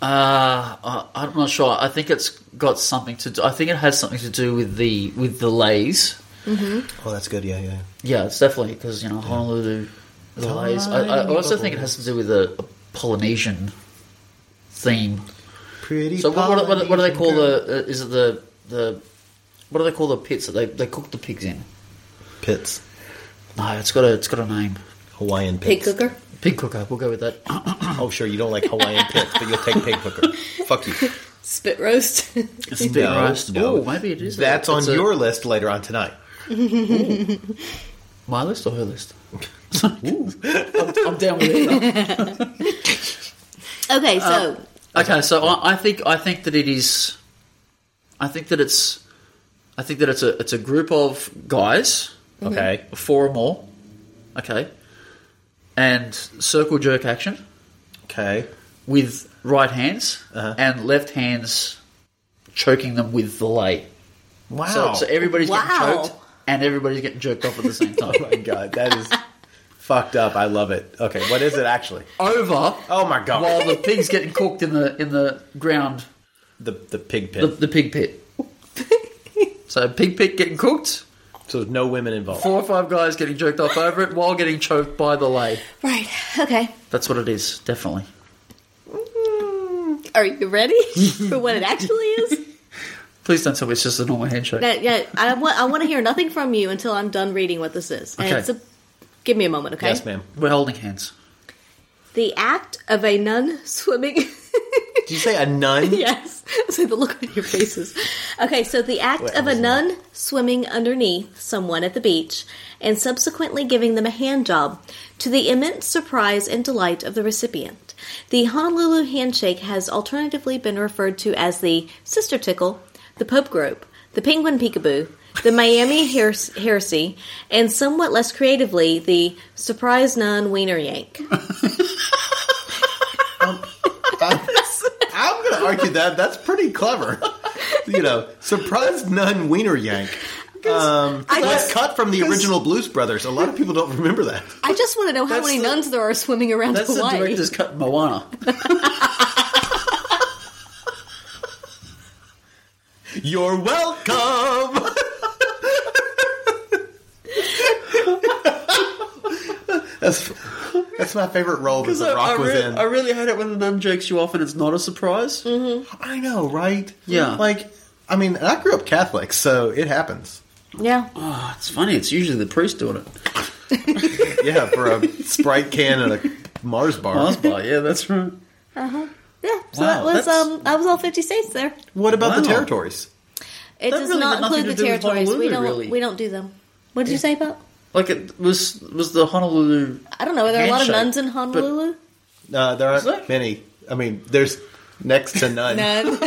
Speaker 6: Uh, I, I'm not sure. I think it's got something to do. I think it has something to do with the with the lays.
Speaker 4: Oh, that's good. Yeah, yeah.
Speaker 6: Yeah, it's definitely because you know Honolulu the lays. I, I also think it has to do with a, a Polynesian theme.
Speaker 4: Pretty.
Speaker 6: So what, what, what, what do they call
Speaker 4: Polynesian
Speaker 6: the? Uh, is it the the? What do they call the pits that they, they cook the pigs in?
Speaker 4: girl. pits?
Speaker 6: No, it's got a it's got a name.
Speaker 4: Hawaiian
Speaker 5: Pig
Speaker 4: pits.
Speaker 5: cooker?
Speaker 6: Pig cooker. We'll go with that.
Speaker 4: Oh, sure. You don't like Hawaiian pits, but you'll take pig
Speaker 6: <laughs>
Speaker 4: hooker. Fuck you.
Speaker 5: Spit roast?
Speaker 6: It's pig roast. Ooh, maybe it is. a-
Speaker 4: That's on
Speaker 6: it's a-
Speaker 4: your list later on tonight.
Speaker 6: my list or her list. <laughs> I'm, I'm down with either.
Speaker 5: okay,
Speaker 4: Oh.
Speaker 5: so
Speaker 6: Okay, so I, I think I think that it is. I think that it's. I think that it's a it's a group of guys,
Speaker 4: Okay.
Speaker 6: four or more, okay, and circle jerk action
Speaker 4: Okay.
Speaker 6: with right hands
Speaker 4: Uh-huh.
Speaker 6: and left hands choking them with the lay.
Speaker 4: Wow.
Speaker 6: So, so everybody's
Speaker 5: Wow.
Speaker 6: getting choked and everybody's getting jerked off at the same time.
Speaker 4: <laughs> <laughs> oh my god, that is fucked up. I love it. Okay, what is it actually?
Speaker 6: Over
Speaker 4: Oh my god,
Speaker 6: while the pig's getting cooked in the in the ground
Speaker 4: the the pig pit.
Speaker 6: the, the pig
Speaker 4: <laughs>
Speaker 6: pit. so pig pit getting cooked,
Speaker 4: so no women involved.
Speaker 6: four or five guys getting jerked off over it while getting choked by the lay.
Speaker 5: right, okay.
Speaker 6: That's what it is, definitely.
Speaker 5: Mm-hmm. Are you ready <laughs> for what it actually is? <laughs>
Speaker 6: Please don't tell me it's just a normal handshake.
Speaker 5: That- yeah, I want I want to hear nothing from you until I'm done reading what this is. And
Speaker 6: Okay.
Speaker 5: it's a, give me a moment, okay?
Speaker 4: Yes, ma'am.
Speaker 6: We're holding hands.
Speaker 5: The act of a nun swimming. <laughs>
Speaker 4: Did you say
Speaker 6: <laughs>
Speaker 4: a nun?
Speaker 5: yes. So the look on your faces. Okay, so the act
Speaker 4: Wait,
Speaker 5: of
Speaker 4: I
Speaker 5: a
Speaker 4: was
Speaker 5: nun swimming underneath someone at the beach and subsequently giving them a hand job to the immense surprise and delight of the recipient. The Honolulu handshake has alternatively been referred to as the sister tickle, the pope grope, the penguin peekaboo, the Miami
Speaker 4: <laughs>
Speaker 5: her- heresy, and somewhat less creatively, the surprise nun wiener yank.
Speaker 4: I'm gonna argue that that's pretty clever. You know, surprise nun wiener yank. Um,
Speaker 5: I
Speaker 4: that's
Speaker 5: just-
Speaker 4: cut from the original Blues Brothers. A lot of people don't remember that.
Speaker 5: I just want to know how
Speaker 6: That's
Speaker 5: many
Speaker 6: the-
Speaker 5: nuns there are swimming around
Speaker 6: That's the
Speaker 5: Hawaii.
Speaker 6: director's cut <laughs> Moana.
Speaker 4: You're welcome. That's that's my favorite role that
Speaker 6: Because
Speaker 4: The
Speaker 6: I, I,
Speaker 4: Rock was
Speaker 6: re-
Speaker 4: in.
Speaker 6: I really hate it when a nun jerks you off and it's not a surprise.
Speaker 4: I know, right?
Speaker 6: Yeah.
Speaker 4: Like, I mean, and I grew up Catholic, so it happens.
Speaker 5: Yeah.
Speaker 6: Oh, it's funny. It's usually the priest doing it.
Speaker 4: Yeah, for a Sprite can and a Mars bar.
Speaker 6: Mars bar, yeah, that's right.
Speaker 5: Yeah. So
Speaker 6: Wow,
Speaker 5: that was
Speaker 6: that's-
Speaker 5: um that was all fifty states there.
Speaker 4: What about the
Speaker 6: Wow.
Speaker 4: territories?
Speaker 5: It
Speaker 6: That
Speaker 5: does
Speaker 6: really
Speaker 5: not
Speaker 6: had nothing
Speaker 5: include the
Speaker 6: to do with
Speaker 5: territories. We
Speaker 6: Honolulu,
Speaker 5: don't
Speaker 6: really.
Speaker 5: we don't do them. What did you say about?
Speaker 6: Like it was was the Honolulu.
Speaker 5: I don't know. Are there a lot of
Speaker 6: Handshake,
Speaker 5: nuns in
Speaker 6: but- <laughs>
Speaker 5: Honolulu?
Speaker 4: Uh, there aren't
Speaker 6: there?
Speaker 4: many. I mean, there's next to none.
Speaker 5: None.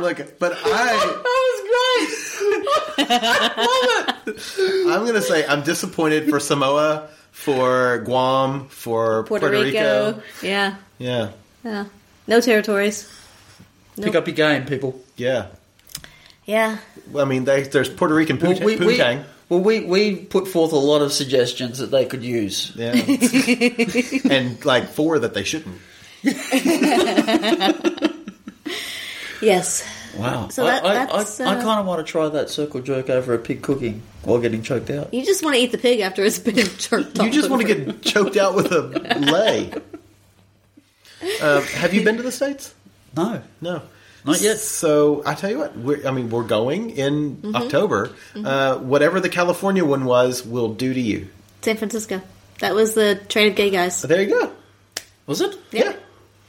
Speaker 4: Look, but I,
Speaker 6: That was great.
Speaker 4: I'm gonna say I'm disappointed for Samoa, for Guam, for
Speaker 5: Puerto, Rico. Yeah.
Speaker 4: Yeah,
Speaker 5: Yeah. No territories.
Speaker 6: Pick up your game, people.
Speaker 4: yeah.
Speaker 5: Yeah.
Speaker 4: Well, I mean, they, there's Puerto Rican
Speaker 6: Well,
Speaker 4: poontang.
Speaker 6: we, we, <laughs>
Speaker 4: poontang.
Speaker 6: well we, we put forth a lot of suggestions that they could use.
Speaker 4: Yeah. and like four that they shouldn't.
Speaker 5: Yes.
Speaker 6: Wow.
Speaker 5: So that-
Speaker 6: I, I,
Speaker 5: that's,
Speaker 6: I,
Speaker 5: uh,
Speaker 6: I kind of want to try that circle jerk over a pig cooking while getting choked out.
Speaker 5: You just want to eat the pig after it's been <laughs> jerked
Speaker 4: You just want to get choked out with a lay. Uh, have you been to the states?
Speaker 6: No.
Speaker 4: No,
Speaker 6: Not yet.
Speaker 4: So I tell you what, we're, I mean, we're going in
Speaker 6: Mm-hmm.
Speaker 4: October. Uh, whatever the California one was, will do to you.
Speaker 5: San Francisco. That was the trade of gay guys.
Speaker 4: So there you go.
Speaker 6: Was it?
Speaker 5: Yeah.
Speaker 4: Yeah.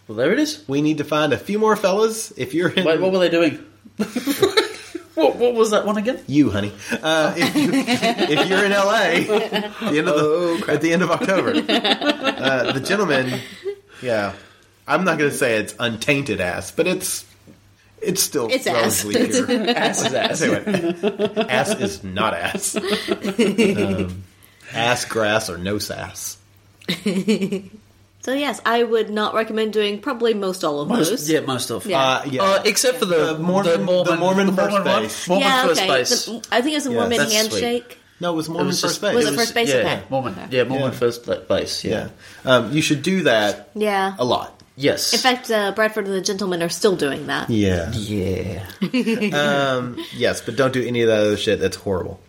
Speaker 6: Well, there it is.
Speaker 4: We need to find a few more fellas. If you're in,
Speaker 6: Wait, what were they doing? <laughs> what, what was that one again?
Speaker 4: you, honey. Uh,
Speaker 5: <laughs>
Speaker 4: if, you, if you're in LA, at the end of the,
Speaker 5: Oh,
Speaker 4: at the end
Speaker 5: <laughs>
Speaker 4: of October, uh, the gentleman. Yeah, I'm not going to say it's untainted ass, but it's it's still
Speaker 5: It's <laughs> ass.
Speaker 4: relatively pure.
Speaker 6: Ass is ass.
Speaker 4: Say what? ass is
Speaker 5: <laughs>
Speaker 4: not ass. Um, ass grass or no sass.
Speaker 5: So yes, I would not recommend doing probably most all of
Speaker 6: Most,
Speaker 5: those.
Speaker 6: yeah, most of.
Speaker 5: Yeah.
Speaker 4: Uh, yeah.
Speaker 6: Uh, except for the,
Speaker 4: The Mormon-
Speaker 6: the Mormon,
Speaker 4: the Mormon first
Speaker 6: one.
Speaker 4: base.
Speaker 6: Mormon
Speaker 5: Yeah,
Speaker 6: first
Speaker 5: okay.
Speaker 6: base.
Speaker 5: The- I think it was a
Speaker 4: Yeah,
Speaker 5: Mormon
Speaker 6: that's sweet.
Speaker 5: handshake.
Speaker 4: no, it was
Speaker 6: It
Speaker 4: Mormon first
Speaker 6: just-
Speaker 4: base.
Speaker 5: Was it first base?
Speaker 6: Yeah,
Speaker 5: Okay.
Speaker 6: Mormon. Yeah, Mormon
Speaker 4: Yeah.
Speaker 6: first bla- base. Yeah.
Speaker 4: Yeah, um, you should do that
Speaker 5: Yeah.
Speaker 4: a lot.
Speaker 6: Yes.
Speaker 5: In fact, uh, Bradford and the Gentlemen are still doing that.
Speaker 4: Yeah.
Speaker 6: yeah.
Speaker 4: Yes, but don't do any of that other shit. That's horrible.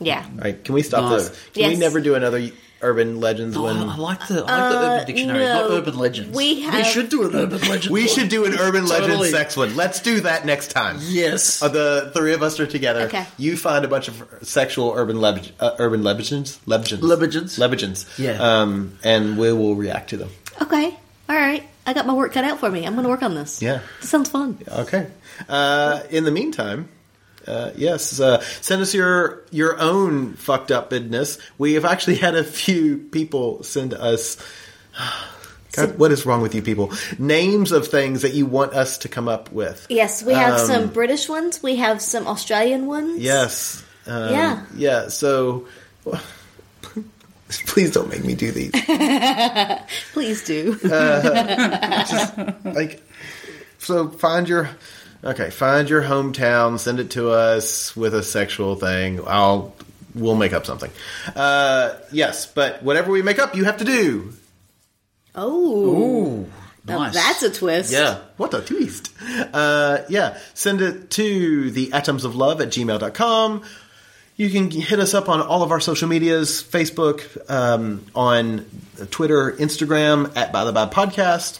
Speaker 5: Yeah.
Speaker 4: All right, can we stop
Speaker 6: No.
Speaker 4: this? Can we
Speaker 5: Yes.
Speaker 4: never do another urban legends
Speaker 6: Oh, <gasps>
Speaker 4: when
Speaker 6: I like the I like the
Speaker 5: Um, Uh,
Speaker 6: urban dictionary, not
Speaker 5: no.
Speaker 6: urban legends.
Speaker 5: We have-
Speaker 6: should do an urban legend.
Speaker 4: we
Speaker 6: one.
Speaker 4: should do an urban legend
Speaker 6: Totally.
Speaker 4: sex one. Let's do that next time.
Speaker 6: Yes.
Speaker 4: Uh, the three of us are together.
Speaker 5: Okay.
Speaker 4: You find a bunch of sexual urban leg- uh, urban legends, legends,
Speaker 6: Legends.
Speaker 4: legends.
Speaker 6: Yeah.
Speaker 4: Um, and we will react to them.
Speaker 5: Okay. All right. I got my work cut out for me. I'm going to work on this.
Speaker 4: Yeah.
Speaker 5: This sounds fun.
Speaker 4: Okay. Uh, in the meantime, uh, yes, uh, send us your your own fucked up business. We have actually had a few people send us. <sighs> God, what is wrong with you people? Names of things that you want us to come up with.
Speaker 5: Yes, we have some British ones. We have some Australian ones.
Speaker 4: Um, Yes. Um,
Speaker 5: Yeah.
Speaker 4: Yeah. So, <laughs> please don't make me do these.
Speaker 5: Please
Speaker 4: <laughs>
Speaker 5: do.
Speaker 4: Uh, like so find your okay find your hometown send it to us with a sexual thing i'll we'll make up something uh yes but whatever we make up you have to do
Speaker 5: oh.
Speaker 6: Ooh,
Speaker 5: now
Speaker 6: nice.
Speaker 5: That's a twist.
Speaker 6: yeah.
Speaker 4: what a twist uh yeah send it to the atoms of love at gmail.com you can hit us up on all of our social medias facebook um, on twitter instagram at by the by podcast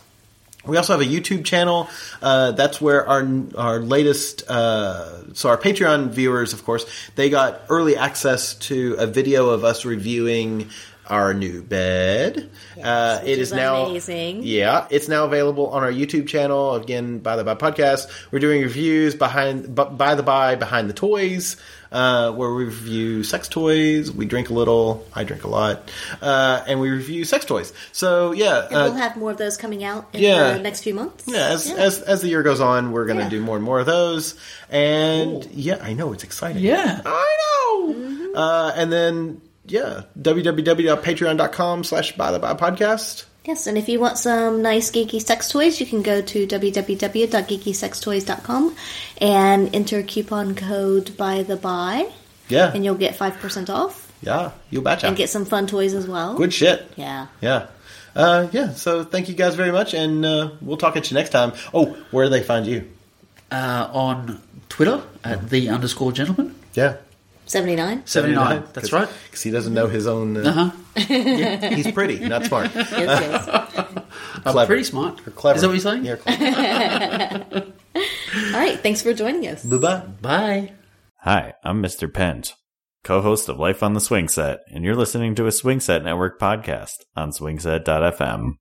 Speaker 4: We also have a YouTube channel. Uh, that's where our our latest. Uh, so our Patreon viewers, of course, they got early access to a video of us reviewing our new bed. uh,
Speaker 5: which
Speaker 4: it is,
Speaker 5: is
Speaker 4: now
Speaker 5: amazing.
Speaker 4: Yeah, it's now available on our YouTube channel. Again, by the by podcast, we're doing reviews behind bu- by the by behind the toys. Uh, where we review sex toys, we drink a little. I drink a lot, uh, and we review sex toys. So yeah,
Speaker 5: And
Speaker 4: uh,
Speaker 5: we'll have more of those coming out in
Speaker 4: yeah.
Speaker 5: the next few months.
Speaker 4: yeah, as, as as the year goes on, we're going to
Speaker 5: Yeah.
Speaker 4: do more and more of those. And yeah, I know it's exciting.
Speaker 6: Yeah. Mm-hmm.
Speaker 4: I know. Uh, and then yeah, www.patreon.com slash by the by podcast.
Speaker 5: Yes, and if you want some nice geeky sex toys, you can go to www.geekysextoys.com and enter coupon code by the by,
Speaker 4: Yeah,
Speaker 5: and you'll get 5% off
Speaker 4: yeah, you betcha.
Speaker 5: and get some fun toys as well.
Speaker 4: Good shit.
Speaker 5: Yeah.
Speaker 4: Yeah. Uh, yeah, so thank you guys very much, and uh, we'll talk at you next time. Oh, where do they find you?
Speaker 6: Uh, on Twitter at the underscore gentleman.
Speaker 4: Yeah.
Speaker 5: seventy nine.
Speaker 6: 79. That's right.
Speaker 4: Because he doesn't know his own. Uh, <laughs>
Speaker 6: Uh huh.
Speaker 4: He's pretty,
Speaker 6: <laughs>
Speaker 4: not smart.
Speaker 5: Yes, yes.
Speaker 4: Clever.
Speaker 6: Pretty smart.
Speaker 4: Or clever.
Speaker 6: Is that what you're saying?
Speaker 4: Yeah,
Speaker 6: <laughs>
Speaker 4: clever.
Speaker 5: <laughs> All right, thanks for joining us.
Speaker 4: Booba.
Speaker 6: Bye.
Speaker 9: Hi, I'm Mr. Pent, co host of Life on the Swing Set, and you're listening to a Swing Set Network podcast on swingset.fm.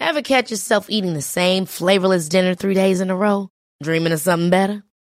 Speaker 3: Ever catch yourself eating the same flavorless dinner three days in a row? Dreaming of something better?